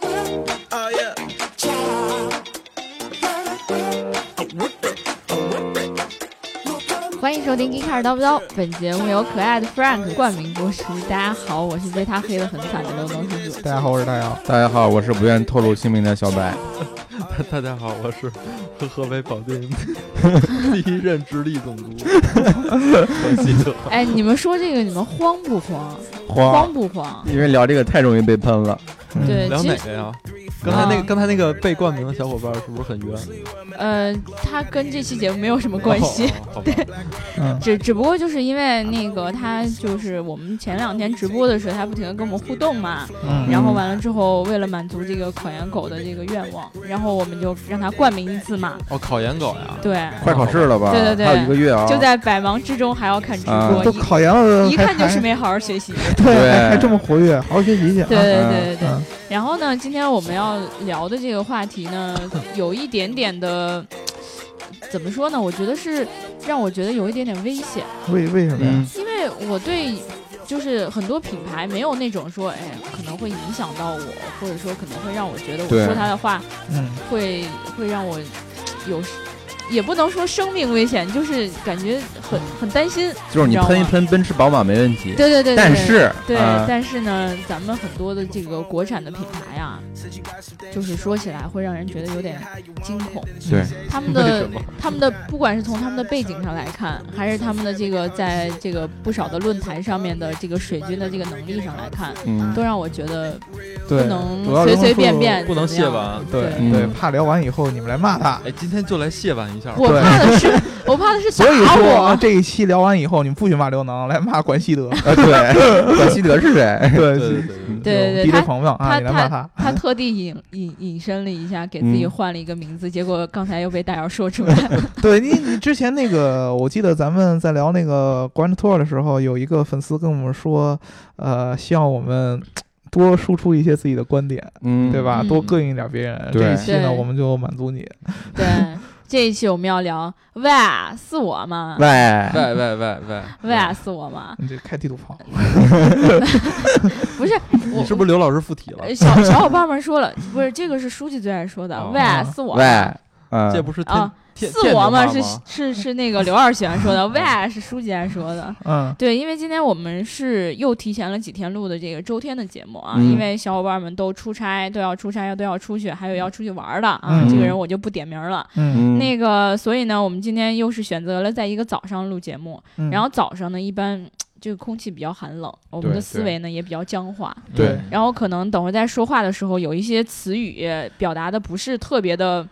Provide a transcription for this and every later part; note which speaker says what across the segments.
Speaker 1: Oh yeah. I whip it. I whip it.
Speaker 2: 欢迎收听《一开始叨不叨》，本节目由可爱的 Frank 冠名播出。大家好，我是被他黑的很惨的刘能叔叔。
Speaker 3: 大家好，我是大姚。
Speaker 4: 大家好，我是不愿透露姓名的小白。
Speaker 5: 大家好，我是河北保定第一任直隶总督，我记
Speaker 3: 嗯
Speaker 5: 得
Speaker 2: 哎，你们说这个，你们慌不慌？
Speaker 4: 慌
Speaker 2: 慌，不慌？
Speaker 4: 因为聊这个太容易被喷了。
Speaker 3: 嗯
Speaker 2: 对，
Speaker 5: 聊
Speaker 2: 其
Speaker 5: 哪
Speaker 2: 实
Speaker 5: 个呀？刚才那
Speaker 2: 啊
Speaker 5: 个刚才那个被冠名的小伙伴是不是很冤？
Speaker 2: 呃，它跟这期节目没有什么 关系，
Speaker 5: 哦，好吧，
Speaker 2: 只只不过就是因为那个他就是我们前两天直播的时候，他不停的跟我们互动嘛，
Speaker 3: 嗯
Speaker 2: 然后完了之后，为了满足这个考研狗的这个愿望，然后我们就让他冠名一次嘛，
Speaker 5: 哦，考研狗呀，
Speaker 2: 对。
Speaker 3: 哦
Speaker 4: 快考试了吧？
Speaker 2: 对对对
Speaker 4: 还有一个月啊。
Speaker 2: 就在百忙之中还要看直
Speaker 4: 啊
Speaker 2: 播，
Speaker 3: 都
Speaker 2: 一
Speaker 3: 考研了，
Speaker 2: 一
Speaker 3: 还
Speaker 2: 看就是
Speaker 3: 还
Speaker 2: 没好好学习。
Speaker 3: 对，
Speaker 4: 对
Speaker 3: 还还这么活跃，好好学习去。
Speaker 2: 对
Speaker 3: 啊，
Speaker 2: 对对对对。
Speaker 3: 嗯
Speaker 2: 然后呢，今天我们要聊的这个话题呢，有一点点的，怎么说呢？我觉得是让我觉得有一点点危险，
Speaker 3: 为为什么呀？
Speaker 4: 嗯，
Speaker 2: 因为我对。就是很多品牌没有那种说，哎，可能会影响到我，或者说可能会让我觉得我
Speaker 4: 对
Speaker 2: 说他的话
Speaker 3: 嗯，
Speaker 2: 会会让我有，也不能说生命危险，就是感觉很很担心。
Speaker 4: 就是你
Speaker 2: 知道吗
Speaker 4: 喷一喷奔驰、宝马没问题，
Speaker 2: 对对对对对
Speaker 4: 但是
Speaker 2: 对，
Speaker 4: 啊
Speaker 2: 但是呢，咱们很多的这个国产的品牌啊，就是说起来会让人觉得有点惊恐。
Speaker 4: 对
Speaker 2: 他们的他们的不管是从他们的背景上来看，还是他们的这个在这个不少的论坛上面的这个水军的这个能力上来看，
Speaker 4: 嗯，
Speaker 2: 都让我觉得不
Speaker 3: 对，
Speaker 2: 能
Speaker 3: 主要
Speaker 2: 随
Speaker 3: 人物
Speaker 2: 随
Speaker 3: 数
Speaker 2: 便。便
Speaker 5: 不能
Speaker 2: 怎么
Speaker 5: 卸
Speaker 2: 样。
Speaker 5: 完。
Speaker 3: 对
Speaker 2: 对
Speaker 3: 对，
Speaker 4: 嗯
Speaker 3: 怕聊完以后你们来 骂他。
Speaker 5: 哎，今天就来卸完一下吧。
Speaker 2: 我
Speaker 3: 对
Speaker 2: 怕的是，我怕的是
Speaker 3: 所以
Speaker 2: 打
Speaker 3: 说啊
Speaker 2: 我。
Speaker 3: 这一期聊完以后，你们不许骂刘能，来骂管希德。
Speaker 4: 啊对， 管希德是谁？
Speaker 3: 对
Speaker 5: 对对 对对对，
Speaker 2: 对对
Speaker 3: 敌
Speaker 2: 对，
Speaker 3: 对
Speaker 2: 他
Speaker 3: 狂妄啊，
Speaker 2: 他
Speaker 3: 你来骂他。
Speaker 2: 他特地引引引申了一下，给自己
Speaker 4: 嗯
Speaker 2: 换了一个名字，结果刚才又被大姚说出来。
Speaker 3: 对你，你之前那个，我记得咱们在聊那个 Grand Tour 的时候，有一个粉丝跟我们说，呃，希望我们多输出一些自己的观点，
Speaker 4: 嗯，
Speaker 3: 对吧？
Speaker 2: 嗯
Speaker 3: 多膈应一点别人。
Speaker 4: 对
Speaker 3: 这一期呢，
Speaker 2: 对
Speaker 3: 我们就满足你。
Speaker 2: 对，这一期我们要聊喂是我吗？
Speaker 4: 喂，
Speaker 5: 喂喂喂喂
Speaker 2: 喂啊是我吗？
Speaker 3: 你这开地图炮，
Speaker 2: 不是，我
Speaker 5: 你是不是刘老师附体了
Speaker 2: 呃？ 小小伙伴们说了，不是这个是书记最爱说的
Speaker 5: 哦
Speaker 2: 喂是我
Speaker 4: 喂
Speaker 2: 吗，
Speaker 4: 嗯，
Speaker 5: 这不是天
Speaker 2: 啊
Speaker 5: 天
Speaker 2: 是我吗？
Speaker 5: 吗？
Speaker 2: 是是是那个刘二喜欢说的，喂是书记爱说的。
Speaker 3: 嗯，
Speaker 2: 对，因为今天我们是又提前了几天录的这个周天的节目啊，
Speaker 4: 嗯
Speaker 2: 因为小伙伴们都出差，都要出差，都要出去，还有要出去玩儿的啊。
Speaker 3: 嗯
Speaker 2: 这个人我就不点名儿了。
Speaker 3: 嗯
Speaker 4: 嗯
Speaker 2: 那个，所以呢，我们今天又是选择了在一个早上录节目，
Speaker 3: 嗯，
Speaker 2: 然后早上呢，一般这个空气比较寒冷，我们
Speaker 4: 对
Speaker 2: 的思
Speaker 4: 对
Speaker 2: 维呢也比较僵化，
Speaker 4: 对
Speaker 2: 然后可能等会儿在说话的时候，有一些词语表达的不是特别的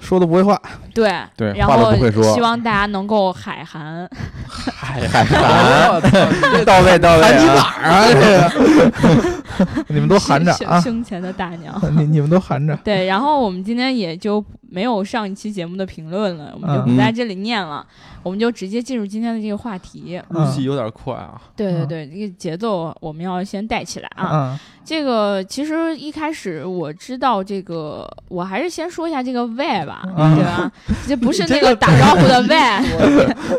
Speaker 3: 说的不会话，
Speaker 2: 对，
Speaker 4: 对
Speaker 2: 然
Speaker 4: 话都
Speaker 2: 后
Speaker 4: 不会说
Speaker 2: 希望大家能够海涵，
Speaker 4: 海 涵，
Speaker 5: 我操
Speaker 4: 嗯到位到位
Speaker 3: 喊你
Speaker 4: 啊！
Speaker 3: 哪儿啊？这个，你们都含着
Speaker 2: 胸
Speaker 3: 啊！
Speaker 2: 胸前的大娘。
Speaker 3: 你你们都含着，
Speaker 2: 对，然后我们今天也就没有上一期节目的评论了，我们就
Speaker 3: 嗯
Speaker 2: 不在这里念了，我们就直接进入今天的这个话题。
Speaker 5: 入戏有点快啊！
Speaker 2: 对对
Speaker 3: 嗯
Speaker 2: 对，这个节奏我们要先带起来啊。
Speaker 3: 嗯
Speaker 2: 这个其实一开始我知道这个，我还是先说一下这个 why 吧，
Speaker 3: 嗯
Speaker 2: 对吧？这不是那
Speaker 3: 这个啊
Speaker 2: 个打招呼的 why，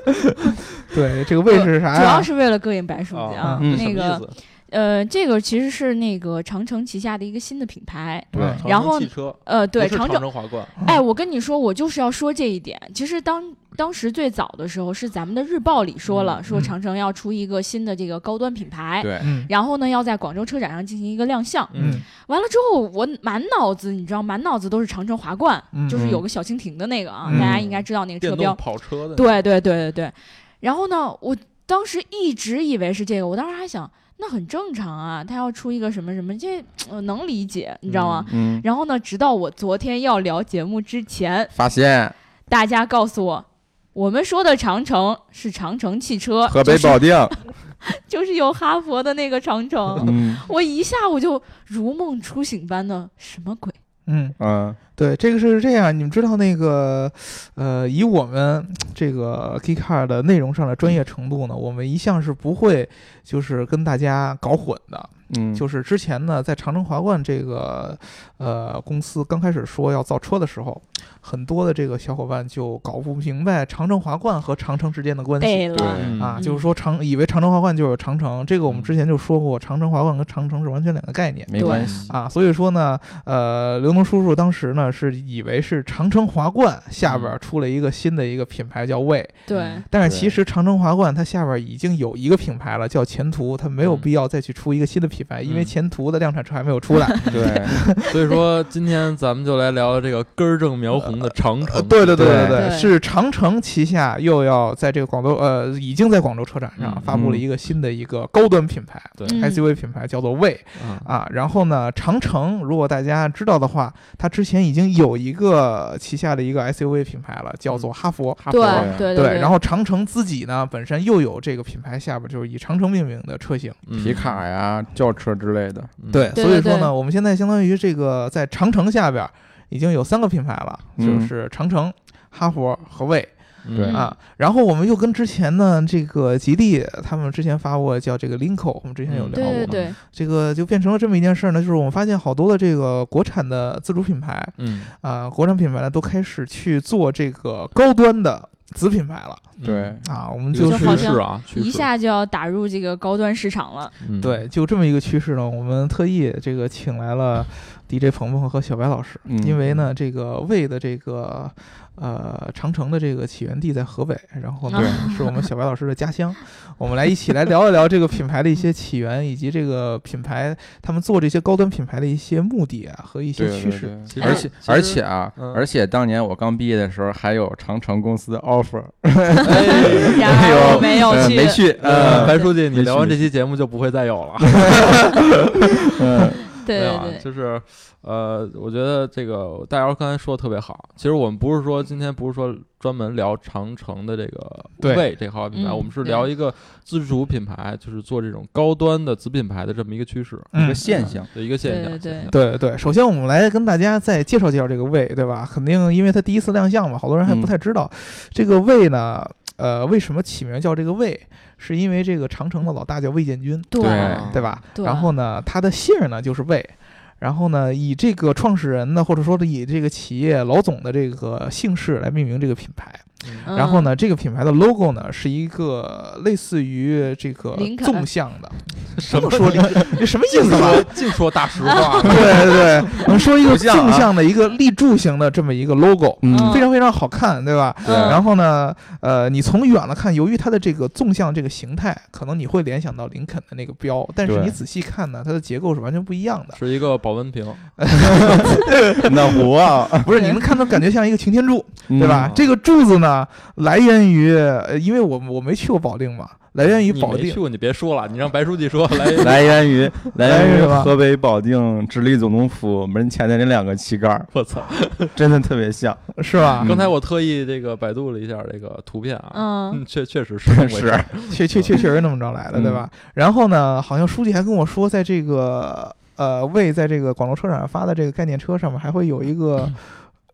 Speaker 3: 对，这个位置是啥
Speaker 2: 主要
Speaker 3: 呀？
Speaker 2: 是为了膈应白书记
Speaker 3: 啊
Speaker 2: 啊。
Speaker 4: 嗯
Speaker 5: 哦什么
Speaker 2: 那
Speaker 5: 意
Speaker 2: 个
Speaker 5: 思？
Speaker 2: 呃，这个其实是那个长城旗下的一个新的品牌。
Speaker 3: 对
Speaker 5: 长城
Speaker 2: 然后
Speaker 5: 汽车
Speaker 2: 呃，对，
Speaker 5: 不是
Speaker 2: 长
Speaker 5: 长
Speaker 2: 城，
Speaker 5: 城华冠，
Speaker 2: 哎，我跟你说，我就是要说这一点。其实当当时最早的时候，是咱们的日报里说了，说
Speaker 3: 嗯
Speaker 2: 长城要出一个新的这个高端品牌，
Speaker 4: 对，
Speaker 3: 嗯
Speaker 2: 然后呢，要在广州车展上进行一个亮相。
Speaker 3: 嗯
Speaker 2: 完了之后，我满脑子你知道，满脑子都是长城华冠，
Speaker 3: 嗯
Speaker 2: 就是有个小蜻蜓的那个啊，
Speaker 3: 嗯
Speaker 2: 大家应该知道那个车
Speaker 5: 电
Speaker 2: 标
Speaker 5: 动。跑车的，
Speaker 2: 对对对对对。然后呢，我当时一直以为是这个，我当时还想那很正常啊，他要出一个什么什么，这、呃能理解，你知道吗？
Speaker 4: 嗯，
Speaker 2: 然后呢，直到我昨天要聊节目之前，
Speaker 4: 发现
Speaker 2: 大家告诉我。我们说的长城是长城汽车，
Speaker 4: 河北保定，
Speaker 2: 就是、就是有哈佛的那个长 城，
Speaker 4: 嗯
Speaker 2: 我一下我就如梦初醒般的什么鬼？
Speaker 3: 嗯，
Speaker 4: 嗯，
Speaker 3: 对，这个是这样，你们知道那个，呃，以我们这个 g e e k a r 的内容上的专业程度呢，我们一向是不会就是跟大家搞混的，
Speaker 4: 嗯，
Speaker 3: 就是之前呢，在长城华冠这个呃公司刚开始说要造车的时候，很多的这个小伙伴就搞不明白长城华冠和长城之间的关系。
Speaker 2: 对了，
Speaker 4: 对，
Speaker 3: 啊，
Speaker 2: 嗯
Speaker 3: 就是说长以为长城华冠就有长城，这个我们之前就说过，长城华冠跟长城是完全两个概念
Speaker 4: 没
Speaker 5: 哎
Speaker 4: 关系，
Speaker 3: 啊。所以说呢，呃，刘能叔叔当时呢是以为是长城华冠下边出了一个新的一个品牌叫魏，
Speaker 2: 对，
Speaker 3: 但是
Speaker 4: 对
Speaker 3: 其实长城华冠它下边已经有一个品牌了，叫前途，它没有
Speaker 5: 嗯
Speaker 3: 必要再去出一个新的品牌，因为
Speaker 5: 嗯
Speaker 3: 前途的量产车还没有出来。
Speaker 4: 对，
Speaker 5: 所以说今天咱们就来聊聊这个根正苗红的长
Speaker 3: 呃，
Speaker 5: 城。
Speaker 3: 对对对
Speaker 4: 对
Speaker 2: 对
Speaker 3: 对，是长城旗下又要在这个广州呃，已经在广州车展上
Speaker 5: 嗯
Speaker 3: 发布了一个新的一个高端品牌。
Speaker 5: 对
Speaker 2: 嗯
Speaker 3: SUV 品牌叫做蔚
Speaker 5: 嗯
Speaker 3: 啊，然后呢，长城如果大家知道的话，它之前已经有一个旗下的一个 SUV 品牌了，叫做哈佛。
Speaker 2: 嗯
Speaker 3: 哈
Speaker 2: 对
Speaker 3: 佛
Speaker 4: 对
Speaker 2: 对
Speaker 3: 对，
Speaker 2: 对，
Speaker 3: 然后长城自己呢，本身又有这个品牌下边就是以长城命名的车型，
Speaker 5: 嗯
Speaker 4: 皮卡呀、轿车之类的，
Speaker 5: 嗯
Speaker 3: 对，
Speaker 2: 对
Speaker 3: 所以
Speaker 2: 对
Speaker 3: 说
Speaker 2: 对
Speaker 3: 呢，我们现在相当于这个在长城下边已经有三个品牌了，就
Speaker 4: 嗯
Speaker 3: 是长城、哈佛和蔚
Speaker 4: 对
Speaker 2: 嗯
Speaker 3: 啊。然后我们又跟之前呢，这个吉利他们之前发过叫这个 Linko，我们之前有
Speaker 5: 嗯
Speaker 3: 聊
Speaker 2: 对
Speaker 3: 过，
Speaker 2: 对对，
Speaker 3: 这个就变成了这么一件事儿呢，就是我们发现好多的这个国产的自主品牌
Speaker 5: 嗯，
Speaker 3: 啊、国产品牌呢都开始去做这个高端的子品牌了
Speaker 5: 嗯
Speaker 4: 对，
Speaker 3: 啊，我们
Speaker 5: 这
Speaker 3: 就
Speaker 5: 个
Speaker 3: 是
Speaker 2: 就好
Speaker 5: 趋势啊，趋势
Speaker 2: 一下就要打入这个高端市场了。
Speaker 5: 嗯
Speaker 3: 对，就这么一个趋势呢，我们特意这个请来了 DJ 鹏鹏和小白老师，
Speaker 4: 嗯
Speaker 3: 因为呢，这个魏的这个呃长城的这个起源地在河北，然后呢
Speaker 4: 对
Speaker 3: 是我们小白老师的家乡，我们来一起来聊一聊这个品牌的一些起源，以及这个品牌他们做这些高端品牌的一些目的啊和一些
Speaker 4: 对
Speaker 3: 趋势。
Speaker 4: 对
Speaker 5: 其实
Speaker 4: 对而且
Speaker 5: 其实
Speaker 4: 而且啊
Speaker 5: 嗯，
Speaker 4: 而且当年我刚毕业的时候，还有长城公司 offer，
Speaker 2: 然而我没有
Speaker 4: 呃
Speaker 2: 去，
Speaker 4: 没去，
Speaker 5: 呃，
Speaker 4: 呃，
Speaker 5: 白书记，你
Speaker 4: 没
Speaker 5: 聊完
Speaker 4: 去
Speaker 5: 这期节目就不会再有了。
Speaker 2: 对
Speaker 5: 没有啊
Speaker 2: 对，对，
Speaker 5: 就是呃，我觉得这个大姚刚才说的特别好。其实我们不是说今天不是说专门聊长城的这个
Speaker 3: 对
Speaker 5: 魏这号品牌，
Speaker 2: 嗯
Speaker 5: 我们是
Speaker 2: 对
Speaker 5: 聊一个自主品牌，就是做这种高端的子品牌的这么一个趋势
Speaker 4: 一
Speaker 3: 嗯
Speaker 4: 个现象，
Speaker 5: 的一个现
Speaker 2: 对
Speaker 5: 象。
Speaker 2: 对对
Speaker 5: 现象
Speaker 3: 对对对，首先我们来跟大家再介绍介绍这个魏，对吧？肯定因为它第一次亮相嘛，好多人还
Speaker 4: 嗯
Speaker 3: 不太知道、这个魏呢。呃，为什么起名叫这个魏？是因为这个长城的老大叫魏建军，
Speaker 2: 对
Speaker 3: 哎对
Speaker 2: 哦
Speaker 3: 吧？
Speaker 2: 对
Speaker 3: 然后呢，他的姓儿呢就是魏，然后呢，以这个创始人呢，或者说以这个企业老总的这个姓氏来命名这个品牌。
Speaker 2: 嗯
Speaker 3: 然后呢，这个品牌的 logo 呢是一个类似于这个
Speaker 2: 林肯
Speaker 3: 纵向 的，
Speaker 5: 什么
Speaker 3: 这么说林肯？这什么意思啊？，
Speaker 5: 尽 说大实
Speaker 2: 啊
Speaker 5: 话
Speaker 3: 对对对，我们说一个
Speaker 4: 不像啊
Speaker 3: 纵向的一个立柱型的这么一个 logo，
Speaker 2: 嗯
Speaker 3: 非常非常好看，对吧？
Speaker 2: 嗯
Speaker 3: 然后呢，呃，你从远了看，由于它的这个纵向这个形态，可能你会联想到林肯的那个标，但是
Speaker 4: 对
Speaker 3: 你仔细看呢，它的结构是完全不一样的。
Speaker 5: 是一个保温瓶，
Speaker 2: 嗯
Speaker 4: 暖壶啊，
Speaker 3: 不是，你能看到感觉像一个擎天柱，对吧？
Speaker 5: 嗯
Speaker 3: 这个柱子呢，来源于，呃因为我我没去过保定嘛，来源于
Speaker 5: 你
Speaker 3: 保
Speaker 5: 没
Speaker 3: 定
Speaker 5: 去。过，你别说了，你让白书记说来。
Speaker 4: 来源于来
Speaker 3: 来源于
Speaker 4: 源于
Speaker 3: 什么
Speaker 4: 河北保定直隶总统府门前的那两个旗杆儿，
Speaker 5: 我操！
Speaker 4: 真的特别像，
Speaker 3: 是吧？
Speaker 5: 刚才我特意这个百度了一下这个图片啊，
Speaker 2: 嗯，
Speaker 5: 确确实是这么回事儿
Speaker 3: 确确确确实那么着来的，对吧？然后呢，好像书记还跟我说，在这个呃魏在这个广州车展上发的这个概念车上面，还会有一个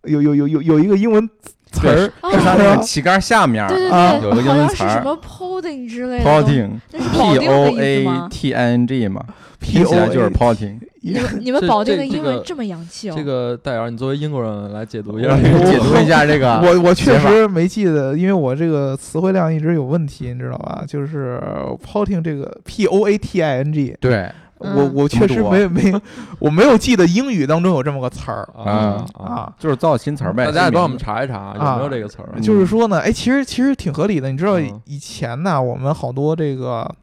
Speaker 3: 有有有有有一个英文词
Speaker 4: 对
Speaker 3: 儿，
Speaker 2: 哦
Speaker 4: 是它那个旗杆下面
Speaker 2: 对对
Speaker 3: 啊
Speaker 4: 有一
Speaker 2: 对，
Speaker 4: 个英
Speaker 2: 好
Speaker 4: 文
Speaker 2: 像是
Speaker 4: 词儿
Speaker 2: 什么 Poding 之类的东西，
Speaker 4: ，potting。
Speaker 2: 那是
Speaker 4: P
Speaker 2: 保定
Speaker 4: O
Speaker 2: 的意思
Speaker 4: A
Speaker 2: 吗？
Speaker 4: T I N G 嘛，
Speaker 3: P
Speaker 4: 拼起
Speaker 3: O
Speaker 4: 来
Speaker 3: A
Speaker 4: 就是 potting，
Speaker 2: 你们你们
Speaker 5: 这
Speaker 2: 保定
Speaker 5: 这
Speaker 2: 的英
Speaker 5: 这
Speaker 2: 文
Speaker 5: 个
Speaker 2: 这么洋气哦？
Speaker 5: 这个戴尔，你作为英国人来解
Speaker 4: 哦
Speaker 5: 读一下
Speaker 3: 我
Speaker 5: 这个
Speaker 4: 解读一下这个。
Speaker 3: 我我确
Speaker 4: 写法
Speaker 3: 实没记得，因为我这个词汇量一直有问题，你知道吧？就是 potting 这个 p o a t i n g，
Speaker 4: 对，啊
Speaker 3: 我
Speaker 2: 嗯
Speaker 3: 我确实没没，我没有记得英语当中有这么个词儿
Speaker 5: 啊
Speaker 2: 啊
Speaker 5: 啊！
Speaker 3: 啊。
Speaker 4: 就是造新词儿呗。
Speaker 5: 大家也帮我们
Speaker 4: 新
Speaker 5: 查一查有没有这个词儿
Speaker 4: 嗯。
Speaker 3: 就是说呢，哎，其实其实挺合理的。你知道
Speaker 5: 嗯
Speaker 3: 以前呢，我们好多这个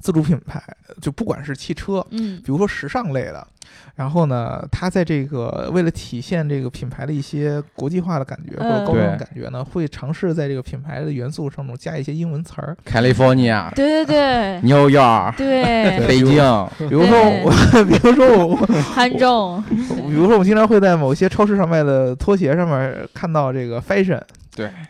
Speaker 3: 自主品牌，就不管是汽车，
Speaker 2: 嗯
Speaker 3: 比如说时尚类的，然后呢，它在这个为了体现这个品牌的一些国际化的感觉或
Speaker 2: 嗯
Speaker 3: 者高端的
Speaker 4: 对
Speaker 3: 感觉呢，会尝试在这个品牌的元素上面加一些英文词儿。
Speaker 4: 名字 California、
Speaker 2: 对对
Speaker 4: New York、
Speaker 2: 对对，
Speaker 4: 北京，
Speaker 3: 比如说我，比如说我，
Speaker 2: 憨重，
Speaker 3: 比如说我经常会在某些超市上卖的拖鞋上面看到这个 fashion，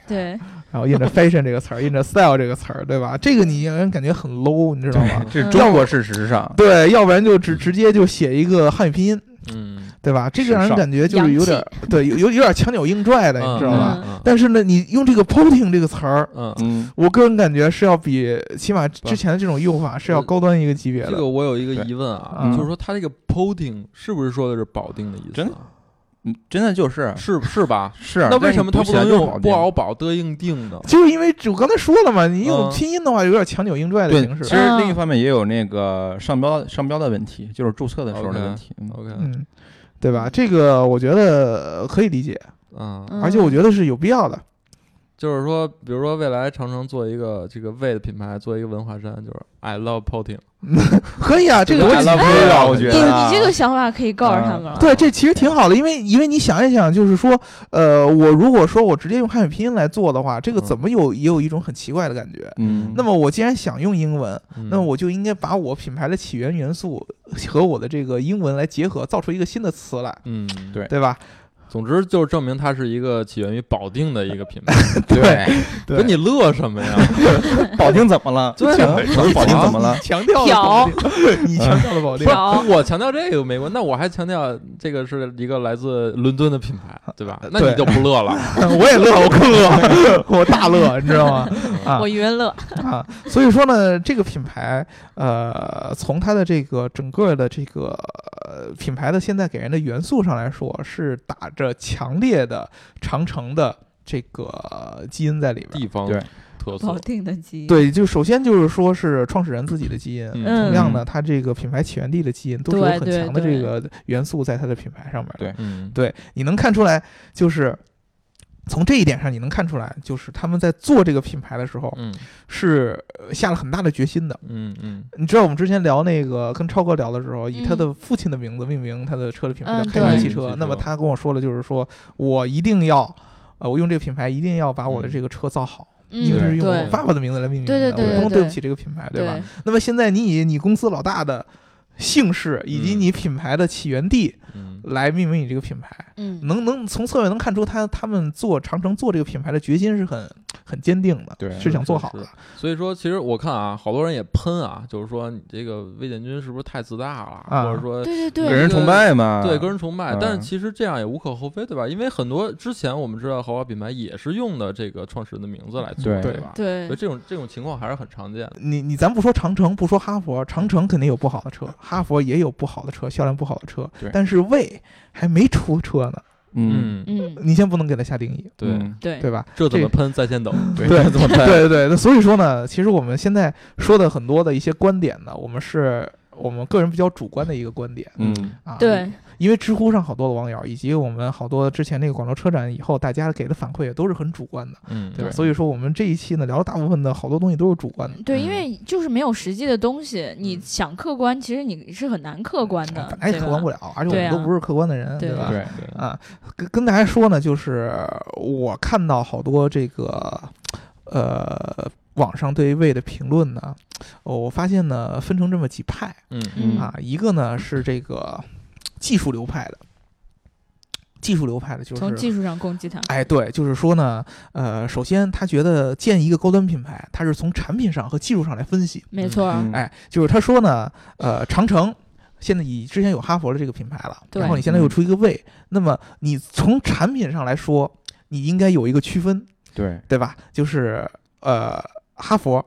Speaker 2: 对
Speaker 3: 然后印着 fashion 这个词儿， 印着 style 这个词儿，对吧？这个你让人感觉很 low，你知 道吗？
Speaker 4: 这是中国式时尚。
Speaker 3: 对，要不然就直直接就写一个汉语拼音，
Speaker 5: 嗯，
Speaker 3: 对吧？这
Speaker 4: 时
Speaker 3: 个让人
Speaker 4: 尚
Speaker 3: 感觉就是
Speaker 2: 洋
Speaker 3: 有
Speaker 2: 气
Speaker 3: 点儿对，有有有点强扭硬拽的，你知道吧？
Speaker 2: 嗯
Speaker 5: 嗯
Speaker 3: 但是呢，你用这个 “potting” 这个词儿，
Speaker 5: 嗯，
Speaker 4: 嗯，
Speaker 3: 我个人感觉是要比起码之前的这种用法是要高端一个级别
Speaker 5: 这
Speaker 3: 的
Speaker 5: 个。我有一个
Speaker 4: 对
Speaker 5: 疑问啊，
Speaker 3: 嗯
Speaker 5: 就是说它这个 “poting” 是不是说的是保定的意思啊？
Speaker 4: 真嗯真的就是
Speaker 5: 是是吧？
Speaker 4: 是。
Speaker 5: 那为
Speaker 4: 但
Speaker 5: 什么
Speaker 4: 你
Speaker 5: 它
Speaker 4: 读
Speaker 5: 不
Speaker 4: 起来
Speaker 5: 能
Speaker 4: 就是
Speaker 5: 用
Speaker 4: 保
Speaker 5: 不
Speaker 4: 定
Speaker 5: 熬保的应定呢？
Speaker 3: 就是因为我刚才说了嘛，你用
Speaker 5: 嗯
Speaker 3: 拼音的话有点强扭硬拽的
Speaker 4: 对，
Speaker 3: 形
Speaker 4: 其
Speaker 3: 式。
Speaker 4: 实
Speaker 5: 啊
Speaker 2: 嗯
Speaker 4: 另一方面也有那个上标上标的问题，就是注册的时候的
Speaker 5: OK
Speaker 4: 问题。嗯
Speaker 5: OK，
Speaker 3: 嗯，对吧？这个我觉得可以理解，
Speaker 5: 嗯，
Speaker 2: 嗯
Speaker 3: 而且我觉得是有必要的。
Speaker 5: 就是说，比如说未来长城做一个这个魏的品牌，做一个文化衫，就是 I love poting。
Speaker 3: 可以啊，这个
Speaker 4: 我
Speaker 3: 我
Speaker 4: 觉得 I love
Speaker 3: 可以
Speaker 4: you 啊
Speaker 3: 啊
Speaker 4: 我觉
Speaker 2: 你
Speaker 4: 得啊
Speaker 2: 你这个想法可以告诉他们了。
Speaker 3: 对，这其实挺好的，因为因为你想一想，就是说，呃，我如果说我直接用汉语拼音来做的话，这个怎么有也有一种很奇怪的感觉。
Speaker 4: 嗯，
Speaker 3: 那么我既然想用英文，
Speaker 5: 嗯
Speaker 3: 那我就应该把我品牌的起源元素和我的这个英文来结合，造出一个新的词来，
Speaker 5: 嗯，
Speaker 4: 对
Speaker 3: 对吧？
Speaker 5: 总之就是证明它是一个起源于保定的一个品牌。
Speaker 3: 对，对
Speaker 5: 跟你乐什么呀？
Speaker 4: 保定怎么了？
Speaker 5: 对啊
Speaker 4: 我保定怎么了？
Speaker 3: 强调
Speaker 2: 挑
Speaker 3: 了保定，你强调了保定，
Speaker 2: 调
Speaker 5: 我强调这个没关，那我还强调这个是一个来自伦敦的品牌，对吧？
Speaker 4: 呃
Speaker 5: 那你就不乐了。
Speaker 3: 我也乐，我更乐，我大乐，你知道吗？啊
Speaker 2: 我余文乐，
Speaker 3: 啊，所以说呢，这个品牌，呃，从它的这个整个的这个、呃、品牌的现在给人的元素上来说，是打着强烈的长城的这个基因在里边儿。
Speaker 5: 地方
Speaker 4: 对
Speaker 5: 特色
Speaker 2: 保，定的基因。
Speaker 3: 对，就首先就是说是创始人自己的基因，
Speaker 5: 嗯
Speaker 2: 嗯
Speaker 3: 同样呢，它这个品牌起源地的基因都是有
Speaker 2: 对
Speaker 3: 很
Speaker 2: 对
Speaker 3: 强的
Speaker 2: 对
Speaker 3: 这个元素在它的品牌上面的。
Speaker 4: 对
Speaker 5: 嗯，
Speaker 3: 对，你能看出来，就是从这一点上你能看出来，就是他们在做这个品牌的时候
Speaker 5: 嗯
Speaker 3: 是呃下了很大的决心的。
Speaker 5: 嗯嗯，
Speaker 3: 你知道我们之前聊那个跟超哥聊的时候，以他
Speaker 2: 嗯
Speaker 3: 的父亲的名字命名他的车的品牌
Speaker 2: 嗯
Speaker 3: 叫
Speaker 2: 对
Speaker 3: 黑马汽车
Speaker 5: 嗯。
Speaker 3: 那么
Speaker 5: 汽车
Speaker 3: 他跟我说了，就是说我一定要。呃，我用这个品牌一定要把我的这个车造好，
Speaker 2: 嗯，
Speaker 3: 因为是用
Speaker 2: 对
Speaker 3: 我爸爸的名字来命名的，
Speaker 2: 对对对
Speaker 3: 我
Speaker 2: 对
Speaker 3: 不能
Speaker 2: 对
Speaker 3: 对不起这个品牌，
Speaker 2: 对
Speaker 3: 吧？那么现在你以你公司老大的姓氏以及
Speaker 5: 嗯
Speaker 3: 你品牌的起源地
Speaker 5: 嗯
Speaker 3: 来命名你这个品牌，
Speaker 2: 嗯，
Speaker 3: 能能从侧面能看出他他们做长城做这个品牌的决心是很很坚定的，
Speaker 4: 对
Speaker 3: 是想做
Speaker 5: 是
Speaker 3: 好的
Speaker 5: 是。所以说，其实我看啊，好多人也喷啊，就是说你这个魏建军是不是太自大了，
Speaker 3: 啊
Speaker 5: 或者说
Speaker 2: 对对
Speaker 4: 给
Speaker 2: 嗯对，
Speaker 4: 人崇拜嘛？
Speaker 5: 对，跟人崇拜，
Speaker 4: 嗯
Speaker 5: 但是其实这样也无可厚非，对吧？因为很多之前我们知道豪华品牌也是用的这个创始人的名字来做，
Speaker 4: 对
Speaker 5: 吧？
Speaker 2: 对
Speaker 5: 所以这种这种情况还是很常见的。
Speaker 3: 你你咱不说长城，不说哈佛，长城肯定有不好的车，哈佛也有不好的车，销量不好的车
Speaker 4: 对，
Speaker 3: 但是魏还没出车呢，
Speaker 4: 嗯，
Speaker 2: 嗯，
Speaker 3: 你先不能给它下定义，
Speaker 5: 对，
Speaker 4: 嗯
Speaker 2: 对
Speaker 3: 对吧？
Speaker 5: 这怎
Speaker 3: 这
Speaker 5: 么喷在线抖？
Speaker 4: 对
Speaker 3: 对
Speaker 4: 那 怎么办？
Speaker 3: 对对对，那所以说呢，其实我们现在说的很多的一些观点呢，我们是我们个人比较主观的一个观点
Speaker 4: 嗯，
Speaker 3: 啊，
Speaker 2: 对，
Speaker 3: 因为知乎上好多的网友，以及我们好多之前那个广州车展以后，大家给的反馈也都是很主观的，
Speaker 5: 嗯，
Speaker 3: 对吧？
Speaker 5: 对
Speaker 3: 所以说我们这一期呢，聊了大部分的好多东西都是主观的。
Speaker 2: 对，
Speaker 5: 嗯
Speaker 2: 因为就是没有实际的东西，你想客观，其实你是很难客观的，
Speaker 3: 哎本来也
Speaker 2: 对吧
Speaker 3: 客观不了，而且我
Speaker 2: 嗯对
Speaker 3: 们
Speaker 2: 啊
Speaker 3: 都不是客观的人，
Speaker 2: 对
Speaker 3: 吧？
Speaker 4: 对，
Speaker 3: 啊，跟跟大家说呢，就是我看到好多这个呃网上对魏的评论呢，哦我发现呢分成这么几派
Speaker 5: 嗯
Speaker 2: 嗯
Speaker 3: 啊，一个呢是这个技术流派的，技术流派的就是
Speaker 2: 从技术上攻击他。
Speaker 3: 哎，对，就是说呢，呃，首先他觉得建一个高端品牌，他是从产品上和技术上来分析。
Speaker 2: 没错，
Speaker 4: 嗯
Speaker 5: 啊
Speaker 3: 哎，就是他说呢，呃，长城现在以之前有哈佛的这个品牌了，
Speaker 2: 对
Speaker 3: 然后你现在又出一个魏，那么你从产品上来说，你应该有一个区分，
Speaker 4: 对，
Speaker 3: 对吧？就是呃，哈佛、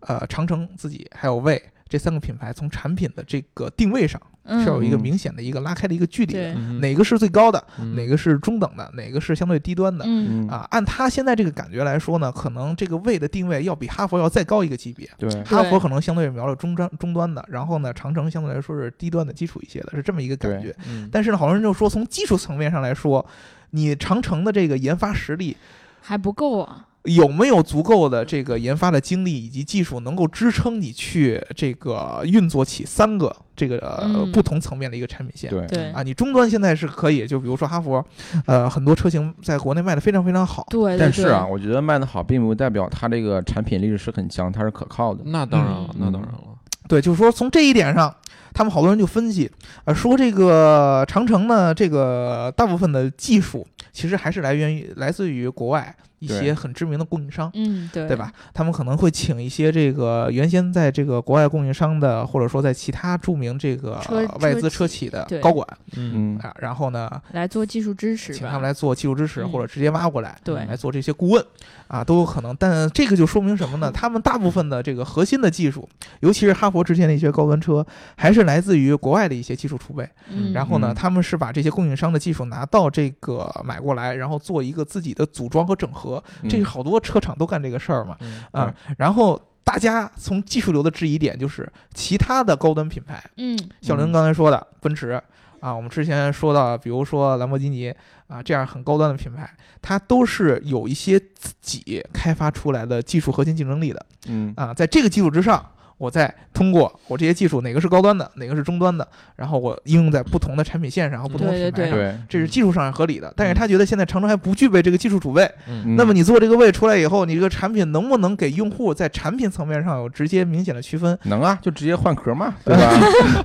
Speaker 3: 呃，长城自己还有魏。这三个品牌从产品的这个定位上
Speaker 2: 嗯
Speaker 3: 是要有一个
Speaker 4: 嗯
Speaker 3: 明显的一个拉开的一个距离的，
Speaker 2: 对，
Speaker 5: 嗯
Speaker 3: 哪个是最高的，
Speaker 5: 嗯
Speaker 3: 哪个是中等的，哪个是相对低端的，
Speaker 2: 嗯，
Speaker 4: 嗯，
Speaker 3: 啊，按他现在这个感觉来说呢，可能这个胃的定位要比哈佛要再高一个级别。
Speaker 4: 对，
Speaker 3: 哈佛可能相对瞄着中端中端的，然后呢，长城相对来说是低端的基础一些的，是这么一个感觉。
Speaker 5: 嗯
Speaker 3: 但是呢，好多人就说，从技术层面上来说，你长城的这个研发实力
Speaker 2: 还不够啊。
Speaker 3: 有没有足够的这个研发的精力以及技术，能够支撑你去这个运作起三个这个、呃
Speaker 2: 嗯
Speaker 3: 不同层面的一个产品线？
Speaker 4: 对，
Speaker 2: 对
Speaker 3: 啊，你终端现在是可以，就比如说哈佛，呃，很多车型在国内卖的非常非常好。
Speaker 2: 对，对
Speaker 4: 但是啊，
Speaker 2: 对
Speaker 4: 我觉得卖的好，并不代表它这个产品力是很强，它是可靠的。
Speaker 5: 那当然了，
Speaker 2: 嗯
Speaker 5: 那当然了，
Speaker 3: 对，就是说从这一点上，他们好多人就分析，呃，说这个长城呢，这个大部分的技术其实还是来源于来自于国外一
Speaker 4: 对
Speaker 3: 些很知名的供应商。
Speaker 2: 嗯，对，
Speaker 3: 对吧？？他们可能会请一些这个原先在这个国外供应商的，或者说在其他著名这个
Speaker 2: 车
Speaker 3: 呃外资
Speaker 2: 车
Speaker 3: 车
Speaker 2: 企
Speaker 3: 企的
Speaker 2: 对
Speaker 3: 高管
Speaker 5: 嗯，
Speaker 4: 嗯，
Speaker 3: 啊，然后呢，
Speaker 2: 来做技术支持吧，
Speaker 3: 请他们来做技术支持，
Speaker 2: 嗯
Speaker 3: 或者直接挖过来，嗯
Speaker 2: 对
Speaker 3: 来做这些顾问啊，都有可能。但这个就说明 什么呢？他们大部分的这个核心的技术，尤其是哈佛之前的一些高端车，还是来自于国外的一些技术储备。
Speaker 2: 嗯，
Speaker 3: 然后呢，
Speaker 4: 嗯
Speaker 3: 他们是把这些供应商的技术拿到这个买过来，然后做一个自己的组装和整合。这是
Speaker 4: 嗯
Speaker 3: 好多车厂都干这个事儿嘛。
Speaker 5: 嗯
Speaker 3: 啊、然后大家从技术流的质疑点就是其他的高端品牌，
Speaker 2: 嗯，
Speaker 3: 小林刚才说的奔驰啊，我们之前说到，比如说兰博基尼啊，这样很高端的品牌，它都是有一些自己开发出来的技术核心竞争力的
Speaker 4: 嗯
Speaker 3: 啊，在这个基础之上。我再通过我这些技术，哪个是高端的，哪个是中端的，然后我应用在不同的产品线上和不同的
Speaker 2: 对
Speaker 3: 品
Speaker 2: 对
Speaker 3: 牌上，
Speaker 4: 对，
Speaker 3: 这是技术上是合理的。但是他觉得现在长城还不具备这个技术储备，
Speaker 5: 嗯
Speaker 4: 嗯
Speaker 3: 那么你做这个位出来以后，你这个产品能不能给用户在产品层面上有直接明显的区分？
Speaker 4: 能啊，就直接换 壳嘛，对吧？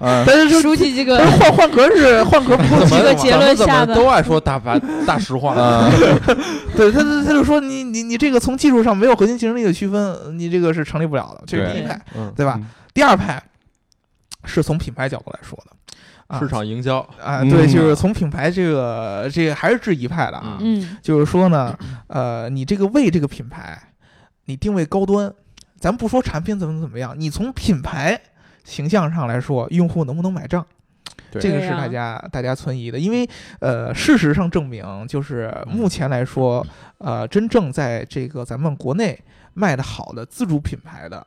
Speaker 4: 啊，
Speaker 3: 但是说
Speaker 2: 书记这 个
Speaker 3: 但是换换壳是换壳不够
Speaker 5: 怎
Speaker 3: 激动
Speaker 5: 么
Speaker 2: 个
Speaker 3: 嘛
Speaker 2: 结论
Speaker 5: 咱
Speaker 2: 下
Speaker 5: 们
Speaker 2: 的
Speaker 5: 怎么都爱说大白大实 话
Speaker 4: 啊，
Speaker 3: 对他他他就说你你你这个从技术上没有核心竞争力的区分，你这个是成立不了的，这是第一
Speaker 2: 对
Speaker 3: 派，
Speaker 5: 嗯，
Speaker 3: 对吧
Speaker 4: 嗯？
Speaker 3: 第二派是从品牌角度来说的，啊
Speaker 5: 市场营销，
Speaker 3: 啊，
Speaker 4: 嗯
Speaker 3: 对，就是从品牌这个这个还是质疑派的啊，
Speaker 2: 嗯
Speaker 3: 就是说呢，呃，你这个为这个品牌，你定位高端，咱不说产品怎么怎么样，你从品牌形象上来说，用户能不能买账？
Speaker 4: 对
Speaker 3: 这个
Speaker 2: 对
Speaker 3: 是
Speaker 2: 呀
Speaker 3: 大家大家存疑的，因为呃，事实上证明，就是目前来说，呃，真正在这个咱们国内卖的好的自主品牌的，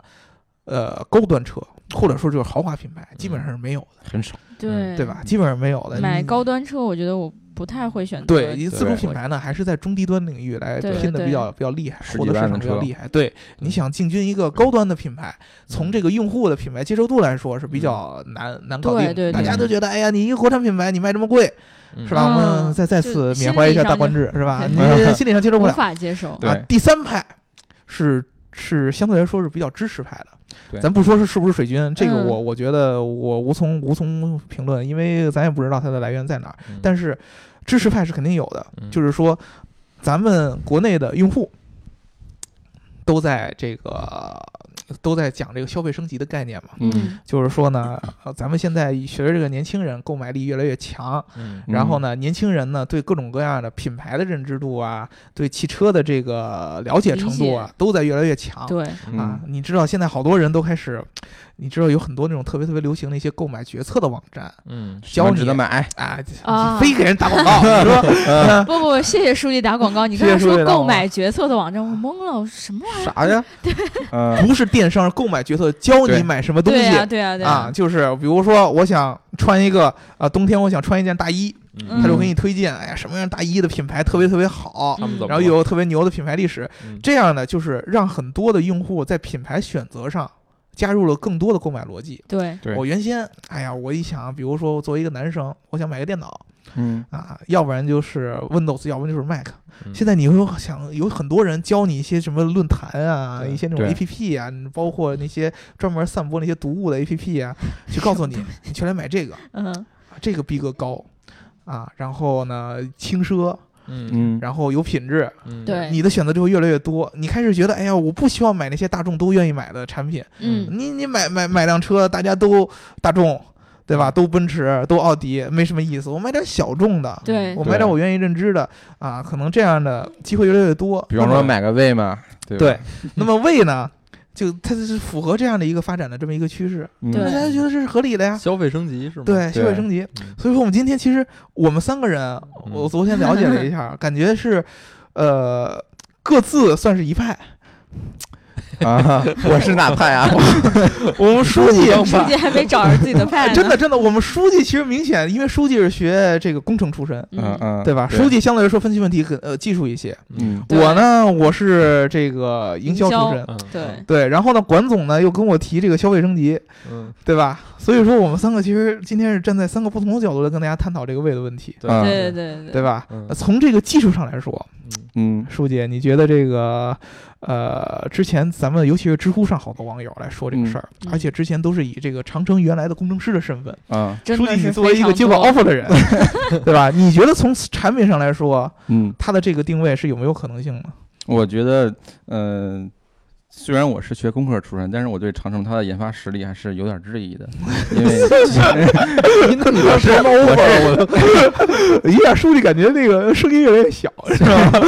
Speaker 3: 呃，高端车或者说就是豪华品牌，基本上是没有的，
Speaker 4: 很少，
Speaker 2: 对
Speaker 3: 嗯对吧？基本上没有的。
Speaker 2: 买
Speaker 3: 你
Speaker 2: 高端车，我觉得我不太会选择。
Speaker 3: 嗯对，以自主
Speaker 4: 对
Speaker 3: 品牌呢，还是在中低端领域来
Speaker 2: 呃对
Speaker 3: 拼的
Speaker 2: 对
Speaker 3: 比较比较厉害，
Speaker 4: 十
Speaker 3: 获
Speaker 4: 几
Speaker 3: 得市
Speaker 4: 万
Speaker 3: 场
Speaker 4: 的
Speaker 3: 比较
Speaker 4: 车
Speaker 3: 厉害。对，你想进军一个高端的品牌，从这个用户的品牌接受度来说是比较难难搞
Speaker 2: 对
Speaker 3: 定
Speaker 2: 对
Speaker 3: 的。大
Speaker 2: 对
Speaker 3: 家都觉得，哎呀，你一个国产品牌，你卖这么贵，
Speaker 5: 嗯
Speaker 3: 是吧？我
Speaker 2: 嗯
Speaker 3: 们再再
Speaker 2: 就
Speaker 3: 次
Speaker 2: 心
Speaker 3: 缅怀
Speaker 2: 理
Speaker 3: 一下
Speaker 2: 上
Speaker 3: 大
Speaker 2: 就
Speaker 3: 官制，是吧？你
Speaker 4: 对
Speaker 3: 这心理上接受不
Speaker 2: 无
Speaker 3: 了。
Speaker 2: 法接受。
Speaker 3: 啊
Speaker 4: 对，
Speaker 3: 第三派是是相对来说是比较支持派的，
Speaker 4: 对
Speaker 3: 咱不说是是不是水军，这个
Speaker 2: 嗯
Speaker 3: 我我觉得我无从无从评论，因为咱也不知道它的来源在哪儿。
Speaker 5: 嗯
Speaker 3: 但是支持派是肯定有的，
Speaker 5: 嗯
Speaker 3: 就是说咱们国内的用户都在这个都在讲这个消费升级的概念嘛，
Speaker 4: 嗯，
Speaker 3: 就是说呢，呃咱们现在随着这个年轻人购买力越来越强，
Speaker 5: 嗯
Speaker 3: 然后呢，年轻人呢对各种各样的品牌的认知度啊，对汽车的这个了解程度
Speaker 2: 理
Speaker 3: 啊，都在越来越强。
Speaker 2: 对，
Speaker 3: 啊
Speaker 4: 嗯，，
Speaker 3: 你知道现在好多人都开始，你知道有很多那种特别特别流行的一些购买决策的网站
Speaker 5: 嗯，
Speaker 4: 什么
Speaker 3: 教你
Speaker 4: 值得买，哎
Speaker 3: 啊，
Speaker 2: 啊
Speaker 3: 你非给人打广告，你说
Speaker 2: 不不不，谢谢书记打广告。你
Speaker 3: 谢
Speaker 2: 刚
Speaker 3: 谢
Speaker 2: 才
Speaker 3: 书记
Speaker 2: 说
Speaker 3: 打
Speaker 2: 购
Speaker 3: 广
Speaker 2: 买决策的网站，我懵了，我说什么玩意儿？
Speaker 4: 啥 呀？对，嗯
Speaker 3: 不是电商，是购买决策教你
Speaker 4: 对
Speaker 3: 买什么东
Speaker 2: 对
Speaker 3: 西
Speaker 2: 呀对呀对
Speaker 3: 啊，
Speaker 2: 呀，
Speaker 3: 就是比如说我想穿一个呃，冬天我想穿一件大衣，
Speaker 2: 嗯
Speaker 3: 他就给你推荐，哎呀，什么样大衣的品牌特别特别好，
Speaker 5: 他们怎么
Speaker 3: 然后又有特别牛的品牌历史，
Speaker 5: 嗯
Speaker 3: 这样呢，就是让很多的用户在品牌选择上加入了更多的购买逻辑。
Speaker 2: 对，
Speaker 4: 对
Speaker 3: 我原先，哎呀，我一想，比如说我作为一个男生，我想买个电脑
Speaker 4: 嗯
Speaker 3: 啊，要不然就是 Windows，要不然就是 Mac。
Speaker 5: 嗯
Speaker 3: 现在你会想，有很多人教你一些什么论坛啊，
Speaker 5: 对
Speaker 3: 一些那种
Speaker 4: 对
Speaker 3: APP 啊，你包括那些专门散播那些毒物的 APP 啊，去告诉你，你全来买这个，
Speaker 2: 嗯
Speaker 3: 这个逼格高啊，然后呢，轻奢，
Speaker 5: 嗯
Speaker 4: 嗯，
Speaker 3: 然后有品质，
Speaker 5: 嗯
Speaker 2: 对
Speaker 3: 你的选择就会越来越多。你开始觉得，哎呀，我不希望买那些大众都愿意买的产品。
Speaker 2: 嗯，
Speaker 3: 你你买买买辆车，大家都大众，对
Speaker 2: 嗯
Speaker 3: 吧？都奔驰，都奥迪，没什么意思。我买点小众的，
Speaker 2: 对
Speaker 3: 我买点我愿意认知的啊，可能这样的机会越来越多。
Speaker 4: 比方
Speaker 3: 那
Speaker 4: 说
Speaker 3: 么，
Speaker 4: 买个位嘛，对吧
Speaker 3: 对， 那么魏呢，就它就是符合这样的一个发展的这么一个趋势，
Speaker 4: 嗯
Speaker 3: 大
Speaker 2: 对
Speaker 3: 家觉得这是合理的呀。
Speaker 5: 消费升级是吗？
Speaker 3: 对，消费
Speaker 4: 对嗯
Speaker 3: 升级。
Speaker 5: 嗯
Speaker 3: 所以说，我们今天其实我们三个人，我昨天了解了一 下，感觉是，呃，各自算是一派。
Speaker 4: 啊，我是哪派啊？
Speaker 3: 我们书记
Speaker 2: 书记还没找着自己 的派呢。
Speaker 3: 哎真的，真的，我们书记其实明显，因为书记是学这个工程出身，
Speaker 4: 嗯
Speaker 2: 嗯，
Speaker 4: 嗯，
Speaker 3: 对吧？书记相对来说分析问题很呃技术一些。
Speaker 4: 嗯，
Speaker 2: 对
Speaker 3: 我呢，我是这个营销出身，
Speaker 5: 嗯
Speaker 2: 对，
Speaker 3: 对。然后呢，管总呢又跟我提这个消费升级，
Speaker 5: 嗯，
Speaker 3: 对吧？所以说我们三个其实今天是站在三个不同的角度来跟大家探讨这个位的问题，
Speaker 5: 对
Speaker 4: 啊
Speaker 2: 对对对
Speaker 3: 嗯对吧？
Speaker 5: 嗯
Speaker 3: 呃从这个技术上来说，
Speaker 5: 嗯
Speaker 4: 嗯
Speaker 3: 书记，你觉得这个呃，之前咱们尤其是知乎上好多网友来说这个事儿，
Speaker 2: 嗯
Speaker 3: 而且之前都是以这个长城原来的工程师的身份。
Speaker 4: 啊
Speaker 2: 真
Speaker 3: 书
Speaker 2: 的
Speaker 3: 记，
Speaker 2: 是
Speaker 3: 你作为一个接过
Speaker 2: 非常
Speaker 3: offer 的人， 对吧？你觉得从产品上来说，
Speaker 4: 嗯，
Speaker 3: 它的这个定位是有没有可能性呢？
Speaker 4: 我觉得，嗯、虽然我是学工科出身，但是我对长城它的研发实力还是有点质疑的，因为
Speaker 3: 那你是猫吧？我一下书记感觉那个声音越来越小，是吧？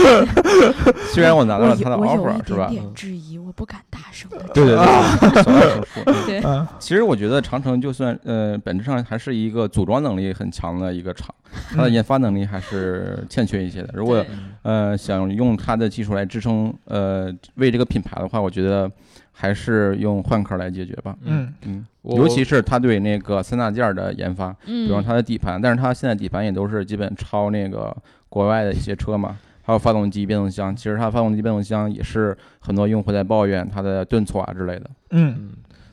Speaker 4: 虽然我拿到
Speaker 2: 我
Speaker 4: 了
Speaker 2: 有
Speaker 4: 它的
Speaker 2: 我有
Speaker 4: offer，
Speaker 2: 一
Speaker 4: 是吧
Speaker 2: 点？
Speaker 3: 嗯
Speaker 2: 点质疑，我不敢大声的。
Speaker 4: 对对对，小点声说。嗯
Speaker 2: 对
Speaker 3: 嗯，
Speaker 4: 其实我觉得长城就算呃，本质上还是一个组装能力很强的一个厂，
Speaker 2: 嗯
Speaker 4: 它的研发能力还是欠缺一些的。如果
Speaker 5: 嗯
Speaker 4: 呃想用它的技术来支撑呃为这个品牌的话，我觉得还是用换壳来解决吧。
Speaker 3: 嗯，
Speaker 4: 嗯，
Speaker 5: 我
Speaker 4: 尤其是它对那个三大件儿的研发，
Speaker 2: 嗯，
Speaker 4: 比方它的底盘，但是它现在底盘也都是基本抄那个国外的一些车嘛。还有发动机、变速箱，其实它发动机、变速箱也是很多用户在抱怨它的顿挫啊之类的。
Speaker 3: 嗯，
Speaker 5: 嗯，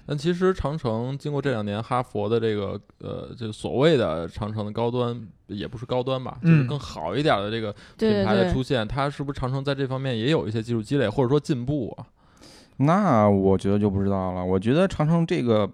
Speaker 5: 但其实长城经过这两年哈佛的这个呃，就所谓的长城的高端，也不是高端吧，就是
Speaker 3: 嗯
Speaker 5: 更好一点的这个
Speaker 2: 对
Speaker 5: 品牌的
Speaker 2: 对
Speaker 5: 出
Speaker 2: 对，
Speaker 5: 现，它是不是长城在这方面也有一些技术积累或者说进步啊？
Speaker 4: 那我觉得就不知道了。我觉得长城这个，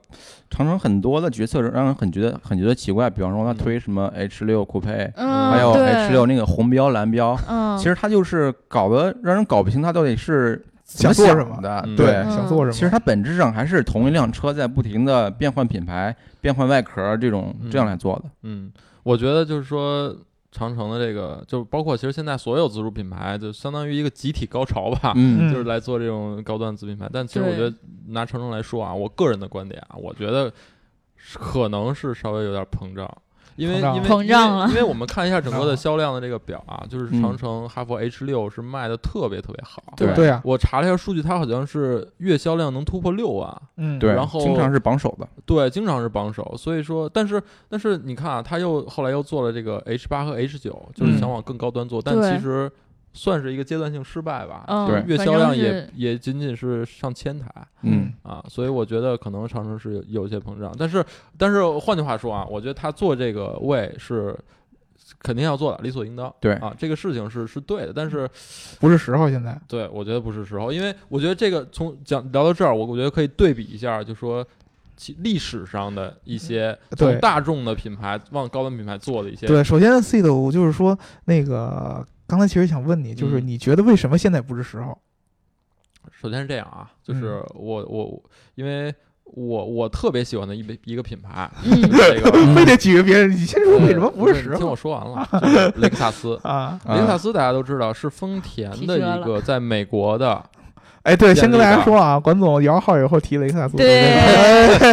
Speaker 4: 长城很多的决策让人很觉得很觉得奇怪，比方说它
Speaker 5: 嗯
Speaker 4: 推什么 H 六酷配，
Speaker 2: 嗯，
Speaker 4: 还有
Speaker 2: 对
Speaker 4: H 六，那个红标蓝标，
Speaker 2: 嗯，
Speaker 4: 其实它就是搞得让人搞不清它到底是怎
Speaker 3: 想做
Speaker 4: 想
Speaker 3: 什么？
Speaker 4: 的。
Speaker 5: 嗯
Speaker 3: 对，
Speaker 2: 嗯
Speaker 3: 想做什么？
Speaker 4: 其实它本质上还是同一辆车在不停的变换品牌、变换外壳这种
Speaker 5: 嗯
Speaker 4: 这样来做的。
Speaker 5: 嗯，我觉得就是说。长城的这个，就包括其实现在所有自主品牌，就相当于一个集体高潮吧，
Speaker 4: 嗯，
Speaker 5: 就是来做这种高端子品牌。但其实我
Speaker 2: 对
Speaker 5: 觉得拿长城来说啊，我个人的观点啊，我觉得是可能是稍微有点膨胀，因为
Speaker 3: 膨胀
Speaker 5: 因为
Speaker 2: 膨胀
Speaker 5: 因为
Speaker 2: 了
Speaker 5: 因为我们看一下整个
Speaker 3: 膨胀
Speaker 5: 的
Speaker 3: 了
Speaker 5: 销量的这个表啊，就是
Speaker 4: 嗯
Speaker 5: 长城哈弗 H 六是卖的特别特别好。
Speaker 4: 对
Speaker 3: 对啊，
Speaker 5: 我查了一下数据，它好像是月销量能突破六万，
Speaker 3: 嗯，
Speaker 4: 对，
Speaker 5: 然后
Speaker 4: 经常是榜首的。
Speaker 5: 对，经常是榜首。所以说，但是但是你看啊，它又后来又做了这个 H 八和 H 九，就是
Speaker 4: 嗯
Speaker 5: 想往更高端做，但
Speaker 2: 对
Speaker 5: 其实算是一个阶段性失败吧。
Speaker 2: 嗯
Speaker 4: 对
Speaker 5: 月
Speaker 2: 反
Speaker 5: 销
Speaker 2: 正
Speaker 5: 量也
Speaker 2: 是
Speaker 5: 也仅仅是上千台
Speaker 4: 嗯，
Speaker 5: 啊，所以我觉得可能长城是有有些膨胀，但是但是换句话说啊，我觉得他做这个位是肯定要做的，理所应当。
Speaker 4: 对
Speaker 5: 啊，这个事情是是对的，但是
Speaker 3: 不是时候，现在
Speaker 5: 对我觉得不是时候，因为我觉得这个从讲聊到这儿，我我觉得可以对比一下，就说其历史上的一些
Speaker 3: 对
Speaker 5: 从大众的品牌往高端品牌做的一些
Speaker 3: 对。首先，C 的我就是说那个。刚才其实想问你，就是
Speaker 5: 嗯
Speaker 3: 你觉得为什么现在不是时候？
Speaker 5: 首先是这样啊，就是
Speaker 3: 嗯
Speaker 5: 我我因为我我特别喜欢的一个一个 品牌，
Speaker 2: 嗯
Speaker 5: 这个
Speaker 3: 非得举个别人，你先说为什么不是时
Speaker 5: 你听
Speaker 3: 候。
Speaker 5: 我说完了，就是雷克萨斯
Speaker 3: 啊？
Speaker 5: 雷克萨
Speaker 4: 啊
Speaker 5: 斯大家都知道是丰田
Speaker 2: 提
Speaker 5: 的
Speaker 2: 车
Speaker 5: 一
Speaker 2: 了
Speaker 5: 个在美国的，
Speaker 3: 哎，对，
Speaker 5: 建
Speaker 3: 先跟
Speaker 5: 立
Speaker 3: 大家
Speaker 5: 的
Speaker 3: 说啊，管总摇号以后提雷克萨斯，
Speaker 2: 对，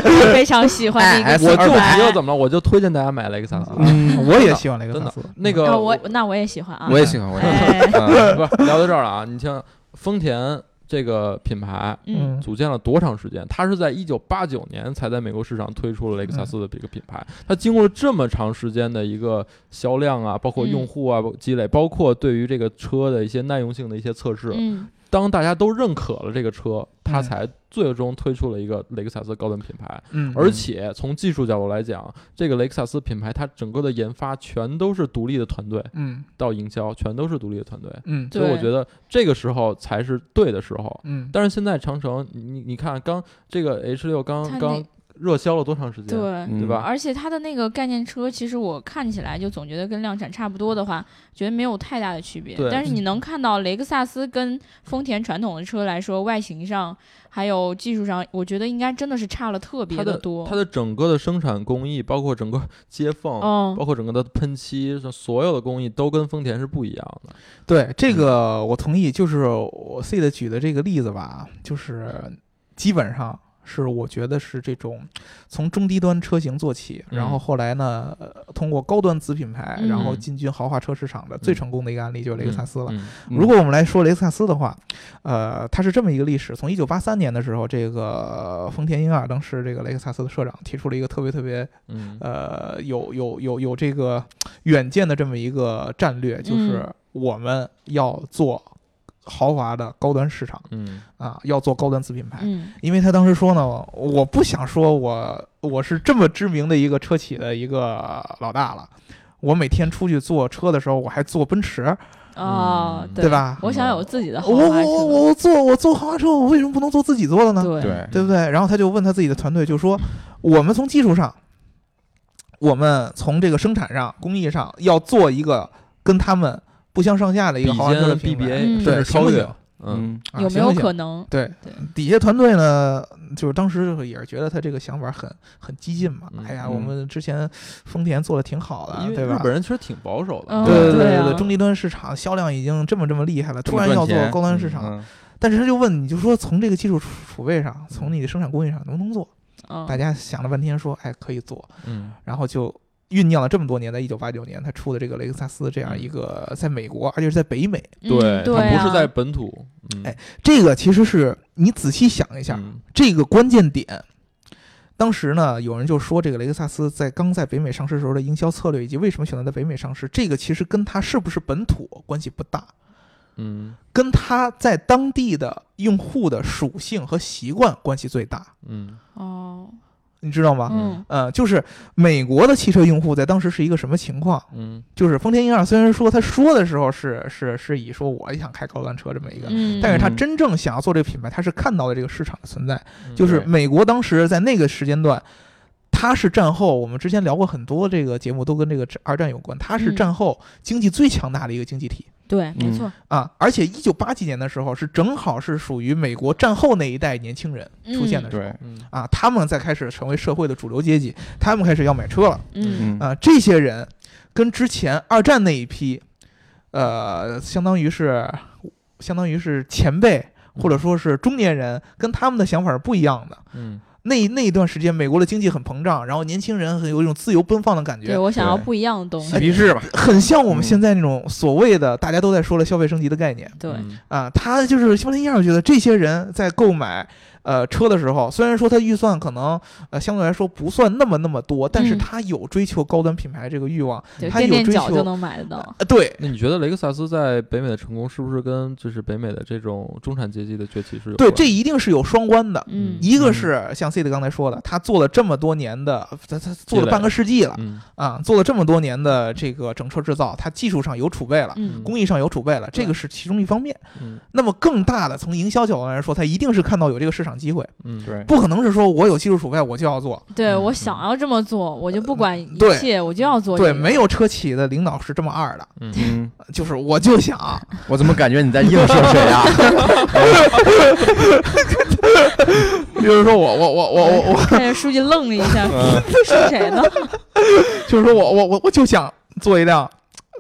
Speaker 2: 我非常喜欢哎那
Speaker 4: S
Speaker 2: 个
Speaker 5: 哎我就
Speaker 2: 品牌
Speaker 5: 你知道怎么了，我就推荐大家买雷克萨斯。
Speaker 3: 嗯，我也喜欢雷克萨斯，
Speaker 5: 那
Speaker 2: 啊
Speaker 5: 个
Speaker 2: 我那我也喜欢啊，
Speaker 4: 我也喜欢，我也喜
Speaker 2: 哎
Speaker 4: 欢。啊
Speaker 5: 不是聊到这儿了啊，你像丰田这个品牌
Speaker 2: 嗯，
Speaker 5: 组建了多长时间？它是在一九八九年才在美国市场推出了雷克萨斯的这个品
Speaker 3: 嗯
Speaker 5: 牌，它经过了这么长时间的一个销量啊，包括
Speaker 3: 嗯
Speaker 5: 用户啊积累，包括对于这个车的一些耐用性的一些测试。
Speaker 2: 嗯，
Speaker 5: 当大家都认可了这个车，它
Speaker 3: 嗯
Speaker 5: 才最终推出了一个雷克萨斯高端品牌。
Speaker 3: 嗯，
Speaker 5: 而且从技术角度来讲，这个雷克萨斯品牌它整个的研发全都是独立的团队，
Speaker 3: 嗯
Speaker 5: 到营销全都是独立的团队，
Speaker 3: 嗯
Speaker 5: 所以我
Speaker 2: 对
Speaker 5: 觉得这个时候才是对的时候。
Speaker 3: 嗯，
Speaker 5: 但是现在长城，你你你看刚这个 H 六刚
Speaker 2: 它
Speaker 5: 刚
Speaker 2: 那
Speaker 5: 热销了多长时间？
Speaker 2: 对。
Speaker 4: 嗯
Speaker 5: 对吧
Speaker 2: 而且它的那个概念车，其实我看起来就总觉得跟量产差不多的话，觉得没有太大的区别
Speaker 5: 对。
Speaker 2: 但是你
Speaker 3: 嗯
Speaker 2: 能看到雷克萨斯跟丰田传统的车来说，外形上还有技术上，我觉得应该真的是差了特别
Speaker 5: 它的
Speaker 2: 多。
Speaker 5: 它的整个的生产工艺，包括 整个接缝，
Speaker 2: 嗯
Speaker 5: 包括整个的喷漆，所有的工艺都跟丰田是不一样的。
Speaker 3: 对
Speaker 5: 嗯
Speaker 3: 这个我同意，就是我 C 的举的这个例子吧，就是基本上是我觉得是这种从中低端车型做起，
Speaker 5: 嗯
Speaker 3: 然后后来呢，呃通过高端子品牌，
Speaker 2: 嗯
Speaker 3: 然后进军豪华车市场的最成功的一个案例就是雷克萨斯了。
Speaker 5: 嗯
Speaker 4: 嗯
Speaker 3: 如果我们来说雷克萨斯的话，呃，它是这么一个历史：从一九八三年的时候，这个丰田英二当时这个雷克萨斯的社长提出了一个特别特别
Speaker 5: 嗯
Speaker 3: 呃有有有有这个远见的这么一个战略，
Speaker 2: 嗯
Speaker 3: 就是我们要做豪华的高端市场
Speaker 5: 嗯
Speaker 3: 啊，要做高端子品牌。
Speaker 2: 嗯
Speaker 3: 因为他当时说呢，我不想说我我是这么知名的一个车企的一个老大了。我每天出去坐车的时候，我还坐奔驰，
Speaker 2: 哦，
Speaker 5: 嗯
Speaker 3: 对吧
Speaker 2: 我想有自己的豪
Speaker 3: 我
Speaker 2: 华车。
Speaker 3: 我我坐我坐豪华车，我为什么不能坐自己坐的呢？
Speaker 2: 对
Speaker 4: 对，
Speaker 3: 对不对？然后他就问他自己的团队，就说我们从技术上，我们从这个生产上、工艺上，要做一个跟他们不相上下的一
Speaker 5: 比
Speaker 3: 个豪华车的
Speaker 5: 肩
Speaker 3: 品牌
Speaker 5: BBA
Speaker 2: 嗯
Speaker 5: 甚至
Speaker 3: 对，行
Speaker 5: 超
Speaker 3: 不
Speaker 5: 越
Speaker 3: 行，
Speaker 5: 嗯，
Speaker 3: 啊
Speaker 2: 有没
Speaker 3: 行
Speaker 2: 有
Speaker 3: 行
Speaker 2: 可能？
Speaker 3: 对，
Speaker 2: 对
Speaker 3: 底下团队呢，就是当时也是觉得他这个想法很很激进嘛。
Speaker 5: 嗯
Speaker 3: 哎呀，
Speaker 4: 嗯
Speaker 3: 我们之前丰田做的挺好的
Speaker 5: 因，为
Speaker 3: 对
Speaker 5: 日
Speaker 3: 吧？
Speaker 5: 本人其实挺保守的，
Speaker 2: 嗯
Speaker 3: 对对
Speaker 2: 对啊
Speaker 3: 对，中低端市场销量已经这么这么厉害了，
Speaker 4: 这
Speaker 3: 突
Speaker 4: 么
Speaker 3: 然要
Speaker 4: 赚
Speaker 3: 做
Speaker 4: 钱
Speaker 3: 高端市场，
Speaker 4: 嗯，
Speaker 3: 但是他就问你就说从这个技术储储备上，从你的生产工艺上能不能做？
Speaker 2: 嗯
Speaker 3: 大家想了半天说，哎，可以做，
Speaker 5: 嗯
Speaker 3: 然后就。酝酿了这么多年，在一九八九年，他出的这个雷克萨斯这样一个，在美国，而且是在北美，
Speaker 2: 嗯
Speaker 5: 对，
Speaker 2: 对
Speaker 5: 它
Speaker 2: 啊，
Speaker 5: 不是在本土，嗯
Speaker 3: 哎这个其实是你仔细想一下，
Speaker 5: 嗯
Speaker 3: 这个关键点。当时呢，有人就说这个雷克萨斯在刚在北美上市时候的营销策略，以及为什么选择在北美上市，这个其实跟它是不是本土关系不大，
Speaker 5: 嗯
Speaker 3: 跟它在当地的用户的属性和习惯关系最大，
Speaker 5: 嗯
Speaker 2: 哦，
Speaker 3: 你知道吗？
Speaker 2: 嗯
Speaker 3: 呃，就是美国的汽车用户在当时是一个什么情况？
Speaker 5: 嗯
Speaker 3: 就是丰田英二虽然说他说的时候是是是以说我也想开高端车这么一个，
Speaker 2: 嗯，
Speaker 3: 但是他
Speaker 5: 嗯
Speaker 3: 真正想要做这个品牌，他是看到了这个市场的存在，
Speaker 5: 嗯，
Speaker 3: 就是
Speaker 5: 对
Speaker 3: 美国当时在那个时间段，它是战后，我们之前聊过很多这个节目都跟这个二战有关，它是
Speaker 2: 嗯
Speaker 3: 战后经济最强大的一个经济体
Speaker 2: 对，没
Speaker 4: 嗯
Speaker 2: 错，
Speaker 3: 啊，而且一九八几年的时候是正好是属于美国战后那一代年轻人出现的时候。
Speaker 4: 对，
Speaker 5: 嗯
Speaker 3: 啊，他们在开始成为社会的主流阶级，他们开始要买车了
Speaker 2: 嗯
Speaker 4: 嗯
Speaker 3: 啊。这些人跟之前二战那一批，呃，相当于是相当于是前辈或者说是中年人，跟他们的想法是不一样的。
Speaker 5: 嗯
Speaker 3: 那那一段时间，美国的经济很膨胀，然后年轻人很有一种自由奔放的感
Speaker 2: 对
Speaker 3: 觉，
Speaker 2: 我想要
Speaker 4: 对
Speaker 2: 不一样的东
Speaker 4: 嬉
Speaker 2: 西，
Speaker 4: 皮士吧，
Speaker 3: 很像我们
Speaker 4: 嗯
Speaker 3: 现在那种所谓的大家都在说了消费升级的概念
Speaker 2: 对，
Speaker 5: 嗯
Speaker 3: 啊。他就是肖林燕尔觉得这些人在购买呃车的时候，虽然说他预算可能呃相对来说不算那么那么多，但是
Speaker 2: 嗯
Speaker 3: 他有追求高端品牌这个欲望，
Speaker 2: 就
Speaker 3: 他
Speaker 2: 垫
Speaker 3: 有
Speaker 2: 垫
Speaker 3: 追
Speaker 2: 脚
Speaker 3: 求
Speaker 2: 就能买得到。
Speaker 3: 呃，对。
Speaker 5: 那你觉得雷克萨斯在北美的成功，是不是跟就是北美的这种中产阶级的崛起是有
Speaker 3: 对，
Speaker 5: 关
Speaker 3: 这一定是有双关的。
Speaker 2: 嗯，
Speaker 3: 一个是像 C 的刚才说的，他做了这么多年的，他他做
Speaker 5: 积
Speaker 3: 了
Speaker 5: 累
Speaker 3: 半个世纪了
Speaker 5: 嗯
Speaker 3: 啊，做了这么多年的这个整车制造，他技术上有储备了，
Speaker 2: 嗯
Speaker 3: 工艺上有储备了，这个是其中一方面。
Speaker 5: 嗯
Speaker 3: 那么更大的，从营销角度来说，它一定是看到有这个市场机会，
Speaker 5: 嗯
Speaker 4: 对，
Speaker 3: 不可能是说我有技术储备我就要做。
Speaker 2: 对
Speaker 5: 嗯
Speaker 2: 我想要这么做，我就不管一
Speaker 3: 呃对
Speaker 2: 切，我就要做这
Speaker 3: 对，
Speaker 2: 个。
Speaker 3: 没有车企的领导是这么二的，
Speaker 5: 嗯
Speaker 4: 嗯，
Speaker 3: 就是我就想，
Speaker 4: 我怎么感觉你在映射谁呀？
Speaker 3: 就是说我我我我我我，嗯
Speaker 2: 看着书记愣了一下， 是谁呢？
Speaker 3: 就是说我我我我就想做一辆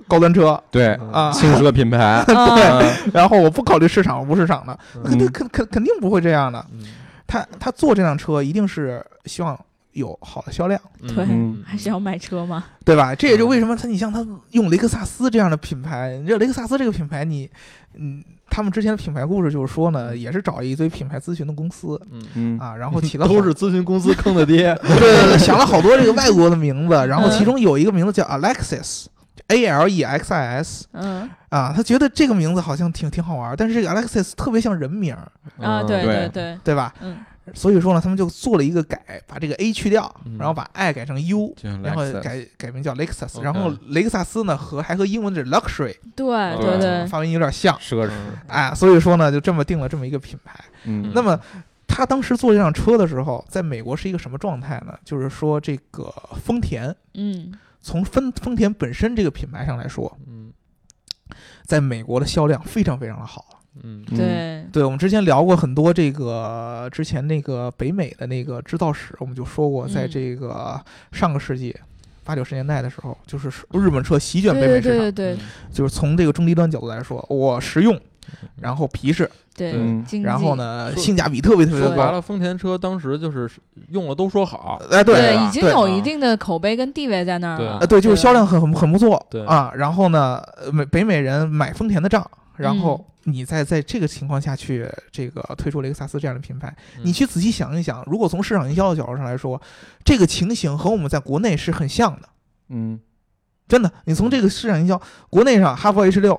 Speaker 3: 高端车
Speaker 4: 对，
Speaker 3: 啊，
Speaker 4: 轻奢品牌，
Speaker 2: 啊，
Speaker 4: 嗯
Speaker 3: 然后我不考虑市场无市场的，肯定
Speaker 4: 嗯
Speaker 3: 肯肯肯定不会这样的。
Speaker 5: 嗯
Speaker 3: 他他做这辆车一定是希望有好的销量。
Speaker 2: 对
Speaker 4: 嗯
Speaker 2: 还是要买车嘛。
Speaker 3: 对吧？这也就为什么他，你像他用雷克萨斯这样的品牌，你知道雷克萨斯这个品牌你，嗯，他们之前的品牌故事就是说呢，也是找一堆品牌咨询的公司
Speaker 5: 嗯
Speaker 4: 嗯，
Speaker 3: 啊，然后起 了好
Speaker 5: 都是咨询公司坑的爹，
Speaker 3: 对对对，想了好多这个外国的名字，然后
Speaker 2: 嗯
Speaker 3: 其中有一个名字叫 Alexis。A L E X I S
Speaker 2: 嗯
Speaker 3: 啊，他觉得这个名字好像挺挺好玩，但是这个 Alexis 特别像人名，
Speaker 5: 嗯
Speaker 2: 啊，对
Speaker 4: 对
Speaker 2: 对，
Speaker 3: 嗯对吧？
Speaker 2: 嗯
Speaker 3: 所以说呢，他们就做了一个改，把这个 A 去掉
Speaker 5: 嗯，
Speaker 3: 然后把 I 改成 U，
Speaker 4: 就像
Speaker 3: 然后
Speaker 4: Lexus
Speaker 3: 改改名叫 Lexus，
Speaker 5: OK
Speaker 3: 然后雷克萨斯呢和还和英文的 luxury 嗯
Speaker 2: 对
Speaker 5: 对
Speaker 2: 对对，
Speaker 3: 发音有点像，
Speaker 4: 奢侈，
Speaker 5: 嗯
Speaker 3: 哎，所以说呢，就这么定了这么一个品牌。
Speaker 4: 嗯，
Speaker 3: 那么他当时做这辆车的时候，在美国是一个什么状态呢？就是说这个丰田，
Speaker 2: 嗯
Speaker 3: 从丰丰田本身这个品牌上来说，
Speaker 5: 嗯
Speaker 3: 在美国的销量非常非常的好。
Speaker 5: 嗯
Speaker 4: 嗯
Speaker 2: 对，
Speaker 3: 对我们之前聊过很多这个之前那个北美的那个制造史，我们就说过，
Speaker 2: 嗯
Speaker 3: 在这个上个世纪。八九十年代的时候，就是日本车席卷北
Speaker 2: 对对
Speaker 3: 美市场，
Speaker 2: 对对
Speaker 3: 就是从这个中低端角度来说，我实用，
Speaker 5: 嗯
Speaker 3: 然后皮实，
Speaker 2: 对
Speaker 4: 嗯
Speaker 2: 经济
Speaker 3: 然后？呢，
Speaker 5: 说
Speaker 3: 性价比特别特别
Speaker 5: 说
Speaker 3: 高。
Speaker 5: 白了，丰田车当时就是用了都说好，
Speaker 3: 哎，对
Speaker 2: 对，
Speaker 3: 吧
Speaker 2: 已经有
Speaker 5: 啊
Speaker 2: 一定的口碑跟地位在那儿
Speaker 5: 对
Speaker 2: 了
Speaker 3: 啊，。对，就是
Speaker 2: 对
Speaker 3: 销量很很很不错，
Speaker 5: 对
Speaker 3: 啊。然后呢，呃美北美人买丰田的账，然后你再在这个情况下去这个推出雷克萨斯这样的品牌，
Speaker 5: 嗯
Speaker 3: 你去仔细想一想，如果从市场营销的角度上来说，这个情形和我们在国内是很像的。
Speaker 4: 嗯
Speaker 3: 真的，你从这个市场营销，国内上哈弗 H 六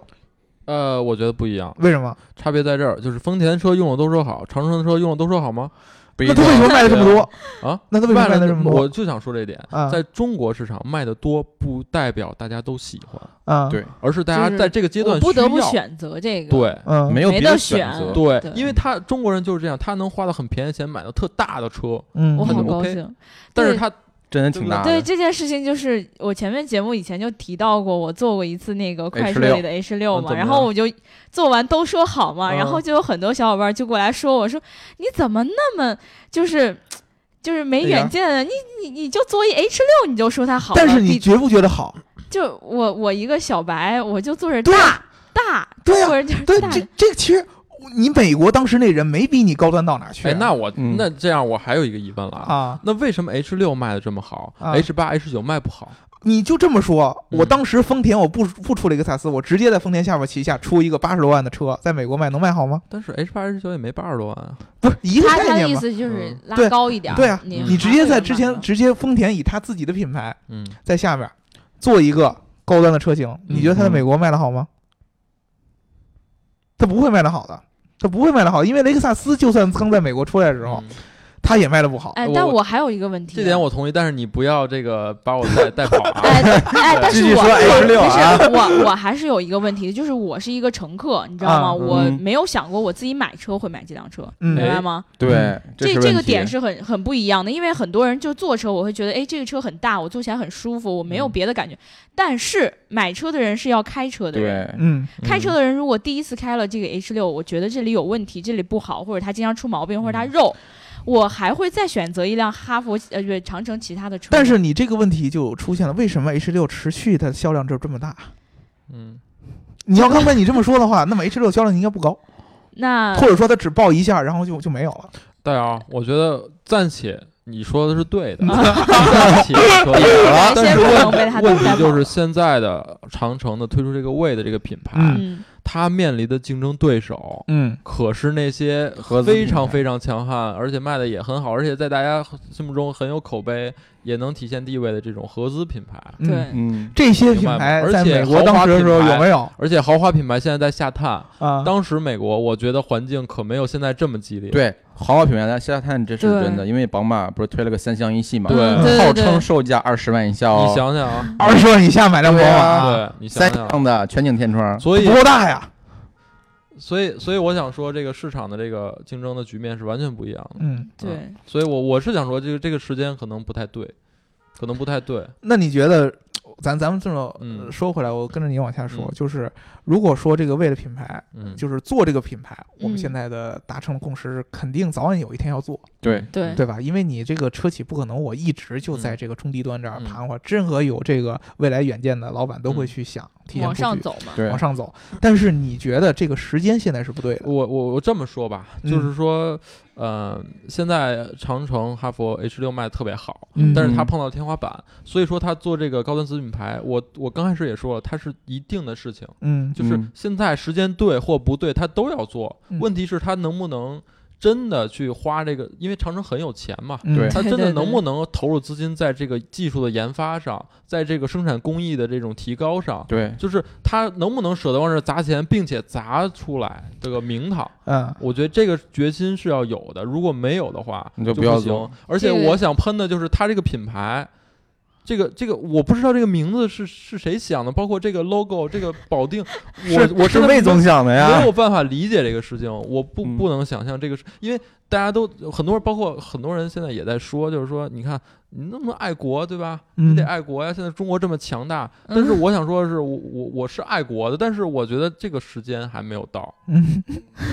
Speaker 5: 呃，我觉得不一样，
Speaker 3: 为什么？
Speaker 5: 差别在这儿，就是丰田车用了都说好，长城的车用了都说好吗？
Speaker 4: 不一
Speaker 3: 那他
Speaker 4: 定
Speaker 3: 为什么卖了这么多
Speaker 5: 啊？
Speaker 3: 那他为什么卖了
Speaker 5: 那
Speaker 3: 这么
Speaker 5: 我
Speaker 3: 多
Speaker 5: 就想说这一点
Speaker 3: 啊，
Speaker 5: 在中国市场卖的多，不代表大家都喜欢，
Speaker 3: 啊？，
Speaker 4: 对，
Speaker 5: 而是大家在这个阶
Speaker 2: 我
Speaker 5: 段
Speaker 2: 不得不
Speaker 5: 需要
Speaker 2: 选择这个。
Speaker 5: 对。
Speaker 3: 嗯，
Speaker 4: 没有
Speaker 2: 没
Speaker 4: 别
Speaker 2: 得
Speaker 4: 的
Speaker 2: 选
Speaker 4: 择，
Speaker 5: 对
Speaker 2: 对，
Speaker 5: 因为他中国人就是这样，他能花到很便宜的钱买到特大的车，
Speaker 3: 嗯
Speaker 2: 我
Speaker 5: 那
Speaker 2: 好
Speaker 5: 就
Speaker 2: 高
Speaker 5: OK
Speaker 2: 兴，
Speaker 5: 但是
Speaker 2: 对
Speaker 5: 他哎
Speaker 4: 真的挺大
Speaker 2: 对
Speaker 3: 啊
Speaker 4: 的。
Speaker 2: 这件事情，就是我前面节目以前就提到过，我做过一次那个快手
Speaker 4: H6
Speaker 2: 里的 H 六
Speaker 5: 嗯怎么
Speaker 2: 嘛，
Speaker 5: 样
Speaker 2: 然后我就做完都说好嘛，
Speaker 5: 嗯
Speaker 2: 然后就有很多小伙伴就过来说我说你怎么那么就是就是没
Speaker 3: 对哎呀
Speaker 2: 远见啊？你你你就做一 H 六你就说它好了，
Speaker 3: 但是你
Speaker 2: 比
Speaker 3: 觉不觉得好？
Speaker 2: 就我我一个小白，我就做着
Speaker 3: 对啊
Speaker 2: 大大，
Speaker 3: 对
Speaker 2: 中
Speaker 3: 呀
Speaker 2: 国人就是
Speaker 3: 对，
Speaker 2: 大
Speaker 3: 这
Speaker 2: 的
Speaker 3: 这个其实你美国当时那人没比你高端到哪儿去啊。
Speaker 5: 哎，那我
Speaker 4: 嗯
Speaker 5: 那这样我还有一个疑问了啊，
Speaker 3: 啊，
Speaker 5: 那为什么 H 六卖的这么好
Speaker 3: 啊
Speaker 5: ，H 八、H 九卖不好？
Speaker 3: 你就这么说，
Speaker 5: 嗯
Speaker 3: 我当时丰田我不不出雷克萨斯，我直接在丰田下边旗下出一个八十多万的车，在美国卖能卖好吗？
Speaker 5: 但是 H 八、H 九也没八十多万啊。
Speaker 3: 不是一个
Speaker 2: 他他
Speaker 3: 概
Speaker 2: 的
Speaker 3: 念
Speaker 2: 意
Speaker 3: 吗？
Speaker 2: 思就是
Speaker 5: 嗯
Speaker 2: 拉
Speaker 3: 对
Speaker 2: 高一点儿，
Speaker 3: 对啊
Speaker 5: 嗯
Speaker 3: 你直接在之
Speaker 2: 还会有
Speaker 3: 前
Speaker 2: 买的
Speaker 3: 直接丰田以他自己的品牌
Speaker 5: 嗯，
Speaker 3: 在下边做一个高端的车型，
Speaker 2: 嗯
Speaker 3: 你觉得它在美国卖的好吗？它不会卖的好的，它不会卖的好，因为雷克萨斯就算刚在美国出来的时候，
Speaker 5: 嗯
Speaker 3: 它也卖的不好。
Speaker 2: 哎
Speaker 5: 我，
Speaker 2: 但
Speaker 5: 我
Speaker 2: 我还有一个问题啊，
Speaker 5: 这点我同意，但是你不要这个把我 带带跑啊。
Speaker 2: 哎哎，但
Speaker 4: 继
Speaker 2: 是
Speaker 4: 续
Speaker 2: 我
Speaker 4: 说
Speaker 2: 我
Speaker 4: H6 啊
Speaker 2: 不是我我还是有一个问题，就是我是一个乘客，你知道吗？
Speaker 3: 啊
Speaker 2: 我
Speaker 4: 嗯
Speaker 2: 没有想过我自己买车会买这辆车，
Speaker 3: 嗯，
Speaker 2: 明
Speaker 5: 哎
Speaker 2: 白吗？
Speaker 4: 对，
Speaker 2: 嗯这
Speaker 4: 是
Speaker 2: 这
Speaker 4: 问
Speaker 2: 个
Speaker 4: 题
Speaker 2: 点是很很不一样的，因为很多人就坐车，我会觉得哎，这个车很大，我坐起来很舒服，我没有
Speaker 5: 嗯
Speaker 2: 别的感觉。但是买车的人是要开车的人。
Speaker 4: 对，
Speaker 3: 嗯
Speaker 2: 开车的人如果第一次开了这个 H 六，我觉得这里有问题，这里不好，或者它经常出毛病，或
Speaker 4: 嗯
Speaker 2: 者它肉，我还会再选择一辆哈佛呃不是长城其他的车。
Speaker 3: 但是你这个问题就出现了，为什么 H 六持续它销量就这么大？
Speaker 5: 嗯，
Speaker 3: 你要刚才你这么说的话，那么 H 六销量应该不高，
Speaker 2: 那
Speaker 3: 或者说它只爆一下，然后就就没有了。
Speaker 5: 大姚，啊我觉得暂且你说的是对 的，
Speaker 2: 啊
Speaker 5: 暂且
Speaker 2: 哎
Speaker 5: 可以。
Speaker 2: 咱
Speaker 5: 啊但
Speaker 2: 先
Speaker 5: 是
Speaker 2: 不能
Speaker 5: 问
Speaker 2: 被他
Speaker 5: 问
Speaker 2: 当
Speaker 5: 题
Speaker 2: 担保
Speaker 5: 就是现在的长城的推出这个魏的这个品牌，
Speaker 3: 嗯
Speaker 2: 嗯，
Speaker 5: 它面临的竞争对手
Speaker 3: 嗯，
Speaker 5: 可是那些
Speaker 4: 合资
Speaker 5: 非常
Speaker 4: 品牌
Speaker 5: 非常强悍，而且卖的也很好，而且在大家心目中很有口碑，也能体现地位的这种合资品牌。
Speaker 3: 嗯
Speaker 2: 对，
Speaker 4: 嗯，
Speaker 3: 这些品牌在美国当时的时候有没有
Speaker 5: 而且豪华品牌现在在下探，
Speaker 3: 啊？
Speaker 5: 当时美国我觉得环境可没有现在这么激烈。
Speaker 4: 对，豪华品牌的下探这是
Speaker 2: 对
Speaker 4: 真的，因为宝马不是推了个三厢一系嘛，
Speaker 5: 对
Speaker 2: 嗯对对
Speaker 4: 号
Speaker 2: 对
Speaker 4: 称售价二十万以下哦，
Speaker 5: 你想想啊，
Speaker 3: 二十万以下买辆宝马啊，
Speaker 5: 对你想
Speaker 4: 三
Speaker 5: 想，
Speaker 4: 厢的全景天窗，
Speaker 5: 所以
Speaker 3: 不够大呀。
Speaker 5: 所以所以我想说，这个市场的这个竞争的局面是完全不一样的。
Speaker 3: 嗯，
Speaker 2: 对，
Speaker 5: 所以我我是想说，这个这个时间可能不太对，可能不太对。
Speaker 3: 那你觉得，咱咱们这么
Speaker 5: 嗯
Speaker 3: 说回来，我跟着你往下说，
Speaker 5: 嗯
Speaker 3: 就是如果说这个为了品牌，
Speaker 5: 嗯，
Speaker 3: 就是做这个品牌，我
Speaker 2: 嗯
Speaker 3: 们现在的达成了共识，肯定早晚有一天要做，
Speaker 4: 对，
Speaker 2: 对，
Speaker 3: 对吧？因为你这个车企不可能我一直就在
Speaker 5: 嗯
Speaker 3: 这个中低端这儿
Speaker 5: 嗯
Speaker 3: 盘活，任何有这个未来远见的老板都会
Speaker 5: 嗯
Speaker 3: 去想提前
Speaker 2: 往
Speaker 3: 布
Speaker 2: 上
Speaker 3: 局，
Speaker 2: 走嘛。
Speaker 4: 对
Speaker 3: 往，上走。但是你觉得这个时间现在是不对的？
Speaker 5: 我我我这么说吧，
Speaker 3: 嗯
Speaker 5: 就是说，呃，现在长城、哈佛 H 六卖的特别好，
Speaker 3: 嗯
Speaker 5: 但是它碰到天花板，所以说它做这个高端子品牌，我我刚开始也说了，它是一定的事情，
Speaker 3: 嗯
Speaker 5: 就是
Speaker 4: 嗯
Speaker 5: 现在时间对或不对，它都要做。
Speaker 3: 嗯
Speaker 5: 问题是它能不能真的去花这个？因为长城很有钱 嘛，
Speaker 3: 嗯
Speaker 4: 对
Speaker 5: 它真
Speaker 2: 对
Speaker 5: 的
Speaker 2: 对
Speaker 5: 能不能投入资金在这个技术的研发上，在这个生产工艺的这种提高上？
Speaker 4: 对，
Speaker 5: 就是它能不能舍得往这砸钱，并且砸出来这个名堂？
Speaker 4: 啊
Speaker 3: 嗯
Speaker 5: 我觉得这个决心是要有的，如果没有的话，
Speaker 4: 你
Speaker 5: 就
Speaker 4: 就不要
Speaker 5: 行
Speaker 4: 做。
Speaker 5: 而且
Speaker 2: 这个
Speaker 5: 我想喷的就是它这个品牌，这个这个我不知道这个名字是是谁想的，包括这个 logo 这个保定，我我
Speaker 4: 是
Speaker 5: 真的
Speaker 4: 魏总想的呀
Speaker 5: 没，有办法理解这个事情，我不
Speaker 4: 嗯
Speaker 5: 不能想象这个是，因为大家都很多人，包括很多人现在也在说，就是说，你看你那么爱国，对吧？你得
Speaker 3: 嗯
Speaker 5: 爱国呀！现在中国这么强大，
Speaker 2: 嗯
Speaker 5: 但是我想说的是，我我我是爱国的，但是我觉得这个时间还没有到，
Speaker 3: 嗯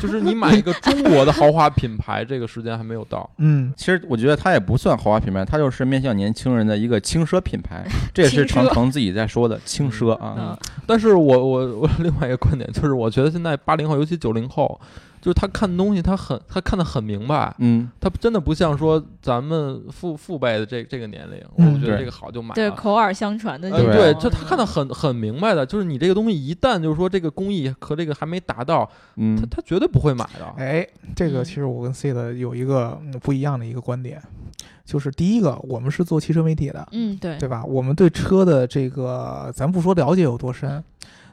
Speaker 5: 就是你买一个中国的豪华品牌，这个时间还没有到。
Speaker 3: 嗯，
Speaker 4: 其实我觉得它也不算豪华品牌，它就是面向年轻人的一个轻奢品 牌，这也是
Speaker 2: 轻奢
Speaker 4: 长城自己在说的 轻奢
Speaker 2: 嗯
Speaker 4: 啊。
Speaker 5: 但是我我我另外一个观点就是，我觉得现在八零后，尤其九零后，就是他看东西，他很他看得很明白，
Speaker 4: 嗯，
Speaker 5: 他真的不像说咱们父父辈的这这个年龄，
Speaker 3: 嗯
Speaker 5: 我觉得
Speaker 4: 对
Speaker 5: 这个好就买
Speaker 2: 对，哎
Speaker 5: 了。
Speaker 2: 口耳相传的
Speaker 5: 呃，
Speaker 2: 这种。
Speaker 5: 对，
Speaker 4: 对
Speaker 5: 就他看得很很明白的，就是你这个东西一旦就是说这个工艺和这个还没达到，他
Speaker 4: 嗯，
Speaker 5: 他绝对不会买的。
Speaker 3: 哎，这个
Speaker 2: 嗯
Speaker 3: 其实我跟 C 的有一个嗯不一样的一个观点，就是第一个，我们是做汽车媒体的，
Speaker 2: 嗯，对，
Speaker 3: 对吧？我们对车的这个，咱不说了解有多深，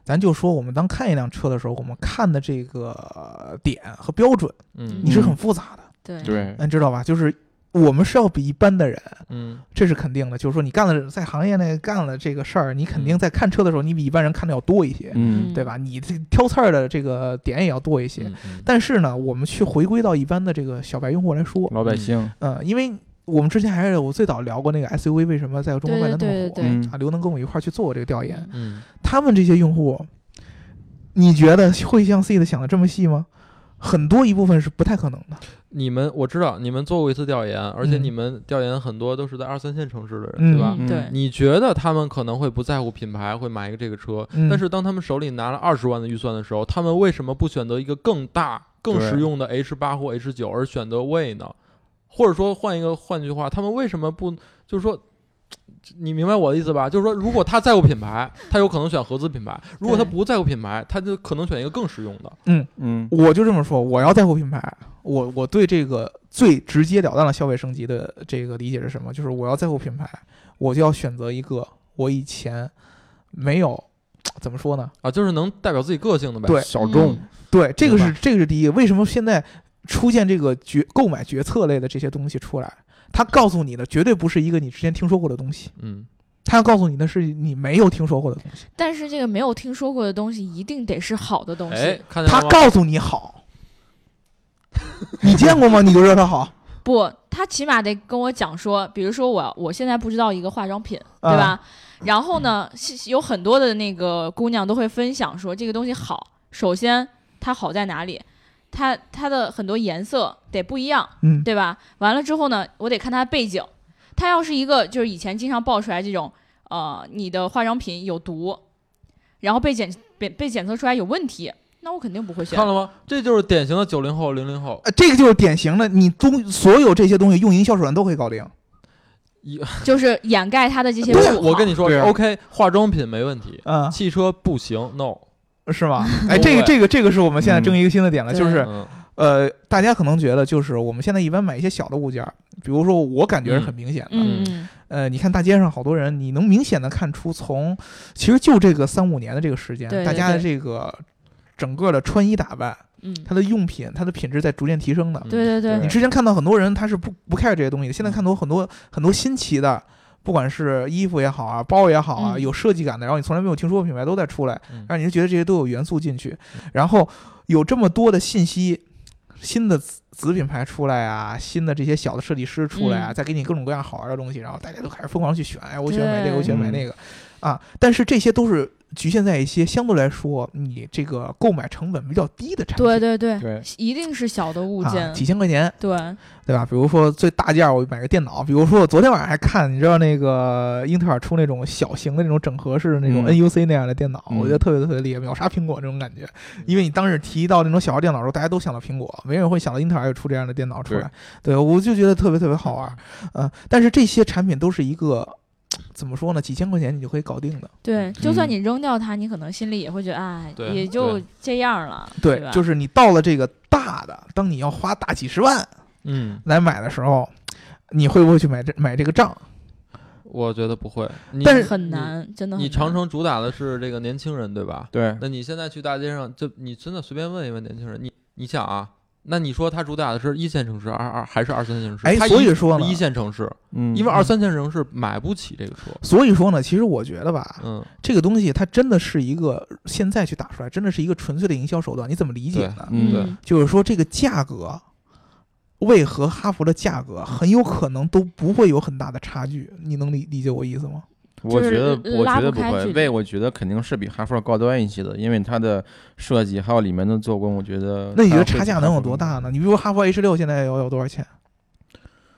Speaker 3: 咱就说我们当看一辆车的时候，我们看的这个呃点和标准，
Speaker 5: 嗯
Speaker 3: 你是很复杂的，
Speaker 2: 对，
Speaker 4: 对，嗯
Speaker 3: 你知道吧？就是我们是要比一般的人，
Speaker 5: 嗯
Speaker 3: 这是肯定的。就是说，你干了在行业内干了这个事儿，你肯定在看车的时候，你比一般人看的要多一些，
Speaker 4: 嗯，
Speaker 3: 对吧？你这挑刺儿的这个点也要多一些。
Speaker 5: 嗯嗯
Speaker 4: 嗯
Speaker 3: 但是呢，我们去回归到一般的这个小白用户来说，
Speaker 4: 老百姓，
Speaker 3: 呃，因为我们之前还是我最早聊过那个 SUV 为什么在中国卖的那么
Speaker 2: 对对
Speaker 3: 火
Speaker 2: 对
Speaker 4: 嗯
Speaker 3: 啊，刘能跟我一块儿去做过这个调研，
Speaker 5: 嗯，
Speaker 3: 他们这些用户，你觉得会像 C 的想的这么细吗？很多一部分是不太可能的，
Speaker 5: 你们我知道你们做过一次调研，而且
Speaker 3: 嗯
Speaker 5: 你们调研很多都是在二三线城市的人，
Speaker 3: 嗯
Speaker 5: 对吧？
Speaker 2: 嗯对，
Speaker 5: 你觉得他们可能会不在乎品牌，会买一个这个车，
Speaker 3: 嗯
Speaker 5: 但是当他们手里拿了二十万的预算的时候，他们为什么不选择一个更大、更
Speaker 4: 对
Speaker 5: 实用的 H 八或 H 九，而选择 way 呢？或者说换一个，换句话，他们为什么不就是说？你明白我的意思吧？就是说，如果他在乎品牌，他有可能选合资品牌；如果他
Speaker 2: 对
Speaker 5: 不在乎品牌，他就可能选一个更实用的。
Speaker 4: 嗯
Speaker 3: 我就这么说，我要在乎品牌，我我对这个最直截了当的消费升级的这个理解是什么？就是我要在乎品牌，我就要选择一个我以前没有怎么说呢？
Speaker 5: 啊，就是能代表自己个性的呗。
Speaker 3: 对
Speaker 4: 小众，
Speaker 2: 嗯
Speaker 3: 对，这个
Speaker 5: 明白
Speaker 3: 是这个是第一。为什么现在出现这个决购买决策类的这些东西出来？它告诉你的绝对不是一个你之前听说过的东西，
Speaker 5: 嗯，
Speaker 3: 它要告诉你的是你没有听说过的东西。
Speaker 2: 但是这个没有听说过的东西，一定得是好的东
Speaker 5: 哎
Speaker 2: 西。，
Speaker 5: 看见
Speaker 3: 它
Speaker 5: 了吗？
Speaker 3: 告诉你好，你见过吗？你就知道它好，
Speaker 2: 不，他起码得跟我讲说，比如说我我现在不知道一个化妆品，
Speaker 3: 啊
Speaker 2: 对吧？然后呢，是有很多的那个姑娘都会分享说这个东西好，首先它好在哪里？它它的很多颜色得不一样，
Speaker 3: 嗯，
Speaker 2: 对吧？完了之后呢，我得看它的背景。它要是一个就是以前经常爆出来这种，呃，你的化妆品有毒，然后被检被被检测出来有问题，那我肯定不会选
Speaker 5: 看。了吗？这就是典型的九零后、零零后。
Speaker 3: 呃，这个就是典型的，你中所有这些东西用营销手段都可以搞定。
Speaker 2: 就是掩盖它的这些不
Speaker 3: 对
Speaker 2: 好。
Speaker 5: 我跟你说
Speaker 3: 对啊
Speaker 5: ，OK，化妆品没问题，
Speaker 3: 嗯，
Speaker 5: 汽车不行，no。
Speaker 3: 是吗？哎，这个这个这个是我们现在争一个新的点了，
Speaker 2: 嗯
Speaker 3: 就是
Speaker 5: 嗯，
Speaker 3: 呃，大家可能觉得就是我们现在一般买一些小的物件儿，比如说我感觉是很明显的，
Speaker 2: 嗯嗯
Speaker 3: 呃，你看大街上好多人，你能明显的看出从，其实就这个三五年的这个时间，
Speaker 2: 对对
Speaker 3: 大家的
Speaker 2: 对
Speaker 3: 这个整个的穿衣打扮，
Speaker 2: 嗯，
Speaker 3: 它的用品，它的品质在逐渐提升
Speaker 5: 嗯
Speaker 3: 的。
Speaker 2: 对对对嗯
Speaker 3: 你
Speaker 5: 对
Speaker 3: 之前看到很多人他是不不 care 这些东西的，现在看到很多很多新奇的，不管是衣服也好啊，包也好啊，
Speaker 2: 嗯
Speaker 3: 有设计感的，然后你从来没有听说过品牌都在出来
Speaker 5: 嗯，
Speaker 3: 让你就觉得这些都有元素进去，
Speaker 2: 嗯
Speaker 3: 然后有这么多的信息。新的子子品牌出来啊，新的这些小的设计师出来啊，
Speaker 2: 嗯
Speaker 3: 再给你各种各样好玩的东西，然后大家都开始疯狂去选，哎，我喜欢买这个，
Speaker 2: 对
Speaker 3: 我喜欢买那个，啊，但是这些都是局限在一些相对来说你这个购买成本比较低的产品，
Speaker 2: 对对对，
Speaker 4: 对，
Speaker 2: 一定是小的物
Speaker 3: 啊，
Speaker 2: 件。
Speaker 3: 几千块钱，
Speaker 2: 对，
Speaker 3: 对吧？比如说最大件儿，我买个电脑。比如说我昨天晚上还看，你知道那个英特尔出那种小型的那种整合式的那种
Speaker 4: 嗯
Speaker 3: NUC 那样的电脑，
Speaker 4: 嗯
Speaker 3: 我觉得特别特别厉害，秒杀苹果这种感觉。因为你当时提到那种小号电脑的时候，大家都想到苹果，没人会想到英特尔有出这样的电脑出来。对，我就觉得特别特别好玩儿。呃，但是这些产品都是一个怎么说呢？几千块钱你就可以搞定的。
Speaker 2: 对，就算
Speaker 4: 嗯
Speaker 2: 你扔掉它，你可能心里也会觉得，哎，
Speaker 5: 对
Speaker 2: 也就
Speaker 5: 对
Speaker 2: 这样了，
Speaker 3: 对，
Speaker 2: 吧？
Speaker 3: 就是是你到了这个大的，当你要花大几十万
Speaker 5: 嗯，
Speaker 3: 来买的时候，你会不会去买这买这个账？
Speaker 5: 我觉得不会，你
Speaker 3: 但是
Speaker 2: 很。难，真的很
Speaker 5: 你你
Speaker 2: 难。
Speaker 5: 长城主打的是这个年轻人，对吧？
Speaker 4: 对，
Speaker 5: 那你现在去大街上，就你真的随便问一问年轻人，你你想啊，那你说他主打的是一线城市，二二还是二三线城市？
Speaker 3: 哎
Speaker 5: 他一
Speaker 3: 所以说呢
Speaker 5: 一线城市，
Speaker 4: 嗯，
Speaker 5: 因为二三线城市买不起这个车。
Speaker 3: 所以说呢，其实我觉得吧，
Speaker 5: 嗯，
Speaker 3: 这个东西它真的是一个现在去打出来，真的是一个纯粹的营销手段。你怎么理解呢？
Speaker 4: 嗯对，
Speaker 2: 嗯，
Speaker 3: 就是说这个价格，为何哈佛的价格很有可能都不会有很大的差距？你能理理解我意思吗？
Speaker 4: 我
Speaker 2: 就是
Speaker 4: 觉得我
Speaker 2: 拉
Speaker 4: 觉得
Speaker 2: 不
Speaker 4: 不
Speaker 2: 开
Speaker 4: 会
Speaker 2: 距，离
Speaker 4: 为我觉得肯定是比哈佛高端一些的，因为它的设计还有里面的做工，我觉得
Speaker 3: 那你觉得
Speaker 4: 它会
Speaker 3: 差价
Speaker 4: 比哈
Speaker 3: 能有
Speaker 4: 佛
Speaker 3: 多
Speaker 4: 更
Speaker 3: 大呢？你比如哈佛 H 六现在要要多少钱？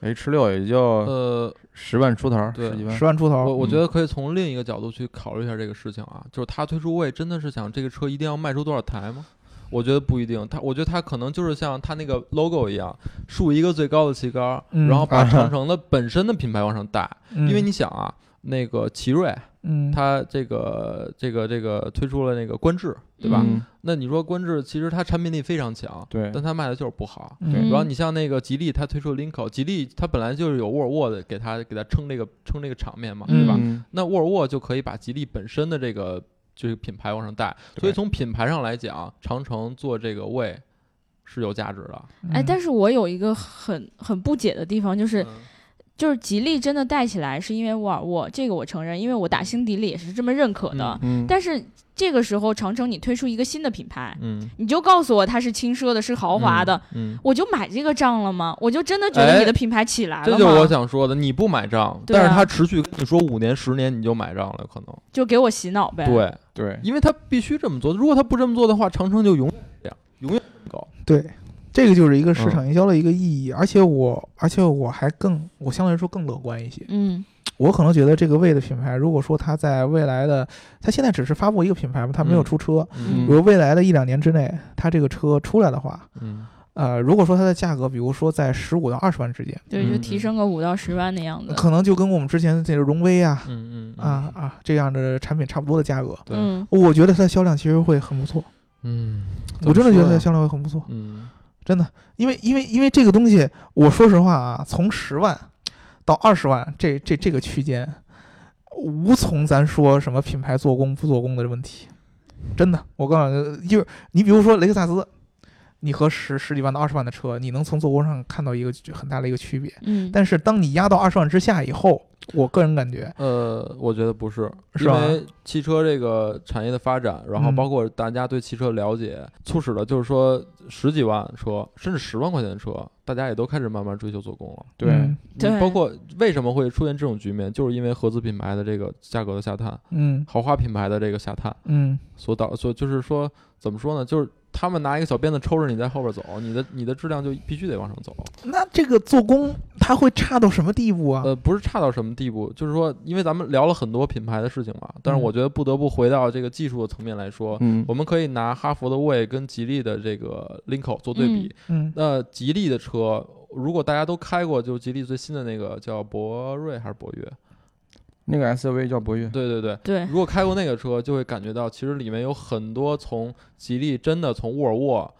Speaker 4: ？H 六也就
Speaker 5: 呃，
Speaker 4: 十万出头儿，
Speaker 5: 对
Speaker 4: 十几万
Speaker 3: 十。万出
Speaker 5: 我
Speaker 3: 头。
Speaker 5: 我觉得可以从另一个角度去考虑一下这个事情啊，就是他推出位真的是想这个车一定要卖出多少台吗？我觉得不一定，他我觉得他可能就是像他那个 logo 一样，竖一个最高的旗杆，
Speaker 3: 嗯
Speaker 5: 然后把
Speaker 4: 啊哈
Speaker 5: 长城的本身的品牌往上带。因为你想啊，那个奇瑞
Speaker 3: 嗯，嗯，
Speaker 5: 它这个这个这个推出了那个观致，对吧？
Speaker 4: 嗯
Speaker 5: 那你说观致其实它产品力非常强，
Speaker 4: 对
Speaker 5: 但它卖的就是不好。
Speaker 3: 嗯
Speaker 5: 然后你像那个吉利，它推出 Lincoln，吉利它本来就是有沃尔沃的给它给它撑这个撑这个场面嘛，
Speaker 2: 嗯
Speaker 5: 对吧？
Speaker 4: 嗯
Speaker 5: 那沃尔沃就可以把吉利本身的这个这个品牌往上带，
Speaker 4: 对
Speaker 5: 所以从品牌上来讲，长城做这个位是有价值的。
Speaker 2: 哎，但
Speaker 3: 是
Speaker 2: 是我有一个很很不解的地方，就是
Speaker 5: 嗯
Speaker 2: 就是吉利真的带起来是因为沃尔沃，这个我承认，因为我打心底里也是这么认可的。
Speaker 5: 嗯
Speaker 2: 但是这个时候，长城你推出一个新的品牌，
Speaker 5: 嗯，
Speaker 2: 你就告诉我它是轻奢的，是豪华的，
Speaker 5: 嗯，嗯，
Speaker 2: 我就买这个账了吗？我就真的觉得
Speaker 5: 哎
Speaker 2: 你的品牌起来
Speaker 5: 这
Speaker 2: 了
Speaker 5: 就是
Speaker 2: 吗？
Speaker 5: 我想说的，你不买账，
Speaker 2: 对啊
Speaker 5: 但是他持续跟你说五年、十年，你就买账了，可能
Speaker 2: 就给我洗脑呗。，
Speaker 5: 对，
Speaker 4: 对，
Speaker 5: 因为他必须这么做，如果他不这么做的话，长城就永远这样，永远高。
Speaker 3: 嗯对，这个就是一个市场营销的一个意义，而且我而且我还更我相对来说更乐观一些。
Speaker 2: 嗯
Speaker 3: 我可能觉得这个魏的品牌，如果说它在未来的，它现在只是发布一个品牌嘛，它没有
Speaker 5: 嗯
Speaker 3: 出车。
Speaker 2: 嗯
Speaker 3: 如果未来的一两年之内，它这个车出来的话，
Speaker 5: 嗯，
Speaker 3: 呃，如果说它的价格，比如说在十五到二十万之间，
Speaker 2: 对，就提升个五到十万的样子。
Speaker 3: 可能就跟我们之前这个荣威啊、
Speaker 5: 嗯嗯
Speaker 3: 啊，啊这样的产品差不多的价格，
Speaker 5: 对
Speaker 2: 嗯，
Speaker 3: 我觉得它的销量其实会很不错。
Speaker 5: 嗯，
Speaker 3: 我真的觉得它的销
Speaker 5: 像，
Speaker 3: 量会很不错，
Speaker 5: 嗯
Speaker 3: 真的，因为因为因为这个东西，我说实话啊，从十万到二十万这这这个区间，无从咱说什么品牌做工不做工的问题，真的，我告诉你，就是你比如说雷克萨斯，你和十十几万到二十万的车，你能从做工上看到一个很大的一个区别，
Speaker 2: 嗯，
Speaker 3: 但是当你压到二十万之下以后，我个人感觉，
Speaker 5: 呃，我觉得不是，
Speaker 3: 是
Speaker 5: 因
Speaker 3: 吧
Speaker 5: 为汽车这个产业的发展，然后
Speaker 3: 嗯
Speaker 5: 包括大家对汽车了解，促使了就是说十几万车，甚至十万块钱的车，大家也都开始慢慢追求做工了。
Speaker 4: 对
Speaker 3: 嗯
Speaker 2: 对
Speaker 5: 包括为什么会出现这种局面，就是因为合资品牌的这个价格的下探，
Speaker 3: 嗯
Speaker 5: 豪华品牌的这个下探
Speaker 3: 嗯，
Speaker 5: 所导所就是说怎么说呢，就是。他们拿一个小鞭子抽着你在后边走，你的你的质量就必须得往上走。
Speaker 3: 那这个做工它会差到什么地步啊？
Speaker 5: 呃，不是差到什么地步，就是说，因为咱们聊了很多品牌的事情嘛，但
Speaker 3: 嗯
Speaker 5: 是我觉得不得不回到这个技术的层面来说，
Speaker 4: 嗯
Speaker 5: 我们可以拿哈佛的魏跟吉利的这个 Lincoln 做对比。
Speaker 3: 嗯
Speaker 5: 那吉利的车，如果大家都开过，就吉利最新的那个叫博瑞还是博越？
Speaker 4: 那个 SUV 叫博越，
Speaker 5: 对对对。
Speaker 2: 对，
Speaker 5: 如果开过那个车，就会感觉到其实里面有很多从吉利真的从沃尔沃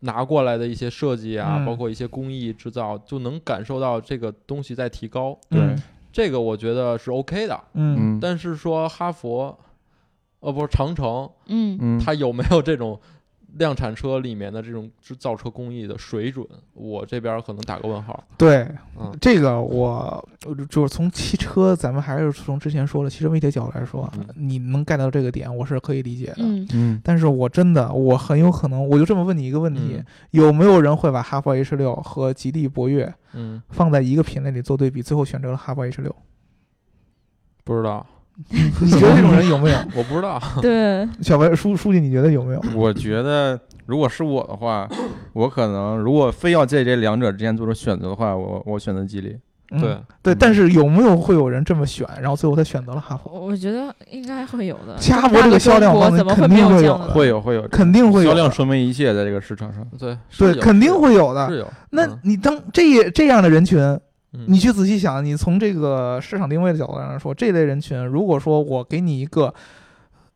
Speaker 5: 拿过来的一些设计啊，
Speaker 3: 嗯
Speaker 5: 包括一些工艺制造，就能感受到这个东西在提高。
Speaker 4: 对，
Speaker 5: 这个我觉得是 OK 的。
Speaker 3: 嗯
Speaker 4: 嗯，
Speaker 5: 但是说哈佛，呃，不是长城，
Speaker 2: 嗯
Speaker 4: 嗯，
Speaker 5: 它有没有这种量产车里面的这种制造车工艺的水准？我这边可能打个问号。
Speaker 3: 对，
Speaker 5: 嗯
Speaker 3: 这个我我就就是从汽车，咱们还是从之前说了汽车媒体的角度来说
Speaker 5: 嗯，
Speaker 3: 你能 get 到这个点，我是可以理解的。
Speaker 2: 嗯，
Speaker 4: 嗯
Speaker 3: 但是我真的，我很有可能，我就这么问你一个问题：
Speaker 5: 嗯
Speaker 3: 有没有人会把哈弗 H 六和吉利博越
Speaker 5: 嗯，
Speaker 3: 放在一个品类里做对比，最后选择了哈弗 H 六？
Speaker 5: 不知道，
Speaker 3: 你觉得这种人有没有？
Speaker 5: 我不知道。
Speaker 2: 嗯对，
Speaker 3: 小白书书记，你觉得有没有？
Speaker 4: 我觉得如果是我的话，我可能如果非要在这两者之间做出选择的话，我我选择吉利。
Speaker 3: 嗯
Speaker 5: 对
Speaker 3: 对，
Speaker 4: 嗯
Speaker 3: 但是有没有会有人这么选，然后最后他选择了哈弗？
Speaker 2: 我觉得应该会有的。
Speaker 3: 掐脖这个销量
Speaker 2: 我
Speaker 3: 方面
Speaker 2: 怎么会
Speaker 3: 肯
Speaker 2: 没
Speaker 3: 定
Speaker 2: 有
Speaker 3: 会
Speaker 2: 这
Speaker 3: 有
Speaker 2: 样的
Speaker 3: 的，
Speaker 4: 会有会有，
Speaker 3: 肯定会有
Speaker 4: 销
Speaker 3: 的
Speaker 4: 量说明一切，在这个市场上。
Speaker 5: 对
Speaker 3: 对，肯定会有的。
Speaker 5: 是有。嗯
Speaker 3: 那你当这也这样的人群，你
Speaker 5: 你
Speaker 3: 去仔细想，你从这个市场定位的角度上来说，这类人群，如果说我给你一个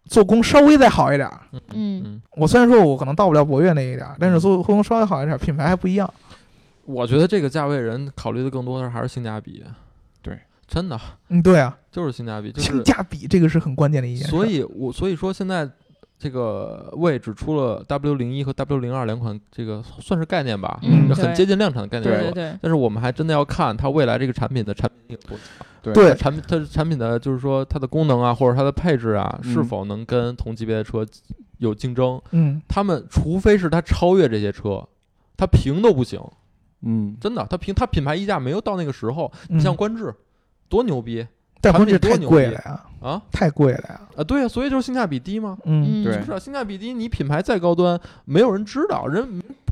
Speaker 3: 做工稍微再好一点儿，
Speaker 2: 嗯
Speaker 5: 嗯，
Speaker 3: 我虽然说我可能到不了博越那一点儿，但是做工稍微好一点儿，品牌还不一样。
Speaker 5: 我觉得这个价位人考虑的更多的还是性价比。
Speaker 4: 对，
Speaker 5: 真的
Speaker 3: 嗯，对啊，
Speaker 5: 就是性价比，就
Speaker 3: 性
Speaker 5: 是
Speaker 3: 价比这个是很关键的一件事。
Speaker 5: 所，以我所以说现在这个魏只出了 W 零一和 W 零二两款，这个算是概念吧，
Speaker 3: 嗯
Speaker 5: 就
Speaker 2: 对
Speaker 5: 很接近量产的概念。
Speaker 2: 对对对，
Speaker 5: 但是我们还真的要看它未来这个产品的产品力有多
Speaker 3: 对
Speaker 5: 产品它的产品的就是说它的功能啊，或者它的配置啊，
Speaker 4: 嗯
Speaker 5: 是否能跟同级别的车有竞争？
Speaker 3: 嗯，
Speaker 5: 他们除非是它超越这些车，它平都不行，
Speaker 4: 嗯，
Speaker 5: 真的，它平它品牌溢价没有到那个时候。
Speaker 3: 嗯
Speaker 5: 像观致，多牛逼
Speaker 3: 但
Speaker 5: 产
Speaker 3: 关
Speaker 5: 品
Speaker 3: 键
Speaker 5: 多
Speaker 3: 太
Speaker 5: 牛
Speaker 3: 贵
Speaker 5: 逼
Speaker 3: 了呀，
Speaker 5: 啊
Speaker 3: 太贵了呀。
Speaker 5: 啊！对啊，所以就是性价比低嘛，
Speaker 3: 嗯，
Speaker 2: 嗯
Speaker 4: 对
Speaker 5: 就是啊，性价比低，你品牌再高端，没有人知道，人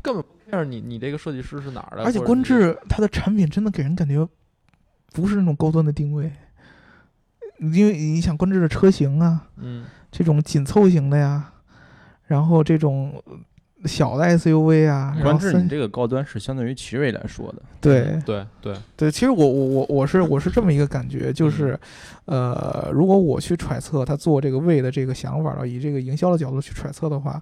Speaker 5: 根本不 care 你你这个设计师是哪儿的，
Speaker 3: 而且
Speaker 5: 啊或者
Speaker 3: 观
Speaker 5: 你
Speaker 3: 致它的产品真的给人感觉不是那种高端的定位，因为你想观致的车型啊，
Speaker 5: 嗯
Speaker 3: 这种紧凑型的呀，然后这种呃小的 SUV 啊，然
Speaker 4: 观
Speaker 3: 后
Speaker 4: 致
Speaker 3: 三
Speaker 4: 你这个高端是相对于奇瑞来说的，
Speaker 3: 对
Speaker 5: 对对，
Speaker 3: 对，其实我我我我是我是这么一个感觉，就是，
Speaker 4: 嗯
Speaker 3: 呃，如果我去揣测他做这个位的这个想法了，啊以这个营销的角度去揣测的话，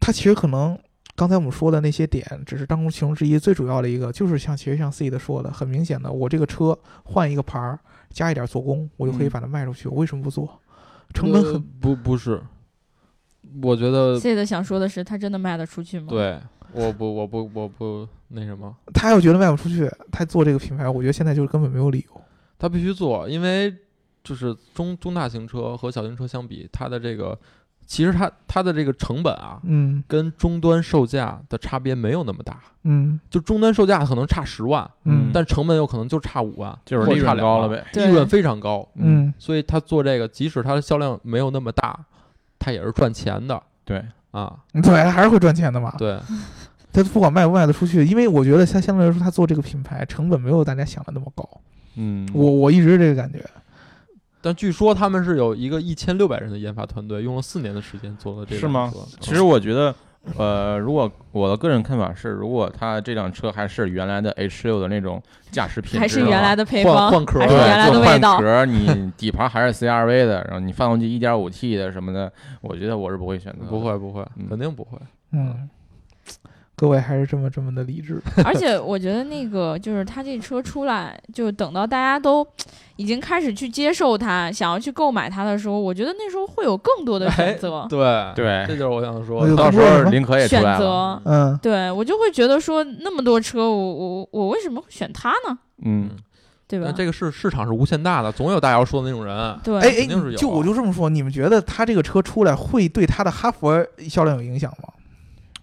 Speaker 3: 他其实可能刚才我们说的那些点只是当中其中之一，最主要的一个就是像其实像 C 的说的，很明显的，我这个车换一个牌儿，加一点做工，我就可以
Speaker 4: 嗯
Speaker 3: 把它卖出去，我为什么不做？成本
Speaker 5: 呃
Speaker 3: 很
Speaker 5: 不不是，我觉得
Speaker 2: C 的想说的是，它真的卖得出去吗？，
Speaker 5: 对我不，我不，我不那什么，
Speaker 3: 他要觉得卖不出去，他做这个品牌，我觉得现在就是根本没有理由。
Speaker 5: 他必须做，因为就是中中大型车和小型车相比，它的这个其实它它的这个成本啊，
Speaker 3: 嗯
Speaker 5: 跟终端售价的差别没有那么大，
Speaker 3: 嗯
Speaker 5: 就终端售价可能差十万，
Speaker 3: 嗯
Speaker 5: 但成本有可能就差五万，
Speaker 4: 就是
Speaker 5: 或
Speaker 4: 利
Speaker 5: 者差
Speaker 4: 润
Speaker 5: 两
Speaker 4: 高
Speaker 5: 万
Speaker 4: 了，呗。
Speaker 2: 对
Speaker 5: 利润非常高，
Speaker 3: 嗯
Speaker 5: 所以他做这个，即使它的销量没有那么大，它也是赚钱的
Speaker 4: 对，
Speaker 5: 啊，
Speaker 3: 嗯，对，还是会赚钱的嘛。
Speaker 5: 对，
Speaker 3: 他不管卖不卖得出去，因为我觉得他相对来说，他做这个品牌成本没有大家想的那么高。
Speaker 4: 嗯，
Speaker 3: 我我一直这个感觉，
Speaker 5: 但据说他们是有一个一千六百人的研发团队，用了四年的时间做了这个。
Speaker 4: 是吗？其实我觉得，呃，如果我的个人看法是，如果它这辆车还是原来的 H 六的那种驾驶品质，
Speaker 2: 还是原来的配
Speaker 5: 换
Speaker 2: 方，
Speaker 5: 换壳儿
Speaker 2: 还
Speaker 4: 对，
Speaker 2: 是原来的
Speaker 4: 就
Speaker 2: 味
Speaker 4: 啊换
Speaker 2: 道。
Speaker 4: 壳儿，你底盘还是 CRV 的，然后你发动机 1.5T 的什么的，我觉得我是不会选择。
Speaker 5: 不，会不会，
Speaker 4: 嗯
Speaker 5: 肯定不会。
Speaker 3: 嗯，各位还是这么这么的理智。
Speaker 2: 而且我觉得那个就是他这车出来，就等到大家都已经开始去接受它，想要去购买它的时候，我觉得那时候会有更多的选择。
Speaker 5: 对，这
Speaker 4: 对，
Speaker 5: 就是我想说
Speaker 3: 我就
Speaker 5: 的。
Speaker 4: 到时候林可也出
Speaker 2: 选
Speaker 4: 来了，
Speaker 2: 择，
Speaker 3: 嗯，
Speaker 2: 对我就会觉得说，那么多车，我我我为什么会选它呢？
Speaker 4: 嗯，
Speaker 2: 对吧
Speaker 5: 但？这个市市场是无限大的，总有大姚说的那种人。
Speaker 2: 对，
Speaker 3: 哎哎
Speaker 5: 肯定是有，啊
Speaker 3: 就我就这么说，你们觉得他这个车出来会对他的哈佛销量有影响吗？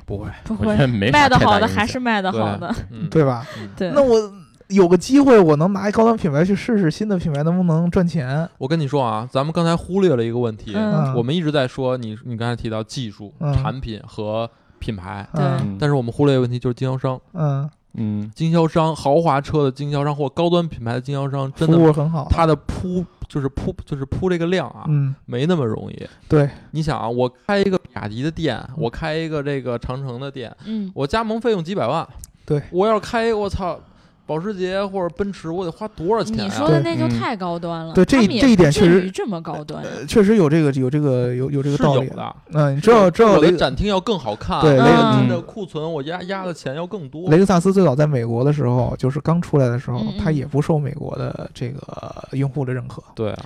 Speaker 5: 不会，
Speaker 2: 不
Speaker 4: 我觉
Speaker 2: 会
Speaker 4: 得没啥
Speaker 2: 卖的
Speaker 4: 太大
Speaker 2: 好的
Speaker 4: 影
Speaker 2: 还
Speaker 4: 响
Speaker 2: 是卖的好的，
Speaker 5: 嗯，
Speaker 3: 对吧？
Speaker 2: 对。
Speaker 3: 那我有个机会，我能拿一高端品牌去试试新的品牌能不能赚钱？
Speaker 5: 我跟你说啊，咱们刚才忽略了一个问题，
Speaker 2: 嗯
Speaker 3: 嗯
Speaker 5: 我们一直在说你，你刚才提到技术、
Speaker 3: 嗯
Speaker 5: 产品和品牌，
Speaker 2: 对
Speaker 3: 嗯
Speaker 5: 但是我们忽略一个问题就是经销商，
Speaker 3: 嗯，
Speaker 4: 嗯，
Speaker 5: 经销商豪华车的经销商或高端品牌的经销商，真
Speaker 3: 服
Speaker 5: 的
Speaker 3: 务很好，
Speaker 5: 他的铺就是铺就是铺这个量啊，
Speaker 3: 嗯
Speaker 5: 没那么容易。
Speaker 3: 对，
Speaker 5: 你想啊，我开一个雅迪的店，我开一个这个长城的店，
Speaker 2: 嗯，
Speaker 5: 我加盟费用几百万，
Speaker 3: 对
Speaker 5: 我要开我操保时捷或者奔驰，我得花多少钱
Speaker 2: 你
Speaker 5: 啊
Speaker 2: 说？的那就
Speaker 4: 嗯
Speaker 2: 太高端了，
Speaker 3: 对这
Speaker 2: 他们也
Speaker 3: 这一
Speaker 2: 不
Speaker 3: 点
Speaker 2: 至
Speaker 3: 确实
Speaker 2: 于这么高端，
Speaker 3: 呃确实有这个有这个有有这个
Speaker 5: 是
Speaker 3: 道
Speaker 5: 有
Speaker 3: 理。
Speaker 5: 的，
Speaker 3: 嗯，你知道知道
Speaker 5: 我
Speaker 3: 雷
Speaker 5: 的展厅要更好看，
Speaker 3: 对
Speaker 5: 我
Speaker 2: 雷
Speaker 5: 的
Speaker 2: 嗯
Speaker 5: 这库存我压压的钱要更多。
Speaker 3: 雷克萨斯最早在美国的时候，就是刚出来的时候
Speaker 2: 嗯嗯，
Speaker 3: 它也不受美国的这个用户的认可，
Speaker 5: 对啊，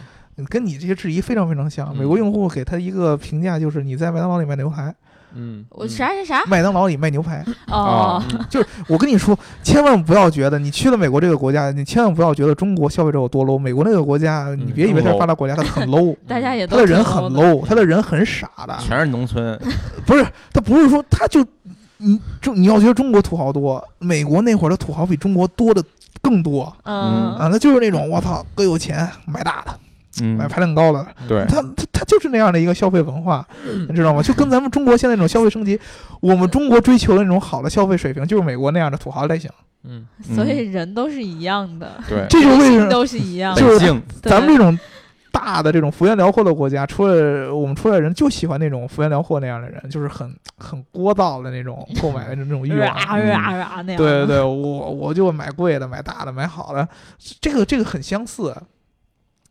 Speaker 3: 跟你这些质疑非常非常像。
Speaker 5: 嗯
Speaker 3: 美国用户给他一个评价就是你在麦当劳里卖牛排，
Speaker 5: 嗯，
Speaker 2: 我
Speaker 5: 嗯
Speaker 2: 啥啥啥
Speaker 3: 麦当劳里卖牛排。
Speaker 2: 哦，
Speaker 5: 嗯
Speaker 3: 我跟你说，千万不要觉得你去了美国这个国家，你千万不要觉得中国消费者有多 low。美国那个国家，你别以为它是发达国家，它很 low，
Speaker 2: 大家也
Speaker 3: 它
Speaker 2: 都
Speaker 3: 的
Speaker 2: 挺
Speaker 3: 人很
Speaker 2: low 的
Speaker 3: low，它的人很傻
Speaker 5: 啊
Speaker 3: 的。
Speaker 4: 全是农村，
Speaker 3: 不是，他不是说他就，你就你要觉得中国土豪多，美国那会儿的土豪比中国多的更多
Speaker 2: 嗯
Speaker 3: 啊，他就是那种我操，哥有钱买大的，
Speaker 4: 嗯
Speaker 3: 买，排量高的，
Speaker 4: 对，
Speaker 3: 他他他就是那样的一个消费文化，
Speaker 2: 嗯
Speaker 3: 你知道吗？就跟咱们中国现在那种消费升级，我们中国追求的那种好的消费水平，就是美国那样的土豪类型。
Speaker 5: 嗯，
Speaker 2: 所以人都是一样的，
Speaker 4: 对，
Speaker 3: 这就是为什
Speaker 2: 心
Speaker 3: 么
Speaker 2: 都是一样的，
Speaker 3: 就是
Speaker 4: 北京，
Speaker 2: 对
Speaker 3: 咱们这种。大的这种幅员辽阔的国家，出来我们出来人就喜欢那种幅员辽阔那样的人，就是很很聒噪的那种购买的那种 欲
Speaker 2: 啊
Speaker 3: 望。
Speaker 2: 啊啊啊那样，
Speaker 3: 对对，对，我我就买贵的，买大的，买好的，这个这个很相似。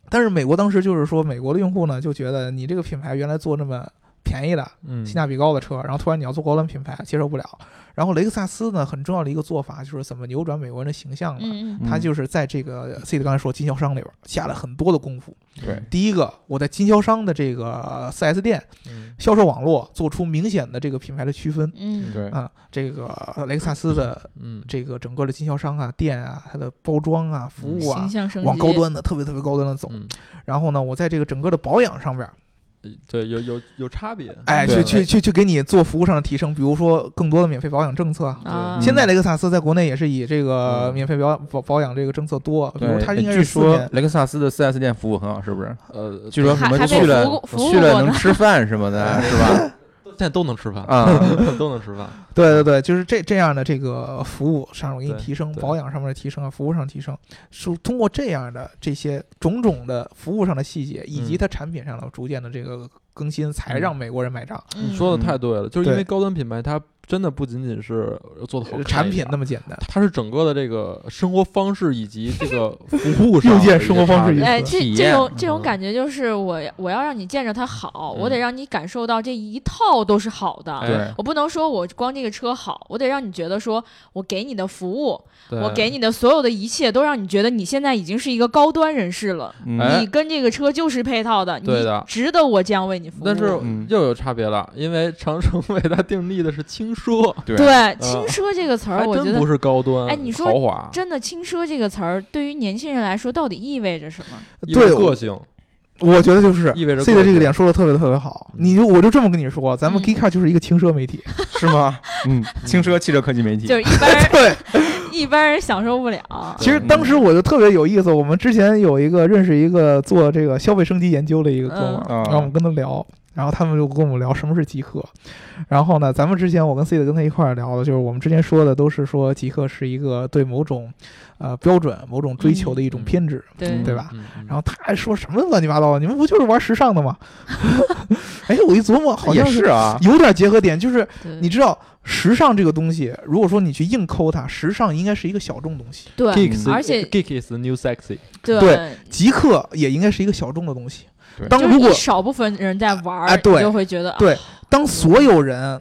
Speaker 3: 但是美国当时就是说，美国的用户呢就觉得你这个品牌原来做那么便宜的、
Speaker 5: 嗯，
Speaker 3: 性价比高的车，然后突然你要做高端品牌，接受不了。然后雷克萨斯呢，很重要的一个做法就是怎么扭转美国人的形象呢？
Speaker 2: 嗯
Speaker 4: 嗯
Speaker 3: 他就是在这个 C 的刚才说经销商里边下了很多的功夫。
Speaker 4: 对，
Speaker 3: 第一个，我在经销商的这个 4S 店
Speaker 5: 嗯
Speaker 3: 销售网络做出明显的这个品牌的区分
Speaker 2: 嗯嗯
Speaker 4: 对，
Speaker 3: 啊、这个雷克萨斯的
Speaker 5: 嗯，
Speaker 3: 这个整个的经销商啊、店啊、它的包装啊、服务啊
Speaker 2: 形，象嗯升级，
Speaker 3: 往高端的、特别特别高端的走。
Speaker 5: 嗯
Speaker 3: 然后呢，我在这个整个的保养上边儿，
Speaker 5: 对，有有有差别，
Speaker 3: 哎，去
Speaker 4: 对
Speaker 3: 去去去给你做服务上的提升，比如说更多的免费保养政策啊。
Speaker 2: 啊，
Speaker 3: 现在雷克萨斯在国内也是以这个
Speaker 5: 嗯
Speaker 3: 免费保保保养这个政策多，比如
Speaker 4: 对，
Speaker 3: 它应该
Speaker 4: 据
Speaker 3: 是四
Speaker 4: 说
Speaker 3: 年
Speaker 4: 雷克萨斯的 4S 店服务很好，是不是？
Speaker 5: 呃，
Speaker 4: 据说
Speaker 2: 还
Speaker 4: 什么
Speaker 2: 还被
Speaker 4: 去了
Speaker 2: 服务服务
Speaker 4: 去了
Speaker 2: 过呢
Speaker 4: 能吃饭什么的，是吧？
Speaker 5: 现在都能吃饭，
Speaker 4: 啊，
Speaker 5: 都能 吃饭，
Speaker 3: 对对对，就是这这样的这个服务上我给你
Speaker 5: 对
Speaker 3: 提升，
Speaker 5: 对
Speaker 3: 保养上面的提升啊，服务上提升，是通过这样的这些种种的服务上的细节，以及
Speaker 5: 嗯
Speaker 3: 它产品上的逐渐的这个更新，才
Speaker 5: 嗯
Speaker 3: 让美国人买账。
Speaker 2: 嗯
Speaker 5: 你说的太对了，就是因为
Speaker 3: 对
Speaker 5: 高端品牌它真的不仅仅是做的好看一点
Speaker 3: 产品那么简单。
Speaker 5: 它是整个的这个生活方式以及这 个服务上
Speaker 3: 又见
Speaker 5: 的一个
Speaker 3: 生活方式
Speaker 5: 差别
Speaker 3: 一样
Speaker 2: 哎，
Speaker 3: 思
Speaker 2: 这
Speaker 4: 体
Speaker 2: 这
Speaker 4: 验
Speaker 2: 种这种
Speaker 5: 嗯
Speaker 2: 感觉就是我我要让你见着它好，我得
Speaker 5: 嗯
Speaker 2: 让你感受到这一套都是好的。
Speaker 5: 哎
Speaker 4: 对，
Speaker 2: 我不能说我光这个车好，我得让你觉得说我给你的服务，
Speaker 5: 对
Speaker 2: 我给你的所有的一切都让你觉得你现在已经是一个高端人士了，
Speaker 4: 嗯
Speaker 5: 哎
Speaker 2: 你跟这个车就是配套的，
Speaker 5: 对的
Speaker 2: 你值得我这样为你服务。
Speaker 5: 但是
Speaker 4: 嗯
Speaker 5: 又有差别了，因为长城为它定义的是轻奢，
Speaker 4: 对
Speaker 2: 对“轻奢”这个词儿，
Speaker 5: 呃还
Speaker 2: 哎我觉
Speaker 5: 真
Speaker 2: 得
Speaker 5: 不是高端，
Speaker 2: 哎你说
Speaker 5: 豪华，
Speaker 2: 真的“轻奢”这个词儿对于年轻人来说到底意味着什 么？
Speaker 5: 意味
Speaker 3: 对
Speaker 5: 着个性，
Speaker 3: 我觉得就是
Speaker 5: 意味着
Speaker 3: C
Speaker 5: 个
Speaker 3: 的这
Speaker 5: 性
Speaker 3: 个点说的特别特别好，你就我就这么跟你说，咱们
Speaker 2: 嗯
Speaker 3: Gika 就是一个轻奢媒体，
Speaker 4: 是吗？嗯，轻奢汽车科技媒体
Speaker 2: 就是 一般人
Speaker 3: 对，
Speaker 2: 一般人享受不了。
Speaker 3: 其实当时我就特别有意思，我们之前有一个认识一个做这个消费升级研究的一个哥们儿，
Speaker 5: 啊
Speaker 4: 嗯
Speaker 3: 然后我们跟他聊，然后他们就跟我们聊什么是极客。然后呢，咱们之前我跟 C 的跟他一块儿聊的，就是我们之前说的都是说极客是一个对某种呃标准、某种追求的一种
Speaker 5: 嗯
Speaker 3: 偏执，
Speaker 2: 对
Speaker 3: 对吧？
Speaker 5: 嗯？嗯
Speaker 3: 然后他还说什么乱七八糟的，你们不就是玩时尚的吗？哎，我一琢磨，好
Speaker 4: 也
Speaker 3: 像
Speaker 4: 是啊，
Speaker 3: 有点结合点，就是
Speaker 2: 对
Speaker 3: 你知道时尚这个东西，如果说你去硬抠它，时尚应该是一个小众东西。
Speaker 2: 对
Speaker 5: Geeks，
Speaker 2: 而且
Speaker 5: geek is the new sexy，
Speaker 3: 对极客也应该是一个小众的东西
Speaker 4: 对。
Speaker 3: 当
Speaker 2: 就
Speaker 3: 如
Speaker 2: 是
Speaker 3: 果
Speaker 2: 一少部分人在玩
Speaker 5: 啊
Speaker 2: 儿，
Speaker 3: 哎对
Speaker 2: 你就会觉得
Speaker 3: 对当所有人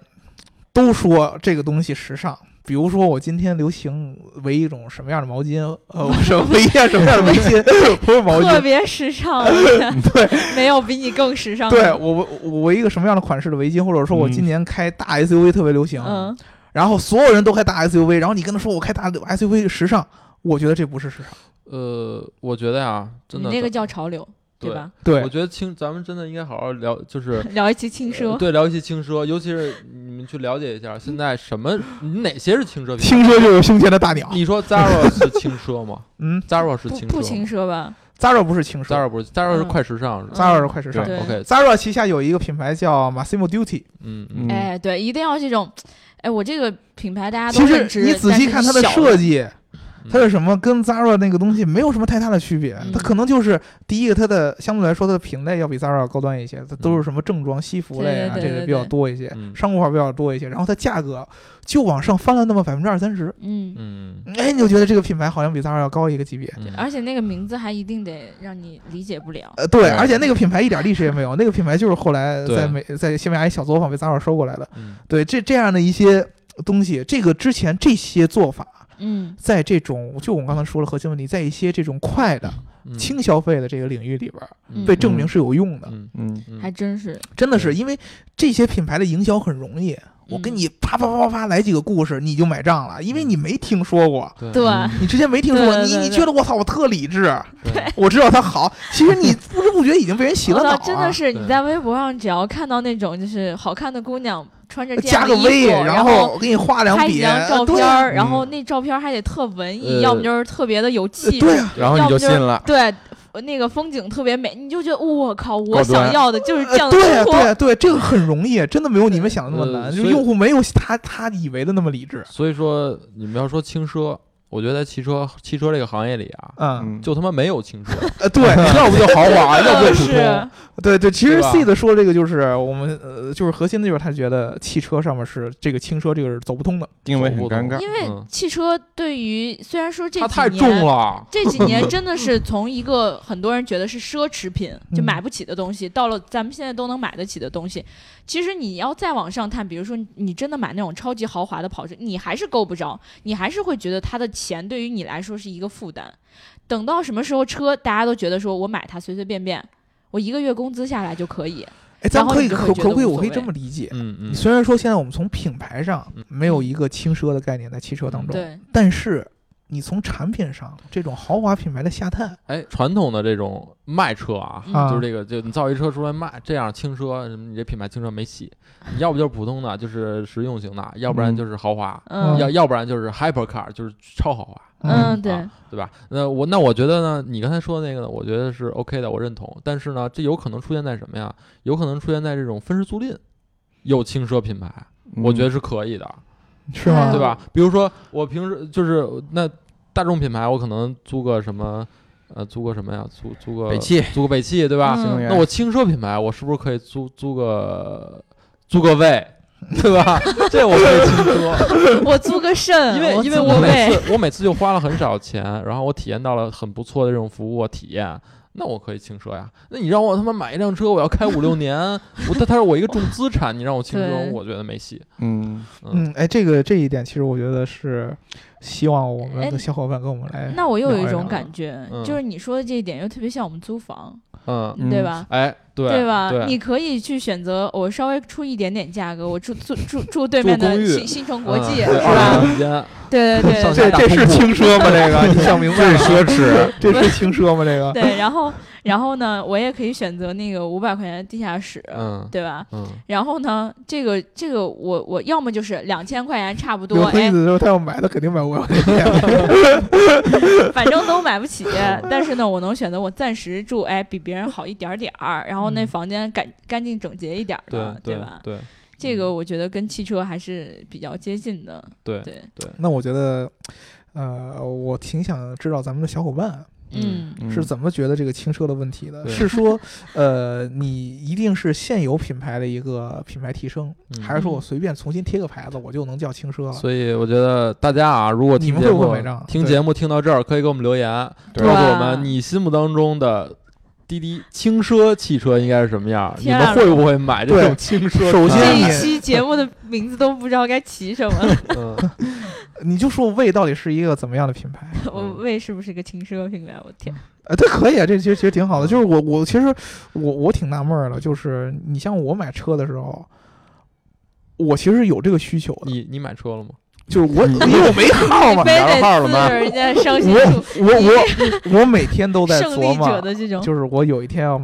Speaker 3: 都说这个东西时尚，比如说我今天流行围一种什么样的毛巾，呃，我什么围一件什么样的围巾，不是毛
Speaker 2: 特
Speaker 3: 巾，
Speaker 2: 别时尚， 对，没有比你更时尚
Speaker 3: 对
Speaker 2: 的。
Speaker 3: 我我我围一个什么样的款式的围巾，或者说我
Speaker 4: 嗯
Speaker 3: 今年开大 SUV 特别流行，
Speaker 2: 嗯，
Speaker 3: 然后所有人都开大 SUV，然后你跟他说我开大 SUV 时尚，我觉得这不是时尚，
Speaker 5: 呃，我觉得呀，真
Speaker 2: 你
Speaker 5: 的
Speaker 2: 那个叫潮流，
Speaker 5: 对
Speaker 2: 吧？
Speaker 5: 我
Speaker 3: 对。
Speaker 5: 觉得轻，咱们真的应该好好聊， 就是
Speaker 2: 聊一期轻奢，
Speaker 5: 呃对，聊一些轻奢，尤其是你们去了解一 下，现在什么哪些是轻奢品牌？
Speaker 3: 轻奢就是胸前的大鸟，
Speaker 5: 你说 Zara 是轻奢 吗
Speaker 3: 嗯
Speaker 5: ？Zara 是
Speaker 2: 不
Speaker 5: 轻
Speaker 2: 不
Speaker 5: 奢
Speaker 2: 轻
Speaker 5: 吗
Speaker 2: 奢吧？
Speaker 3: ，Zara 不是轻奢
Speaker 5: ，Zara 不是，Zara 是
Speaker 2: 嗯
Speaker 5: 快时尚是吧嗯
Speaker 3: ，Zara 是快时尚。
Speaker 2: 对
Speaker 5: ？OK，
Speaker 3: Zara 旗下有一个品牌叫 Massimo Dutti，
Speaker 5: 嗯
Speaker 4: 嗯
Speaker 5: 嗯，
Speaker 2: 哎，对，一定要这种，哎，我这个品牌大家
Speaker 3: 其
Speaker 2: 都认
Speaker 3: 实
Speaker 2: 知，
Speaker 3: 你仔细看它的
Speaker 2: 但是小
Speaker 3: 设计，
Speaker 5: 嗯
Speaker 3: 它是什么跟 Zara 那个东西没有什么太大的区别
Speaker 2: 嗯，
Speaker 3: 它可能就是第一个它的相对来说它的品类要比 Zara 高端一些，它都是什么正装、西服类啊
Speaker 2: 对对
Speaker 3: 这
Speaker 2: 对
Speaker 3: 类
Speaker 2: 对
Speaker 3: 比较多一些，
Speaker 5: 嗯
Speaker 3: 商务化比较多一些，然后它价格就往上翻了那么百分之二三十，
Speaker 2: 嗯，
Speaker 5: 嗯，
Speaker 3: 哎，你就觉得这个品牌好像比 Zara 要高一个级别。
Speaker 5: 嗯
Speaker 2: 而且那个名字还一定得让你理解不了。
Speaker 3: 呃，对，
Speaker 4: 对
Speaker 3: 而且那个品牌一点历史也没有，那个品牌就是后来
Speaker 5: 哎对
Speaker 3: 在美在西班牙一小作坊被 Zara 收过来的。
Speaker 5: 嗯
Speaker 3: 对，这这样的一些东西，这个之前这些做法，
Speaker 2: 嗯，
Speaker 3: 在这种就我们刚才说了核心问题，在一些这种快的、
Speaker 5: 嗯
Speaker 3: 轻消费的这个领域里边儿，
Speaker 5: 嗯
Speaker 3: 被证明是有用的，
Speaker 5: 嗯
Speaker 4: 嗯，
Speaker 5: 嗯
Speaker 2: 还真是，
Speaker 3: 真的是因为这些品牌的营销很容
Speaker 2: 嗯
Speaker 3: 易，我跟你啪啪啪啪啪来几个故事，你就买账了，因为
Speaker 5: 嗯
Speaker 3: 你没听说过。
Speaker 5: 对
Speaker 2: 对，
Speaker 3: 你之前没听说过，
Speaker 2: 对对对
Speaker 3: 你你
Speaker 2: 对
Speaker 3: 觉得我操，我特理智，
Speaker 5: 对
Speaker 3: 我知道它好。其实你不知不觉已经被人洗
Speaker 2: 我
Speaker 3: 了脑
Speaker 2: 操，
Speaker 3: 啊，
Speaker 2: 真的是你
Speaker 5: 对
Speaker 2: 在微博上只要看到那种就是好看的姑娘穿着这
Speaker 3: 加
Speaker 2: 样的
Speaker 3: 个
Speaker 2: 衣
Speaker 3: V，
Speaker 2: 服，
Speaker 3: 然
Speaker 2: 然
Speaker 3: 后给你画两
Speaker 2: 拍
Speaker 3: 笔，
Speaker 2: 几张照
Speaker 3: 对
Speaker 2: 片
Speaker 3: 啊
Speaker 2: 儿，然后那照片儿还得特文艺，
Speaker 5: 呃
Speaker 2: 要么就是特别的有气质，
Speaker 3: 对啊，
Speaker 4: 然后你就信了，
Speaker 2: 对，呃那个风景特别美，你就觉得我靠，我
Speaker 4: 高端
Speaker 2: 想要的就是这
Speaker 3: 呃
Speaker 2: 样的
Speaker 3: 对
Speaker 2: 生
Speaker 3: 啊
Speaker 2: 活。
Speaker 3: 对啊对啊，这个很容易，真的没有你们想的那么
Speaker 5: 呃
Speaker 3: 难，就
Speaker 5: 所
Speaker 3: 是
Speaker 5: 以
Speaker 3: 用户没有他他以为的那么理智，
Speaker 5: 所以说你们要说轻奢，我觉得在汽车汽车这个行业里啊，
Speaker 3: 嗯。
Speaker 4: 嗯，
Speaker 5: 就他妈没有轻奢，
Speaker 3: 呃，对，要不就豪华，要不就普
Speaker 2: 呃是啊
Speaker 3: 通。对对，其实
Speaker 5: 对吧
Speaker 3: C 的说这个就是我们呃，就是核心的就是他觉得汽车上面是这个轻奢这个是走不通的。
Speaker 4: 定位很尴尬，
Speaker 2: 因为
Speaker 5: 嗯
Speaker 2: 汽车对于虽然说这
Speaker 5: 它
Speaker 2: 几
Speaker 5: 太
Speaker 2: 年
Speaker 5: 重了，
Speaker 2: 这几年真 的是从一个很多人觉得是奢侈品，
Speaker 5: 嗯
Speaker 2: 就买不起的东西，到了咱们现在都能买得起的东西。其实你要再往上探，比如说你你真的买那种超级豪华的跑车，你还是够不着，你还是会觉得它的钱对于你来说是一个负担。等到什么时候车大家都觉得说我买它随随便便，我一个月工资下来就可以，
Speaker 3: 哎，咱
Speaker 2: 然后
Speaker 3: 可
Speaker 2: 你
Speaker 3: 以
Speaker 2: 就会
Speaker 3: 可
Speaker 2: 觉
Speaker 3: 可
Speaker 2: 得
Speaker 3: 不可以？
Speaker 2: 无
Speaker 3: 我
Speaker 2: 所
Speaker 3: 可以
Speaker 2: 谓
Speaker 3: 这么理解。
Speaker 5: 嗯嗯
Speaker 3: 你，虽然说现在我们从品牌上
Speaker 5: 嗯
Speaker 3: 没有一个轻奢的概念在汽车当中，
Speaker 2: 嗯对，
Speaker 3: 但是你从产品上这种豪华品牌的下探，
Speaker 5: 哎，传统的这种卖车啊，
Speaker 2: 嗯
Speaker 3: 啊
Speaker 5: 就是这个，就你造一车出来卖，这样轻奢，什么你这品牌轻奢没戏。你要不就是普通的，就是实用型的，要不然就是豪华，
Speaker 2: 嗯
Speaker 5: 要要不然就是 hyper car，就是超豪华，
Speaker 2: 嗯，对
Speaker 5: 啊，对吧？那我那我觉得呢，你刚才说的那个呢，我觉得是 OK 的，我认同。但是呢，这有可能出现在什么呀？有可能出现在这种分时租赁，有轻奢品牌，我觉得是可以的。
Speaker 3: 是
Speaker 2: 嗯
Speaker 3: 吗？
Speaker 5: 对吧？比如说我平时就是那大众品牌，我可能租个什么，呃，租个什么呀？租租个
Speaker 4: 北汽
Speaker 5: 租个北汽，对吧？
Speaker 2: 嗯
Speaker 5: 嗯那我轻奢品牌，我是不是可以租租个租个位，对吧？这我可以轻奢，
Speaker 2: 我租个肾，
Speaker 5: 因为因为
Speaker 2: 租
Speaker 5: 我
Speaker 2: 个
Speaker 5: 每
Speaker 2: 胃
Speaker 5: 次我每次就花了很少钱，然后我体验到了很不错的这种服务体验。那我可以轻奢呀。那你让我他妈买一辆车，我要开 五六年，我他他说我一个重资产，你让我轻
Speaker 2: 对
Speaker 5: 奢，我觉得没戏。
Speaker 4: 嗯，
Speaker 5: 嗯，
Speaker 3: 嗯，哎，这个这一点其实我觉得是希望我
Speaker 2: 哎
Speaker 3: 们的小伙伴跟我们来，
Speaker 2: 那我又有一
Speaker 3: 聊一
Speaker 2: 种
Speaker 3: 聊
Speaker 2: 感觉，
Speaker 5: 嗯
Speaker 2: 就是你说的这一点又特别像我们租房，
Speaker 5: 嗯，
Speaker 4: 嗯
Speaker 2: 对吧？
Speaker 5: 哎，对
Speaker 2: 对吧？
Speaker 5: 对
Speaker 2: 你可以去选择，我稍微出一点点价格，我住住住住对面
Speaker 5: 公
Speaker 2: 的
Speaker 5: 寓
Speaker 2: 新新城国际，是
Speaker 5: 嗯 对
Speaker 2: 吧？
Speaker 5: 二十间，
Speaker 2: 对对对
Speaker 5: 上
Speaker 3: 这
Speaker 5: 下
Speaker 3: 这是轻奢吗？这 个你想明白了？
Speaker 4: 奢 侈。
Speaker 3: 这是轻奢吗？这个
Speaker 2: 对，然后然后呢，我也可以选择那个五百块钱的地下室，
Speaker 5: 嗯
Speaker 2: 对吧？
Speaker 5: 嗯，
Speaker 2: 然后呢，这个这个我我要么就是两千块钱差不多，
Speaker 3: 有的意
Speaker 2: 哎，
Speaker 3: 思就是他要买，他肯定买五百块钱。
Speaker 2: 反正都买不起，但是呢，我能选择我暂时住，哎，比别人好一点儿点儿，然后那
Speaker 3: 嗯
Speaker 2: 房间干干净整洁一点儿
Speaker 5: 对
Speaker 2: 的，啊对
Speaker 5: 对
Speaker 2: 吧？
Speaker 5: 对
Speaker 2: 这
Speaker 3: 嗯
Speaker 2: 个我觉得跟汽车还是比较接近的，
Speaker 5: 对，
Speaker 2: 对，
Speaker 3: 那我觉得，呃，我挺想知道咱们的小伙伴
Speaker 2: 嗯
Speaker 5: 嗯
Speaker 3: 是怎么觉得这个轻奢的问题的？
Speaker 5: 对
Speaker 3: 是说，呃，你一定是现有品牌的一个品牌提升，
Speaker 5: 嗯
Speaker 3: 还是说我随便重新贴个牌子，我就能叫轻奢了？
Speaker 5: 所以我觉得大家啊，如果听
Speaker 3: 你们
Speaker 5: 节
Speaker 3: 会不会
Speaker 5: 目
Speaker 3: 买账
Speaker 5: 听
Speaker 3: 对
Speaker 5: 节目听到这儿，可以给我们留言，告
Speaker 4: 对
Speaker 5: 诉我
Speaker 2: 哇
Speaker 5: 们你心目当中的滴滴轻奢汽车应该是什么样儿？你
Speaker 2: 天啊
Speaker 5: 们会不会买这种轻奢？
Speaker 3: 首
Speaker 2: 这
Speaker 3: 先
Speaker 2: 一
Speaker 3: 你
Speaker 2: 期节目的名字都不知道该起什么，
Speaker 5: 嗯，
Speaker 3: 你就说魏到底是一个怎么样的品牌？
Speaker 2: 我为是不是个轻奢品牌？我天，
Speaker 3: 呃，这可以啊，这其实其实挺好的。就是我我其实我我挺纳闷儿的，就是你像我买车的时候，我其实有这个需求的，
Speaker 5: 你你买车了吗？
Speaker 3: 就是我
Speaker 4: 你
Speaker 3: 因为我没号嘛
Speaker 2: 你，非
Speaker 4: 摇
Speaker 2: 得
Speaker 4: 号了吗
Speaker 2: 刺人家伤心处，
Speaker 3: 我我我我每天都在
Speaker 2: 胜
Speaker 3: 琢
Speaker 2: 利者
Speaker 3: 磨，
Speaker 2: 的这种，
Speaker 3: 就是我有一天要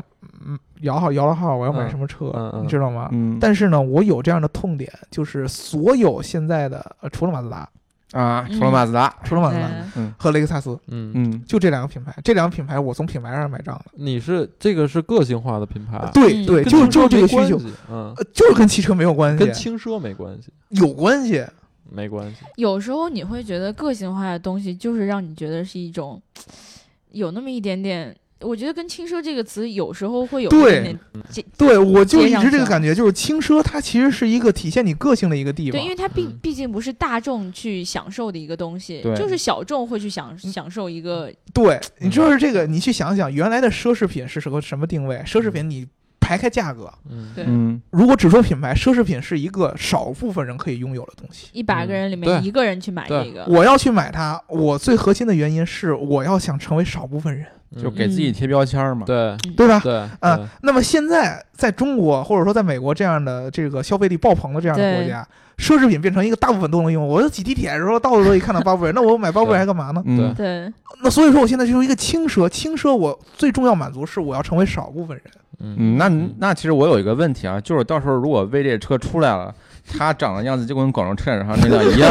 Speaker 3: 嗯摇号摇了号，我要买
Speaker 5: 嗯
Speaker 3: 什么车，
Speaker 5: 嗯嗯
Speaker 3: 你知道吗？
Speaker 4: 嗯，
Speaker 3: 但是呢，我有这样的痛点，就是所有现在的呃除了马自达，
Speaker 4: 啊，除了马自达，
Speaker 3: 除了马自达
Speaker 2: 嗯
Speaker 3: 和雷克萨斯，
Speaker 5: 嗯，
Speaker 4: 嗯，
Speaker 3: 就这两个品牌，这两个品牌我从品牌上买账了。
Speaker 5: 你是这个是个性化的品牌，
Speaker 3: 对
Speaker 2: 嗯
Speaker 3: 对，
Speaker 5: 啊跟
Speaker 3: 就是
Speaker 5: 轻
Speaker 3: 就是
Speaker 5: 奢
Speaker 3: 这
Speaker 5: 没
Speaker 3: 个需
Speaker 5: 关
Speaker 3: 求，
Speaker 5: 系，嗯，
Speaker 3: 呃就是跟汽车没有关系
Speaker 5: 跟，轻奢没关系，
Speaker 3: 有关系。
Speaker 5: 没关系，
Speaker 2: 有时候你会觉得个性化的东西就是让你觉得是一种有那么一点点，我觉得跟轻奢这个词有时候会有一
Speaker 3: 对
Speaker 2: 点点
Speaker 3: 对，我就
Speaker 2: 接
Speaker 3: 一
Speaker 2: 上
Speaker 3: 直这个
Speaker 2: 去
Speaker 3: 感觉，就是轻奢它其实是一个体现你个性的一个地方
Speaker 2: 对，因。为它毕
Speaker 5: 嗯
Speaker 2: 毕竟不是大众去享受的一个东西，
Speaker 4: 对
Speaker 2: 就是小众会去享享受一个，
Speaker 3: 对，你
Speaker 5: 嗯
Speaker 3: 就是这个，你去想想原来的奢侈品是什么什么定位？奢侈品你排开价格，
Speaker 5: 嗯，
Speaker 2: 对
Speaker 4: 嗯，
Speaker 3: 如果只说品牌，奢侈品是一个少部分人可以拥有的东西。
Speaker 2: 一百个人里面
Speaker 5: 嗯对
Speaker 2: 一个人去买
Speaker 5: 对
Speaker 2: 这个，
Speaker 3: 我要去买它，我最核心的原因是我要想成为少部分人，
Speaker 5: 嗯
Speaker 4: 就给自己贴标签儿嘛。
Speaker 5: 对
Speaker 3: 对吧？
Speaker 5: 对嗯
Speaker 3: 啊
Speaker 5: 对
Speaker 3: 那么现在在中国或者说在美国这样的这个消费力爆棚的这样的国
Speaker 2: 对
Speaker 3: 家，奢侈品变成一个大部分都能用。我挤地铁的时候到处都可以看到巴布人，那我买巴布人还干嘛呢？
Speaker 4: 嗯，
Speaker 2: 对，
Speaker 3: 那所以说我现在就是一个轻奢，轻奢我最重要满足是我要成为少部分人。
Speaker 5: 嗯
Speaker 4: 嗯，那那其实我有一个问题啊，就是到时候如果为这车出来了，它长的样子就跟广州车展上那辆一样，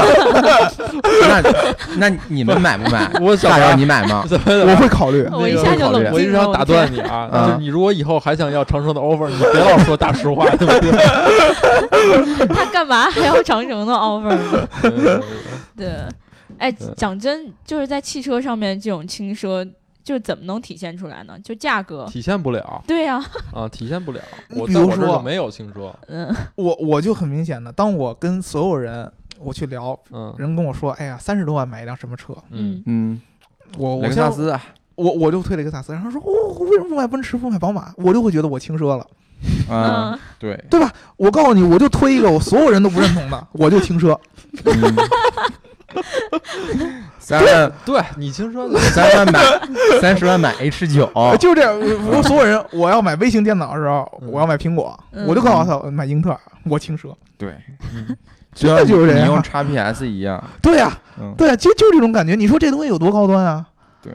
Speaker 4: 那那你们买不买？
Speaker 5: 我想
Speaker 4: 大
Speaker 5: 啊
Speaker 4: 姚，你买吗？
Speaker 5: 怎么
Speaker 3: 我会考虑。
Speaker 2: 我一下就冷静了。
Speaker 5: 我一直想打断你啊，
Speaker 4: 嗯
Speaker 5: 就是你如果以后还想要长生的 offer，你别老说大实话，对不对？
Speaker 2: 我天，他干嘛 还要长城的 offer 呢？ 对，哎，
Speaker 5: 对
Speaker 2: 讲真，就是在汽车上面这种轻奢，就是怎么能体现出来呢？就价格，
Speaker 5: 体现不了
Speaker 2: 对呀、
Speaker 5: 啊，体现不了。
Speaker 3: 你
Speaker 5: 我
Speaker 3: 比
Speaker 5: 在
Speaker 3: 如
Speaker 5: 我这儿
Speaker 3: 说
Speaker 5: 就没有轻奢，
Speaker 2: 嗯，
Speaker 3: 我我就很明显的，当我跟所有人我去聊，
Speaker 5: 嗯
Speaker 3: 人跟我说，哎呀，三十多万买一辆什么车？
Speaker 5: 嗯，
Speaker 4: 嗯，
Speaker 3: 我我
Speaker 4: 雷克
Speaker 3: 像
Speaker 4: 萨 斯啊
Speaker 3: 我我就推雷克萨斯，然后说，哦，为什么不买奔驰不买宝马？我就会觉得我轻奢了。
Speaker 2: 嗯
Speaker 4: 啊，
Speaker 3: 嗯
Speaker 4: 对，
Speaker 3: 我告诉你，我就推一个我所有人都不认同的，我就轻奢。
Speaker 4: 嗯三万
Speaker 5: 对你轻奢 的，
Speaker 4: 三万买三十万买 H 九，
Speaker 3: 哎就是这样，呃我我所有人我要买微型电脑的时候，我要买苹果，
Speaker 2: 嗯
Speaker 3: 我就告诉他买英特尔，我轻奢。
Speaker 4: 对，
Speaker 5: 嗯
Speaker 4: 就像
Speaker 3: 真的就是这
Speaker 4: 你
Speaker 3: 样
Speaker 4: 用 x PS 一样，
Speaker 3: 对呀、
Speaker 4: 嗯，
Speaker 3: 对呀、就就这种感觉。你说这东西有多高端啊？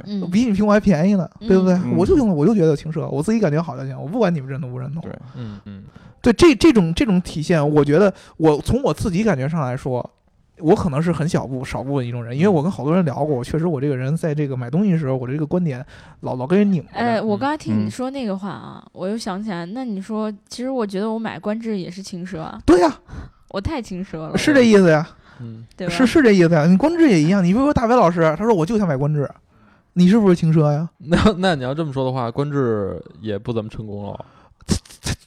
Speaker 2: 嗯，
Speaker 3: 比你苹果还便宜呢，
Speaker 2: 嗯
Speaker 3: 对不对？
Speaker 4: 嗯
Speaker 3: 我就用了，我就觉得有轻奢，我自己感觉好就行，我不管你们认同不认同。
Speaker 4: 对
Speaker 5: 嗯嗯
Speaker 3: 对这这种这种体现，我觉得我从我自己感觉上来说，我可能是很小部少部分一种人，因为我跟好多人聊过，我确实我这个人在这个买东西的时候，我这个观点老老跟人拧巴着。
Speaker 2: 哎，我
Speaker 5: 嗯
Speaker 2: 刚才听你
Speaker 4: 嗯
Speaker 2: 说那个话啊，我又想起来，那你说，其实我觉得我买官至也是轻奢啊，
Speaker 3: 对呀、
Speaker 2: 我太轻奢了，
Speaker 3: 是这意思呀，
Speaker 5: 嗯，
Speaker 2: 对吧？
Speaker 3: 是是这意思呀。你官至也一样，你比如说大白老师，他说我就想买官至，你是不是轻奢呀？
Speaker 5: 那那你要这么说的话，观致也不怎么成功了。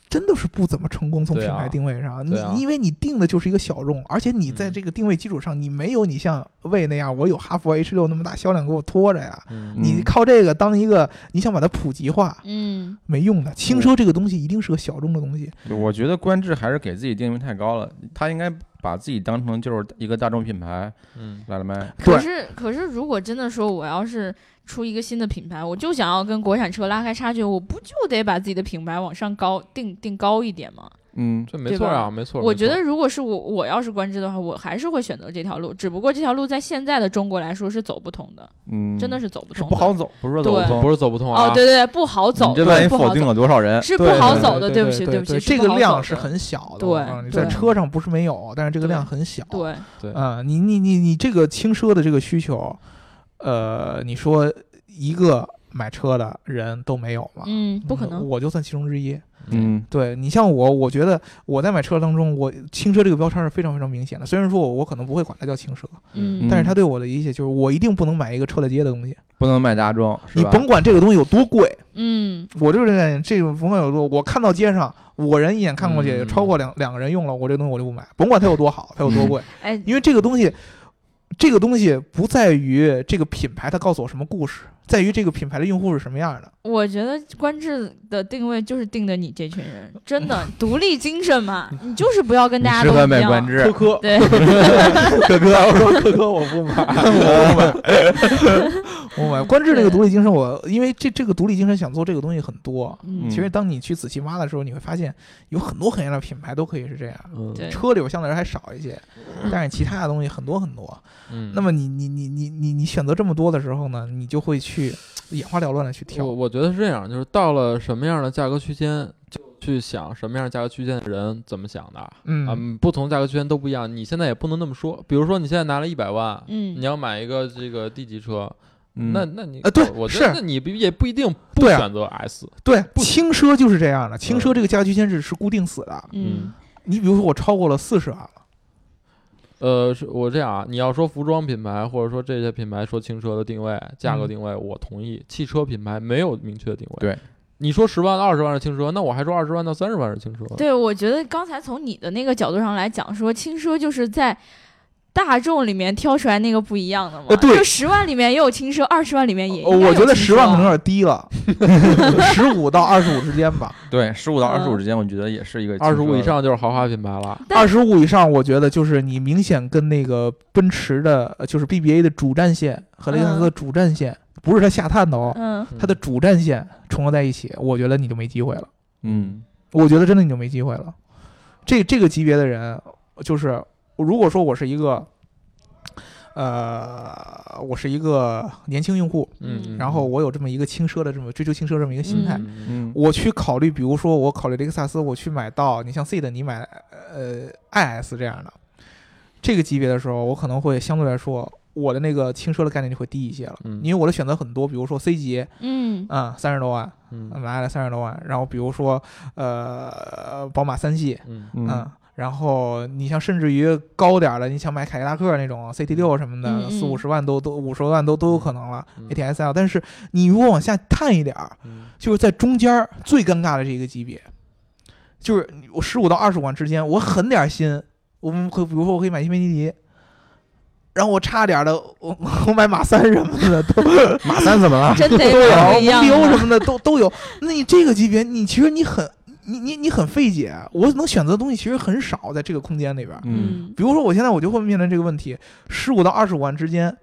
Speaker 3: 真的是不怎么成功，从
Speaker 5: 对
Speaker 3: 品
Speaker 5: 啊
Speaker 3: 牌定位上，你
Speaker 5: 对啊
Speaker 3: 因为你定的就是一个小众，而且你在
Speaker 5: 嗯
Speaker 3: 这个定位基础上，你没有你像魏那样，我有哈弗 H 六那么大销量给我拖着呀。
Speaker 5: 嗯
Speaker 3: 你靠这个当一个，你想把它普及化
Speaker 2: 嗯，
Speaker 3: 没用的。轻奢这个东西一定是个小众的东西，
Speaker 4: 对我觉得观致还是给自己定位太高了，他应该把自己当成就是一个大众品牌
Speaker 5: 嗯
Speaker 4: 来了卖。
Speaker 2: 可
Speaker 3: 对
Speaker 2: 是可是如果真的说我要是出一个新的品牌，我就想要跟国产车拉开差距，我不就得把自己的品牌往上高定定高一点吗？
Speaker 4: 嗯，
Speaker 5: 这没错啊，没错。
Speaker 2: 我
Speaker 5: 没
Speaker 2: 觉
Speaker 5: 错
Speaker 2: 得，如果是我我要是观致的话，我还是会选择这条路，只不过这条路在现在的中国来说是走不通的，
Speaker 4: 嗯，
Speaker 2: 真的是走不
Speaker 4: 是
Speaker 2: 通
Speaker 4: 不
Speaker 2: 的，
Speaker 4: 好走，不是说走
Speaker 2: 对
Speaker 4: 不通。
Speaker 5: 不是走不通啊。
Speaker 2: 哦，对对对，不好走，
Speaker 4: 你这万
Speaker 2: 对
Speaker 4: 一
Speaker 2: 不好
Speaker 4: 否定
Speaker 2: 走
Speaker 4: 了多少人？
Speaker 2: 是不
Speaker 3: 对
Speaker 2: 好
Speaker 3: 对
Speaker 2: 走的，
Speaker 3: 对
Speaker 2: 不起，
Speaker 3: 对
Speaker 2: 不起，是
Speaker 3: 这
Speaker 2: 不
Speaker 3: 个
Speaker 2: 好
Speaker 3: 量
Speaker 2: 走
Speaker 3: 是
Speaker 2: 的
Speaker 3: 很小的，
Speaker 2: 对
Speaker 3: 我告诉你，在
Speaker 2: 对
Speaker 3: 车上不是没有，但是这个量很小。
Speaker 2: 对，
Speaker 5: 对
Speaker 3: 啊、你你你你这个轻奢的这个需求，呃，你说一个买车的人都没有吗？
Speaker 2: 嗯，不可能，
Speaker 3: 我就算其中之一。
Speaker 4: 嗯，
Speaker 3: 对你像我，我觉得我在买车当中，我轻奢这个标签是非常非常明显的。虽然说我我可能不会管它叫轻奢，
Speaker 2: 嗯，
Speaker 3: 但是它对我的理解就是，我一定不能买一个车来街的东西。
Speaker 4: 不能卖大众，是
Speaker 3: 你
Speaker 4: 吧？
Speaker 3: 甭管这个东西有多贵，
Speaker 2: 嗯，
Speaker 3: 我就是这个概念，这个甭管有多，我看到街上，我人一眼看过去
Speaker 5: 嗯
Speaker 3: 超过两两个人用了，我这东西我就不买，甭管它有多好，它有多贵。
Speaker 2: 哎，
Speaker 3: 因为这个东西，这个东西不在于这个品牌它告诉我什么故事，在于这个品牌的用户是什么样的。
Speaker 2: 我觉得官至的定位就是定的你这群人，真的独立精神嘛，你就是不要跟大家
Speaker 4: 适
Speaker 2: 都
Speaker 4: 合
Speaker 2: 一
Speaker 4: 卖官
Speaker 2: 样。
Speaker 4: 致，
Speaker 3: 科，
Speaker 2: 对，
Speaker 3: 科科，我说
Speaker 5: 科科我不 买，
Speaker 3: 我买观致这个独立精神，我因为这这个独立精神想做这个东西很多。
Speaker 2: 嗯
Speaker 4: 嗯
Speaker 3: 其实当你去仔细挖的时候，你会发现有很多很多的品牌都可以是这样。
Speaker 5: 嗯
Speaker 2: 对
Speaker 3: 车里边相对来说还少一些，但是其他的东西很多很多。
Speaker 5: 嗯
Speaker 3: 那么你你你你你你选择这么多的时候呢，你就会去眼花缭乱的去挑
Speaker 5: 我。我觉得是这样，就是到了什么样的价格区间，就去想什么样的价格区间的人怎么想的。
Speaker 3: 嗯，
Speaker 5: 嗯，不同价格区间都不一样，你现在也不能那么说。比如说，你现在拿了一百万，
Speaker 2: 嗯
Speaker 5: 你要买一个这个 D 级车，
Speaker 4: 嗯
Speaker 5: 那那你
Speaker 3: 呃对
Speaker 5: 我觉得
Speaker 3: 是
Speaker 5: 那你不也不一定不
Speaker 3: 对啊
Speaker 5: 选择 S，
Speaker 3: 对，
Speaker 5: 不
Speaker 3: 轻奢就是这样的，轻奢这个价格区间是是固定死的。
Speaker 2: 嗯
Speaker 3: 你比如说我超过了四十万啊了，
Speaker 5: 呃，是我这样啊，你要说服装品牌或者说这些品牌说轻奢的定位、价格
Speaker 3: 嗯
Speaker 5: 定位，我同意。汽车品牌没有明确的定位。
Speaker 4: 对，
Speaker 5: 你说十万到二十万是轻奢，那我还说二十万到三十万是轻奢。
Speaker 2: 对，我觉得刚才从你的那个角度上来讲，说轻奢就是在大众里面挑出来那个不一样的嘛。
Speaker 3: 呃对
Speaker 2: 就十万里面也有轻奢，二十万里面也应该
Speaker 3: 哦，我
Speaker 2: 有
Speaker 3: 觉得
Speaker 2: 轻
Speaker 3: 十
Speaker 2: 奢
Speaker 3: 万可能
Speaker 2: 啊
Speaker 3: 有点低了， 十五到二十五之间吧，
Speaker 4: 对，十五到二十
Speaker 2: 嗯
Speaker 4: 五之间，我觉得也是一个
Speaker 5: 二十五
Speaker 4: 轻奢
Speaker 5: 以
Speaker 4: 的，
Speaker 5: 上就是豪华品牌了。
Speaker 2: 但
Speaker 3: 二十五以上，我觉得就是你明显跟那个奔驰的，呃就是 BBA 的主战线和雷克萨斯的主战线，不是它下探的哦，
Speaker 2: 嗯
Speaker 3: 它的主战线重合在一起，我觉得你就没机会了，
Speaker 4: 嗯，
Speaker 3: 我觉得真的你就没机会了。这这个级别的人，就是如果说我是一个，呃，我是一个年轻用户，
Speaker 5: 嗯，
Speaker 3: 然后我有这么一个轻奢的这么追求轻奢这么一个心态，
Speaker 2: 嗯
Speaker 4: 嗯
Speaker 3: 我去考虑，比如说我考虑雷克萨斯，我去买到你像 C 的，你买呃 IS 这样的这个级别的时候，我可能会相对来说我的那个轻奢的概念就会低一些了，
Speaker 5: 嗯
Speaker 3: 因为我的选择很多，比如说 C 级
Speaker 2: 嗯
Speaker 3: 啊三十多万，
Speaker 5: 嗯嗯
Speaker 3: 买来三十多万，然后比如说呃宝马三系，
Speaker 5: 嗯
Speaker 4: 嗯
Speaker 3: 嗯。然后你像甚至于高点儿的，你想买凯迪拉克那种 CT 六什么
Speaker 2: 嗯
Speaker 3: 的，
Speaker 2: 嗯
Speaker 3: 四五十万都都五十万都都有可能了
Speaker 5: 嗯
Speaker 3: ，ATS L。但是啊你如果往下探一点儿，
Speaker 5: 嗯
Speaker 3: 就是在中间儿最尴尬的这一个级别，就是我十五到二十万之间，我狠点儿心，我们可比如说我可以买新梅尼迪，然后我差点儿的，我 我买马三什么的都
Speaker 4: 马三怎么了？
Speaker 2: 真得
Speaker 3: 都有，
Speaker 2: 不
Speaker 3: 蒙
Speaker 2: 一样啊
Speaker 3: 迪欧
Speaker 2: 的
Speaker 3: 什么的都都有。那你这个级别，你其实你很你你你很费解，我能选择的东西其实很少，在这个空间里边儿。
Speaker 4: 嗯
Speaker 2: 嗯
Speaker 3: 比如说，我现在我就会面临这个问题：十五到二十五万之间，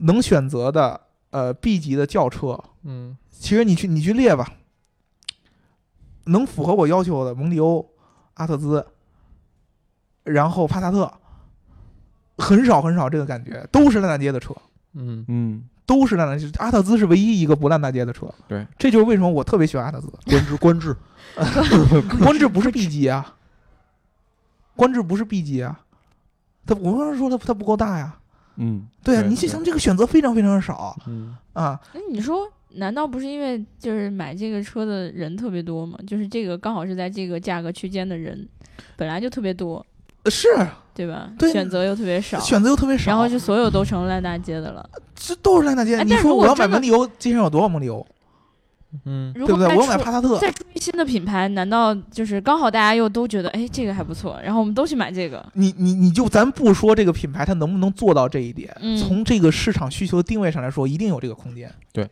Speaker 3: 能选择的呃 B 级的轿车，
Speaker 5: 嗯
Speaker 3: 其实你去你去列吧，能符合我要求的蒙迪欧、阿特兹，然后帕萨特，很少很少这个感觉，都是烂大街的车，
Speaker 5: 嗯
Speaker 4: 嗯，
Speaker 3: 都是烂大街。阿特兹是唯一一个不烂大街的车，
Speaker 4: 对，
Speaker 3: 这就是为什么我特别喜欢阿特兹。
Speaker 5: 官至官至，
Speaker 3: 官至不是 B 级啊，官至不是 B 级啊，他我刚才说他他不够大呀。
Speaker 4: 嗯，
Speaker 3: 对啊，
Speaker 5: 对
Speaker 3: 你
Speaker 5: 对
Speaker 3: 想想这个选择非常非常地少
Speaker 5: 嗯
Speaker 3: 啊。
Speaker 2: 那哎你说，难道不是因为就是买这个车的人特别多吗？就是这个刚好是在这个价格区间的人，本来就特别多，
Speaker 3: 呃是
Speaker 2: 对吧？
Speaker 3: 对
Speaker 2: 选择又特别少，
Speaker 3: 选择又特别少，
Speaker 2: 然后就所有都成烂大街的了。
Speaker 3: 这都是烂大街。
Speaker 2: 哎
Speaker 3: 你
Speaker 2: 但是
Speaker 3: 说
Speaker 2: 如
Speaker 3: 我
Speaker 2: 果
Speaker 3: 要买
Speaker 2: 真的
Speaker 3: 蒙迪欧，街上有多少蒙迪欧？
Speaker 5: 嗯，
Speaker 2: 如
Speaker 3: 对
Speaker 2: 果
Speaker 3: 不对？
Speaker 2: 再
Speaker 3: 我又买
Speaker 2: 出
Speaker 3: 帕萨特，
Speaker 2: 再出一新的品牌，难道就是刚好大家又都觉得，哎，这个还不错，然后我们都去买这个？
Speaker 3: 你你你就咱不说这个品牌它能不能做到这一点，
Speaker 2: 嗯
Speaker 3: 从这个市场需求定位上来说，一定有这个空间。
Speaker 5: 对，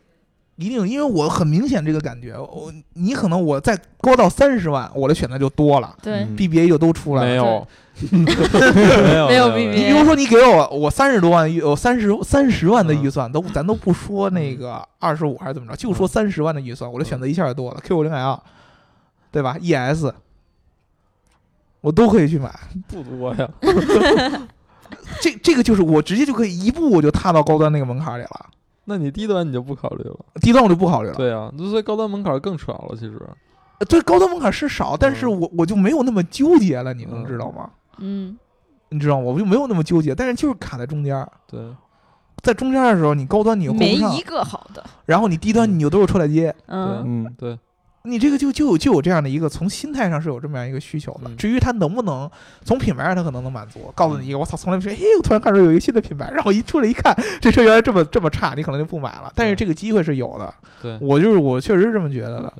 Speaker 3: 一定有，因为我很明显这个感觉，我你可能我再高到三十万，我的选择就多了
Speaker 2: 对，
Speaker 5: 嗯
Speaker 3: ，BBA 就都出来
Speaker 5: 没
Speaker 3: 了。
Speaker 5: 有，没有
Speaker 2: 没有
Speaker 3: 你
Speaker 2: BBA
Speaker 3: 比如说，你给我我三十多万预，我三十三十万的
Speaker 5: 嗯
Speaker 3: 预算，都咱都不说那个二十五还是怎么着，就说三十万的预算，我的
Speaker 5: 嗯
Speaker 3: 选择一下就多了。Q 五零 L，对吧？ES，我都可以去买。
Speaker 5: 不多呀，
Speaker 3: 这这个就是我直接就可以一步我就踏到高端那个门槛里了，
Speaker 5: 那你低端你就不考虑了，
Speaker 3: 低端我就不考虑了。
Speaker 5: 对呀、所以高端门槛更少了，其实，
Speaker 3: 呃对，高端门槛是少，但
Speaker 5: 嗯
Speaker 3: 是我我就没有那么纠结了，你能知道吗？
Speaker 2: 嗯，
Speaker 3: 你知道吗？我就没有那么纠结，但是就是卡在中间儿，
Speaker 5: 对，
Speaker 3: 在中间儿的时候，你高端你又够
Speaker 2: 没
Speaker 3: 不上
Speaker 2: 一，个好的，
Speaker 3: 然后你低端你又都是车载机，
Speaker 2: 嗯，
Speaker 4: 嗯，
Speaker 5: 对，
Speaker 3: 你这个就就有就有这样的一个从心态上是有这么样一个需求的。
Speaker 5: 嗯
Speaker 3: 至于它能不能从品牌上，它可能能满足。告诉你一个，我操，从来没说，嘿，我突然看到有一个新的品牌，然后一出来一看，这车原来这么这么差，你可能就不买了。但是这个机会是有的，
Speaker 5: 嗯对，
Speaker 3: 我就是我确实是这么觉得的。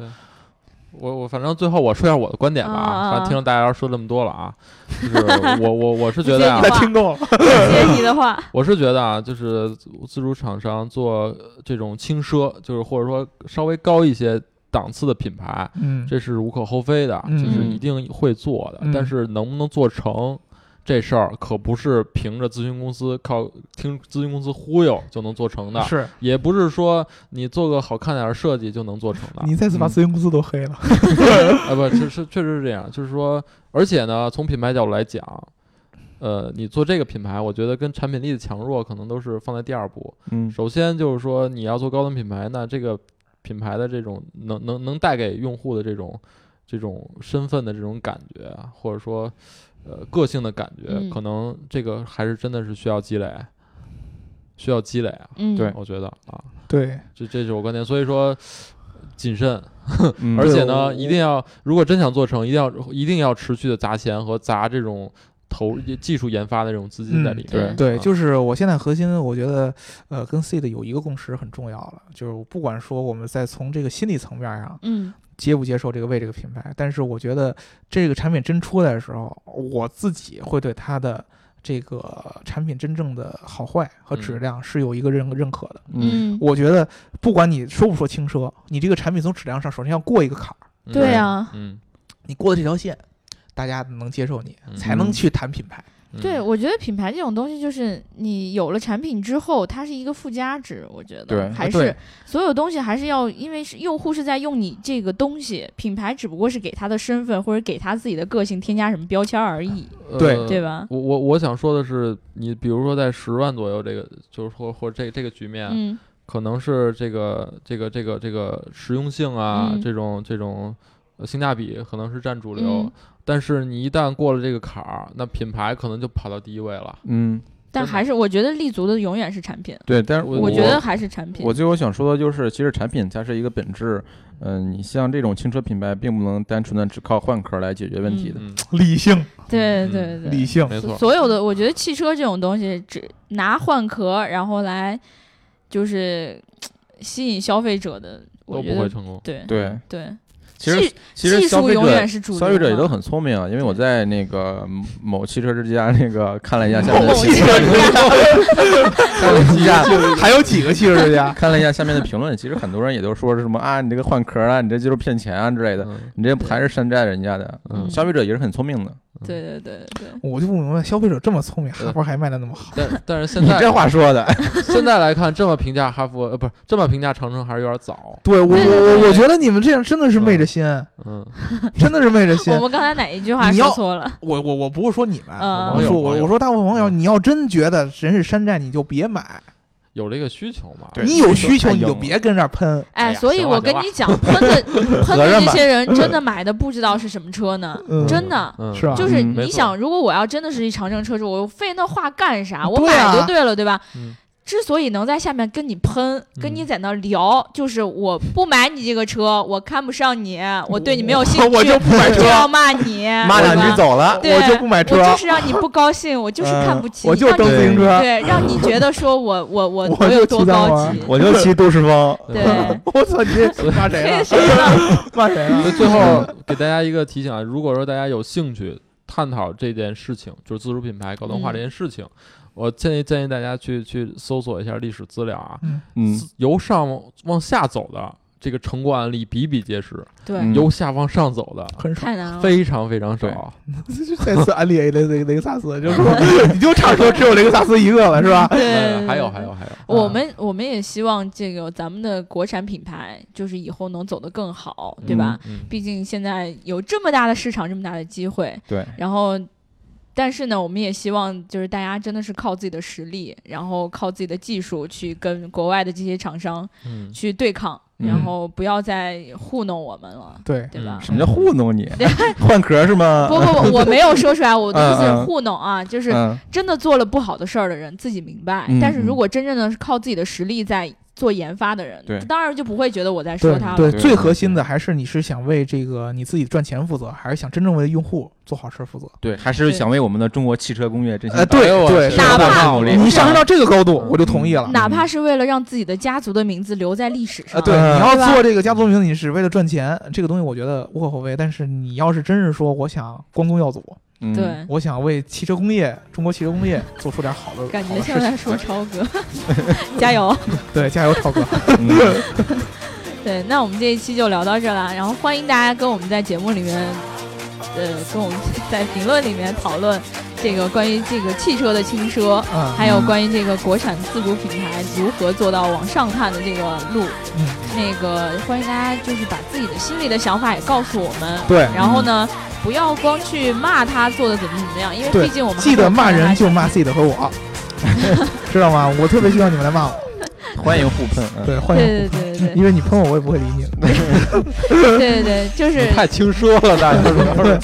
Speaker 5: 我我反正最后我说一下我的观点吧，
Speaker 2: 啊啊
Speaker 5: 啊反正听了大家说这么多 了啊，就是我我我是觉
Speaker 2: 你
Speaker 5: 得
Speaker 2: 觉
Speaker 5: 啊
Speaker 2: 得，
Speaker 3: 他听够了，
Speaker 2: 接你的话，
Speaker 5: 我是觉得啊，就是自主厂商做这种轻奢，就是或者说稍微高一些档次的品牌，
Speaker 3: 嗯
Speaker 5: 这 是无可厚非的，
Speaker 3: 嗯
Speaker 5: 就是一定会做的。
Speaker 3: 嗯
Speaker 5: 但是能不能做成这事儿，可不是凭着咨询公司靠听咨询公司忽悠就能做成的，
Speaker 3: 是
Speaker 5: 也不是说你做个好看点儿的设计就能做成的。
Speaker 3: 你再次把咨询公司都黑了，
Speaker 5: 啊，不是是确实是这样，就是说，而且呢，从品牌角度来讲，呃，你做这个品牌，我觉得跟产品力的强弱可能都是放在第二步。
Speaker 4: 嗯
Speaker 5: 首先就是说，你要做高端品牌，那这个品牌的这种能能能带给用户的这种这种身份的这种感觉啊，或者说呃个性的感觉，
Speaker 2: 嗯
Speaker 5: 可能这个还是真的是需要积累，需要积累啊。
Speaker 2: 嗯，
Speaker 4: 对
Speaker 5: 我觉得啊，
Speaker 3: 对，
Speaker 5: 这这就是我观点，所以说谨慎。
Speaker 4: 嗯
Speaker 5: 而且
Speaker 3: 对我
Speaker 5: 呢，一定要如果真想做成，一定要一定要持续的砸钱和砸这种投技术研发的这种资金在里面。
Speaker 2: 嗯
Speaker 3: 对，
Speaker 5: 啊
Speaker 3: 就是我现在核心，我觉得，呃，跟 C 的有一个共识很重要了，就是不管说我们在从这个心理层面上
Speaker 2: 嗯，
Speaker 3: 接不接受这个为这个品牌，但是我觉得这个产品真出来的时候，我自己会对它的这个产品真正的好坏和
Speaker 5: 嗯
Speaker 3: 质量是有一个认认可的。
Speaker 4: 嗯
Speaker 2: 嗯，
Speaker 3: 我觉得不管你说不说轻奢，你这个产品从质量上首先要过一个坎儿，
Speaker 5: 嗯
Speaker 2: 对啊
Speaker 5: 嗯，
Speaker 3: 你过了这条线，大家能接受你，
Speaker 5: 嗯
Speaker 3: 才能去谈品牌。
Speaker 5: 嗯
Speaker 2: 对，我觉得品牌这种东西，就是你有了产品之后，它是一个附加值。我觉得
Speaker 4: 对
Speaker 5: 呃
Speaker 2: 还
Speaker 3: 对
Speaker 2: 是所有东西还是要，因为是用户是在用你这个东西，品牌只不过是给他的身份或者给他自己的个性添加什么标签而已，
Speaker 5: 哎
Speaker 3: 对
Speaker 2: 对？吧？
Speaker 5: 呃我我我想说的是，你比如说在十万左右这个，就是或或这这个局面，
Speaker 2: 嗯
Speaker 5: 可能是这个这个这个这个实用性啊，
Speaker 2: 嗯
Speaker 5: 这种这种呃性价比可能是占主流，
Speaker 2: 嗯，
Speaker 5: 但是你一旦过了这个坎儿，那品牌可能就跑到第一位了。
Speaker 4: 嗯，
Speaker 2: 但
Speaker 5: 真的
Speaker 2: 还是我觉得立足的永远是产品，
Speaker 4: 对，但是
Speaker 5: 我
Speaker 2: 我觉得还是产品
Speaker 4: 我。最后想说的就是，其实产品才是一个本质。嗯、你像这种轻奢品牌，并不能单纯的只靠换壳来解决问题的。
Speaker 5: 嗯，
Speaker 3: 理性，
Speaker 2: 对
Speaker 5: 嗯
Speaker 2: 对对，
Speaker 3: 理性，
Speaker 5: 没
Speaker 2: 所
Speaker 5: 错。
Speaker 2: 所有的，我觉得汽车这种东西，只拿换壳，然后来就是嘖吸引消费者的，
Speaker 5: 都
Speaker 2: 我觉
Speaker 5: 不会
Speaker 2: 得
Speaker 5: 成功。
Speaker 2: 对
Speaker 4: 对，
Speaker 2: 对，
Speaker 4: 其实
Speaker 2: 技
Speaker 4: 其实
Speaker 2: 技
Speaker 4: 消
Speaker 2: 术
Speaker 4: 费
Speaker 2: 永
Speaker 4: 者
Speaker 2: 远是主流嘛。嗯
Speaker 4: 消费者也都很聪明啊，因为我在那个嗯某汽车之家那个看了一下下面的
Speaker 2: 某
Speaker 4: 评
Speaker 2: 汽车之
Speaker 4: 价
Speaker 3: 还有几个汽车之家？
Speaker 4: 看了一下下面的评论，其实很多人也都说是什么啊，你这个换壳啊，你这就是骗钱啊之类的，
Speaker 5: 嗯
Speaker 4: 你这还是山寨人家的。
Speaker 5: 嗯
Speaker 4: 消费者也是很聪明的，
Speaker 2: 对对对对对，
Speaker 3: 我就不明白，消费者这么聪明，
Speaker 5: 对
Speaker 3: 哈佛还卖的那么好，
Speaker 5: 但但是现
Speaker 4: 你这
Speaker 5: 在
Speaker 4: 话说的，
Speaker 5: 现在来看，这么评价哈佛呃不是这么评价长城还是有点早。
Speaker 3: 对我
Speaker 2: 对对
Speaker 3: 我
Speaker 2: 对
Speaker 3: 我觉得你们这样真的是昧着心，
Speaker 5: 嗯，
Speaker 3: 真的是昧着心
Speaker 2: 我。们刚才哪一句话
Speaker 3: 你
Speaker 2: 说
Speaker 3: 要
Speaker 2: 错了？
Speaker 3: 我我我不是说你们，
Speaker 2: 嗯
Speaker 3: 我说我
Speaker 5: 网友
Speaker 3: 我说大部分网友，
Speaker 5: 嗯
Speaker 3: 你要真觉得人是山寨，你就别买，
Speaker 5: 有这个需求嘛？嗯
Speaker 4: 对
Speaker 3: 你有需求
Speaker 4: 太
Speaker 3: 你就
Speaker 4: 硬了
Speaker 3: 别跟这儿喷。
Speaker 5: 哎
Speaker 2: 哎，
Speaker 5: 呀
Speaker 2: 所以
Speaker 5: 行了
Speaker 2: 我跟
Speaker 5: 行了
Speaker 2: 你讲，喷的喷
Speaker 4: 合
Speaker 2: 的
Speaker 4: 着
Speaker 2: 这
Speaker 4: 吧
Speaker 2: 些人真的买的不知道是什么车呢，
Speaker 3: 嗯，
Speaker 2: 真的
Speaker 5: 嗯，
Speaker 3: 是吧
Speaker 2: 就是
Speaker 4: 嗯
Speaker 5: 没
Speaker 2: 你
Speaker 5: 错
Speaker 2: 想，如果我要真的是一长城车主，我费那话干啥？我
Speaker 3: 对啊
Speaker 2: 买就对了，对吧
Speaker 5: 嗯？
Speaker 2: 之所以能在下面跟你喷，跟
Speaker 4: 嗯
Speaker 2: 你在那聊，就是我不买你这个车，我看不上你，我对你没有兴趣，
Speaker 5: 我就不买车
Speaker 2: 就要骂你，
Speaker 6: 骂两
Speaker 2: 对吧
Speaker 6: 句走 了，
Speaker 2: 对
Speaker 3: 我就哎不买车
Speaker 2: 我，就是让你不高兴，我就是看不起你，
Speaker 3: 嗯我就
Speaker 2: 让你
Speaker 3: 蹬自行车，
Speaker 2: 对，让你觉得说我我我
Speaker 3: 我
Speaker 2: 我有
Speaker 3: 就
Speaker 2: 多
Speaker 3: 骑单
Speaker 2: 高
Speaker 3: 玩
Speaker 2: 级，
Speaker 6: 我就骑都市风，
Speaker 4: 啊
Speaker 2: 对
Speaker 5: 吧
Speaker 3: 我操，你这骂谁
Speaker 2: 确
Speaker 3: 了？
Speaker 2: 实 呢，
Speaker 3: 骂谁了
Speaker 5: 所以？最后给大家一个提醒啊，如果说大家有兴趣探讨这件事情，就是自主品牌高端化
Speaker 2: 嗯
Speaker 5: 这件事情，我建议建议大家去去搜索一下历史资料啊，
Speaker 4: 嗯，
Speaker 5: 由上往下走的这个成功案例比比皆是，
Speaker 2: 对
Speaker 4: 嗯，
Speaker 5: 由下往上走的
Speaker 3: 很少，
Speaker 2: 太难了。
Speaker 5: 非常非常少。
Speaker 3: 再次安利雷雷雷克萨 斯，就是说你就差说只有雷克萨斯一个了，是吧？
Speaker 2: 对
Speaker 5: 嗯，
Speaker 2: 对
Speaker 5: 还有
Speaker 2: 对
Speaker 5: 还有还有，
Speaker 3: 嗯
Speaker 2: 我们我们也希望这个咱们的国产品牌，就是以后能走得更好，对吧？
Speaker 5: 嗯？
Speaker 2: 毕竟现在有这么大的市场，这么大的机会，
Speaker 4: 对，
Speaker 2: 然后。但是呢，我们也希望就是大家真的是靠自己的实力，然后靠自己的技术去跟国外的这些厂商
Speaker 5: 嗯，嗯
Speaker 2: 去对抗，
Speaker 4: 嗯
Speaker 2: 然后不要再糊弄我们了，
Speaker 3: 对，
Speaker 2: 对吧？
Speaker 4: 什么叫糊 弄你？
Speaker 6: 换壳是吗？
Speaker 2: 不不不，我没有说出来， 我的意思
Speaker 4: 嗯
Speaker 2: 是
Speaker 4: 嗯
Speaker 2: 糊弄啊，就是
Speaker 4: 嗯，
Speaker 2: 真的做了不好的事儿的人自己明白，
Speaker 4: 嗯
Speaker 2: 但是如
Speaker 4: 嗯
Speaker 2: 果真正的是靠自己的实力在做研发的人，
Speaker 4: 对
Speaker 2: 当然就不会觉得我在说
Speaker 3: 对
Speaker 2: 他了。
Speaker 3: 对，
Speaker 4: 对
Speaker 3: 最核心的还是你是想为这个你自己赚钱负责，还是想真正为用户做好事负责？
Speaker 4: 对， 还是想为我们的中国汽车工业真心
Speaker 3: 呃对
Speaker 4: 哎呦我
Speaker 3: 对
Speaker 4: 是
Speaker 2: 哪
Speaker 4: 大
Speaker 2: 怕
Speaker 4: 大努力，
Speaker 3: 你上升到这个高度，
Speaker 2: 嗯
Speaker 3: 我就同意了。
Speaker 2: 哪怕是为了让自己的家族的名字留在历史上，
Speaker 3: 啊，对，
Speaker 6: 嗯
Speaker 2: 对
Speaker 3: 你
Speaker 2: 吧
Speaker 3: 要做这个家族名，你是为了赚钱，这个东西我觉得无可厚非。但是你要是真是说我想光宗耀祖，
Speaker 4: 嗯
Speaker 2: 对
Speaker 3: 我想为汽车工业、中国汽车工业做出点好的，
Speaker 2: 感觉
Speaker 3: 好的
Speaker 2: 像
Speaker 3: 事情
Speaker 2: 在说超哥， 加油！
Speaker 3: 对，加油，涛哥，
Speaker 4: 嗯
Speaker 2: 对，那我们这一期就聊到这了，然后欢迎大家跟我们在节目里面，呃，跟我们在评论里面讨论这个关于这个汽车的轻奢，
Speaker 3: 嗯，
Speaker 2: 还有关于这个国产自主品牌如何做到往上看的这个路，
Speaker 3: 嗯
Speaker 2: 那个欢迎大家就是把自己的心里的想法也告诉我们，
Speaker 3: 对，
Speaker 2: 然后呢，不要光去骂他做的怎么怎么样，因为
Speaker 3: 对
Speaker 2: 毕竟我们还
Speaker 3: 记
Speaker 2: 没有
Speaker 3: 得骂
Speaker 2: 看到他
Speaker 3: 人就
Speaker 2: 产
Speaker 3: 骂
Speaker 2: 品
Speaker 3: C 的和 我，知道吗？我特别希望你们来骂我，
Speaker 4: 欢迎互喷，嗯
Speaker 3: 对，欢迎，
Speaker 2: 对对对 对
Speaker 3: 因为你喷我，我也不会理你的。
Speaker 2: 对对对，就是
Speaker 5: 太轻奢了，大家说。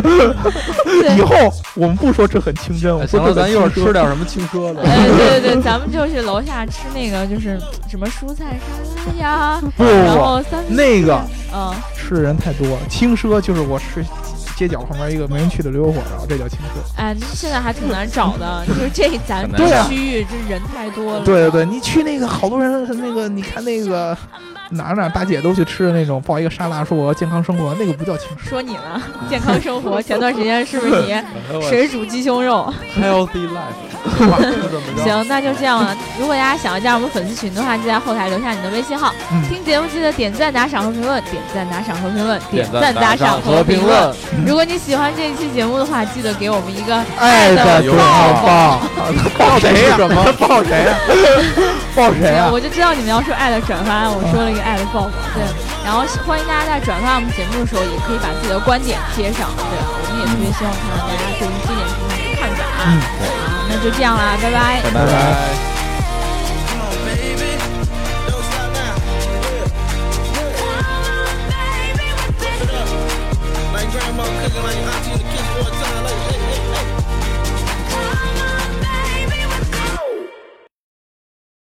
Speaker 2: 对
Speaker 3: 以后我们不说这很清真，我
Speaker 5: 哎
Speaker 3: 们
Speaker 5: 行
Speaker 3: 说
Speaker 5: 了，
Speaker 3: 这
Speaker 5: 咱
Speaker 3: 很
Speaker 5: 一会儿
Speaker 3: 轻
Speaker 5: 吃点什么轻奢的？
Speaker 2: 呃，对对对，咱们就去楼下吃那个，就是什么蔬菜沙拉呀，
Speaker 3: 不
Speaker 2: 然
Speaker 3: 不
Speaker 2: 后三
Speaker 3: 不，那个
Speaker 2: 嗯，
Speaker 3: 吃的人太多，轻奢就是我吃街角旁边一个没人去的驴肉火烧，这叫轻奢。
Speaker 2: 哎，现在还挺难找的，就是这咱
Speaker 4: 很
Speaker 2: 这
Speaker 4: 难
Speaker 3: 找
Speaker 2: 区域这人太多了。
Speaker 3: 对对对，你去那个好多人，那个你看那个哪儿哪儿大姐都去吃的那种，抱一个沙拉说我要健康生活，那个不叫轻奢。
Speaker 2: 说你呢，健康生活。前段时间是不是你水煮鸡胸肉？
Speaker 5: Healthy life，哇是这么着
Speaker 2: 行，那就这样了。如果大家想要加入我们粉丝群的话，就在后台留下你的微信号。
Speaker 3: 嗯
Speaker 2: 听节目记得点赞、打赏和评论，点赞、打赏和评论，
Speaker 5: 点
Speaker 2: 赞、
Speaker 5: 赞、
Speaker 2: 打
Speaker 5: 打
Speaker 2: 赏
Speaker 5: 赏和评论。。
Speaker 2: 如果你喜欢这一期节目的话，记得给我们一个
Speaker 3: 爱
Speaker 2: 的
Speaker 3: 的
Speaker 5: 拥
Speaker 3: 拥
Speaker 5: 抱
Speaker 3: 抱，
Speaker 5: 哦
Speaker 3: 抱谁呀？抱谁呀？抱谁
Speaker 2: 对，
Speaker 3: 呀？
Speaker 2: 我就知道你们要说爱的转发，我说了一个爱的抱抱。对，然后欢迎大家在转发我们节目的时候，也可以把自己的观点贴上。对，我们也特别啊希望看到大家对于这件事情的看法。嗯，好，那就这样啦，拜拜
Speaker 4: 拜拜。
Speaker 3: 拜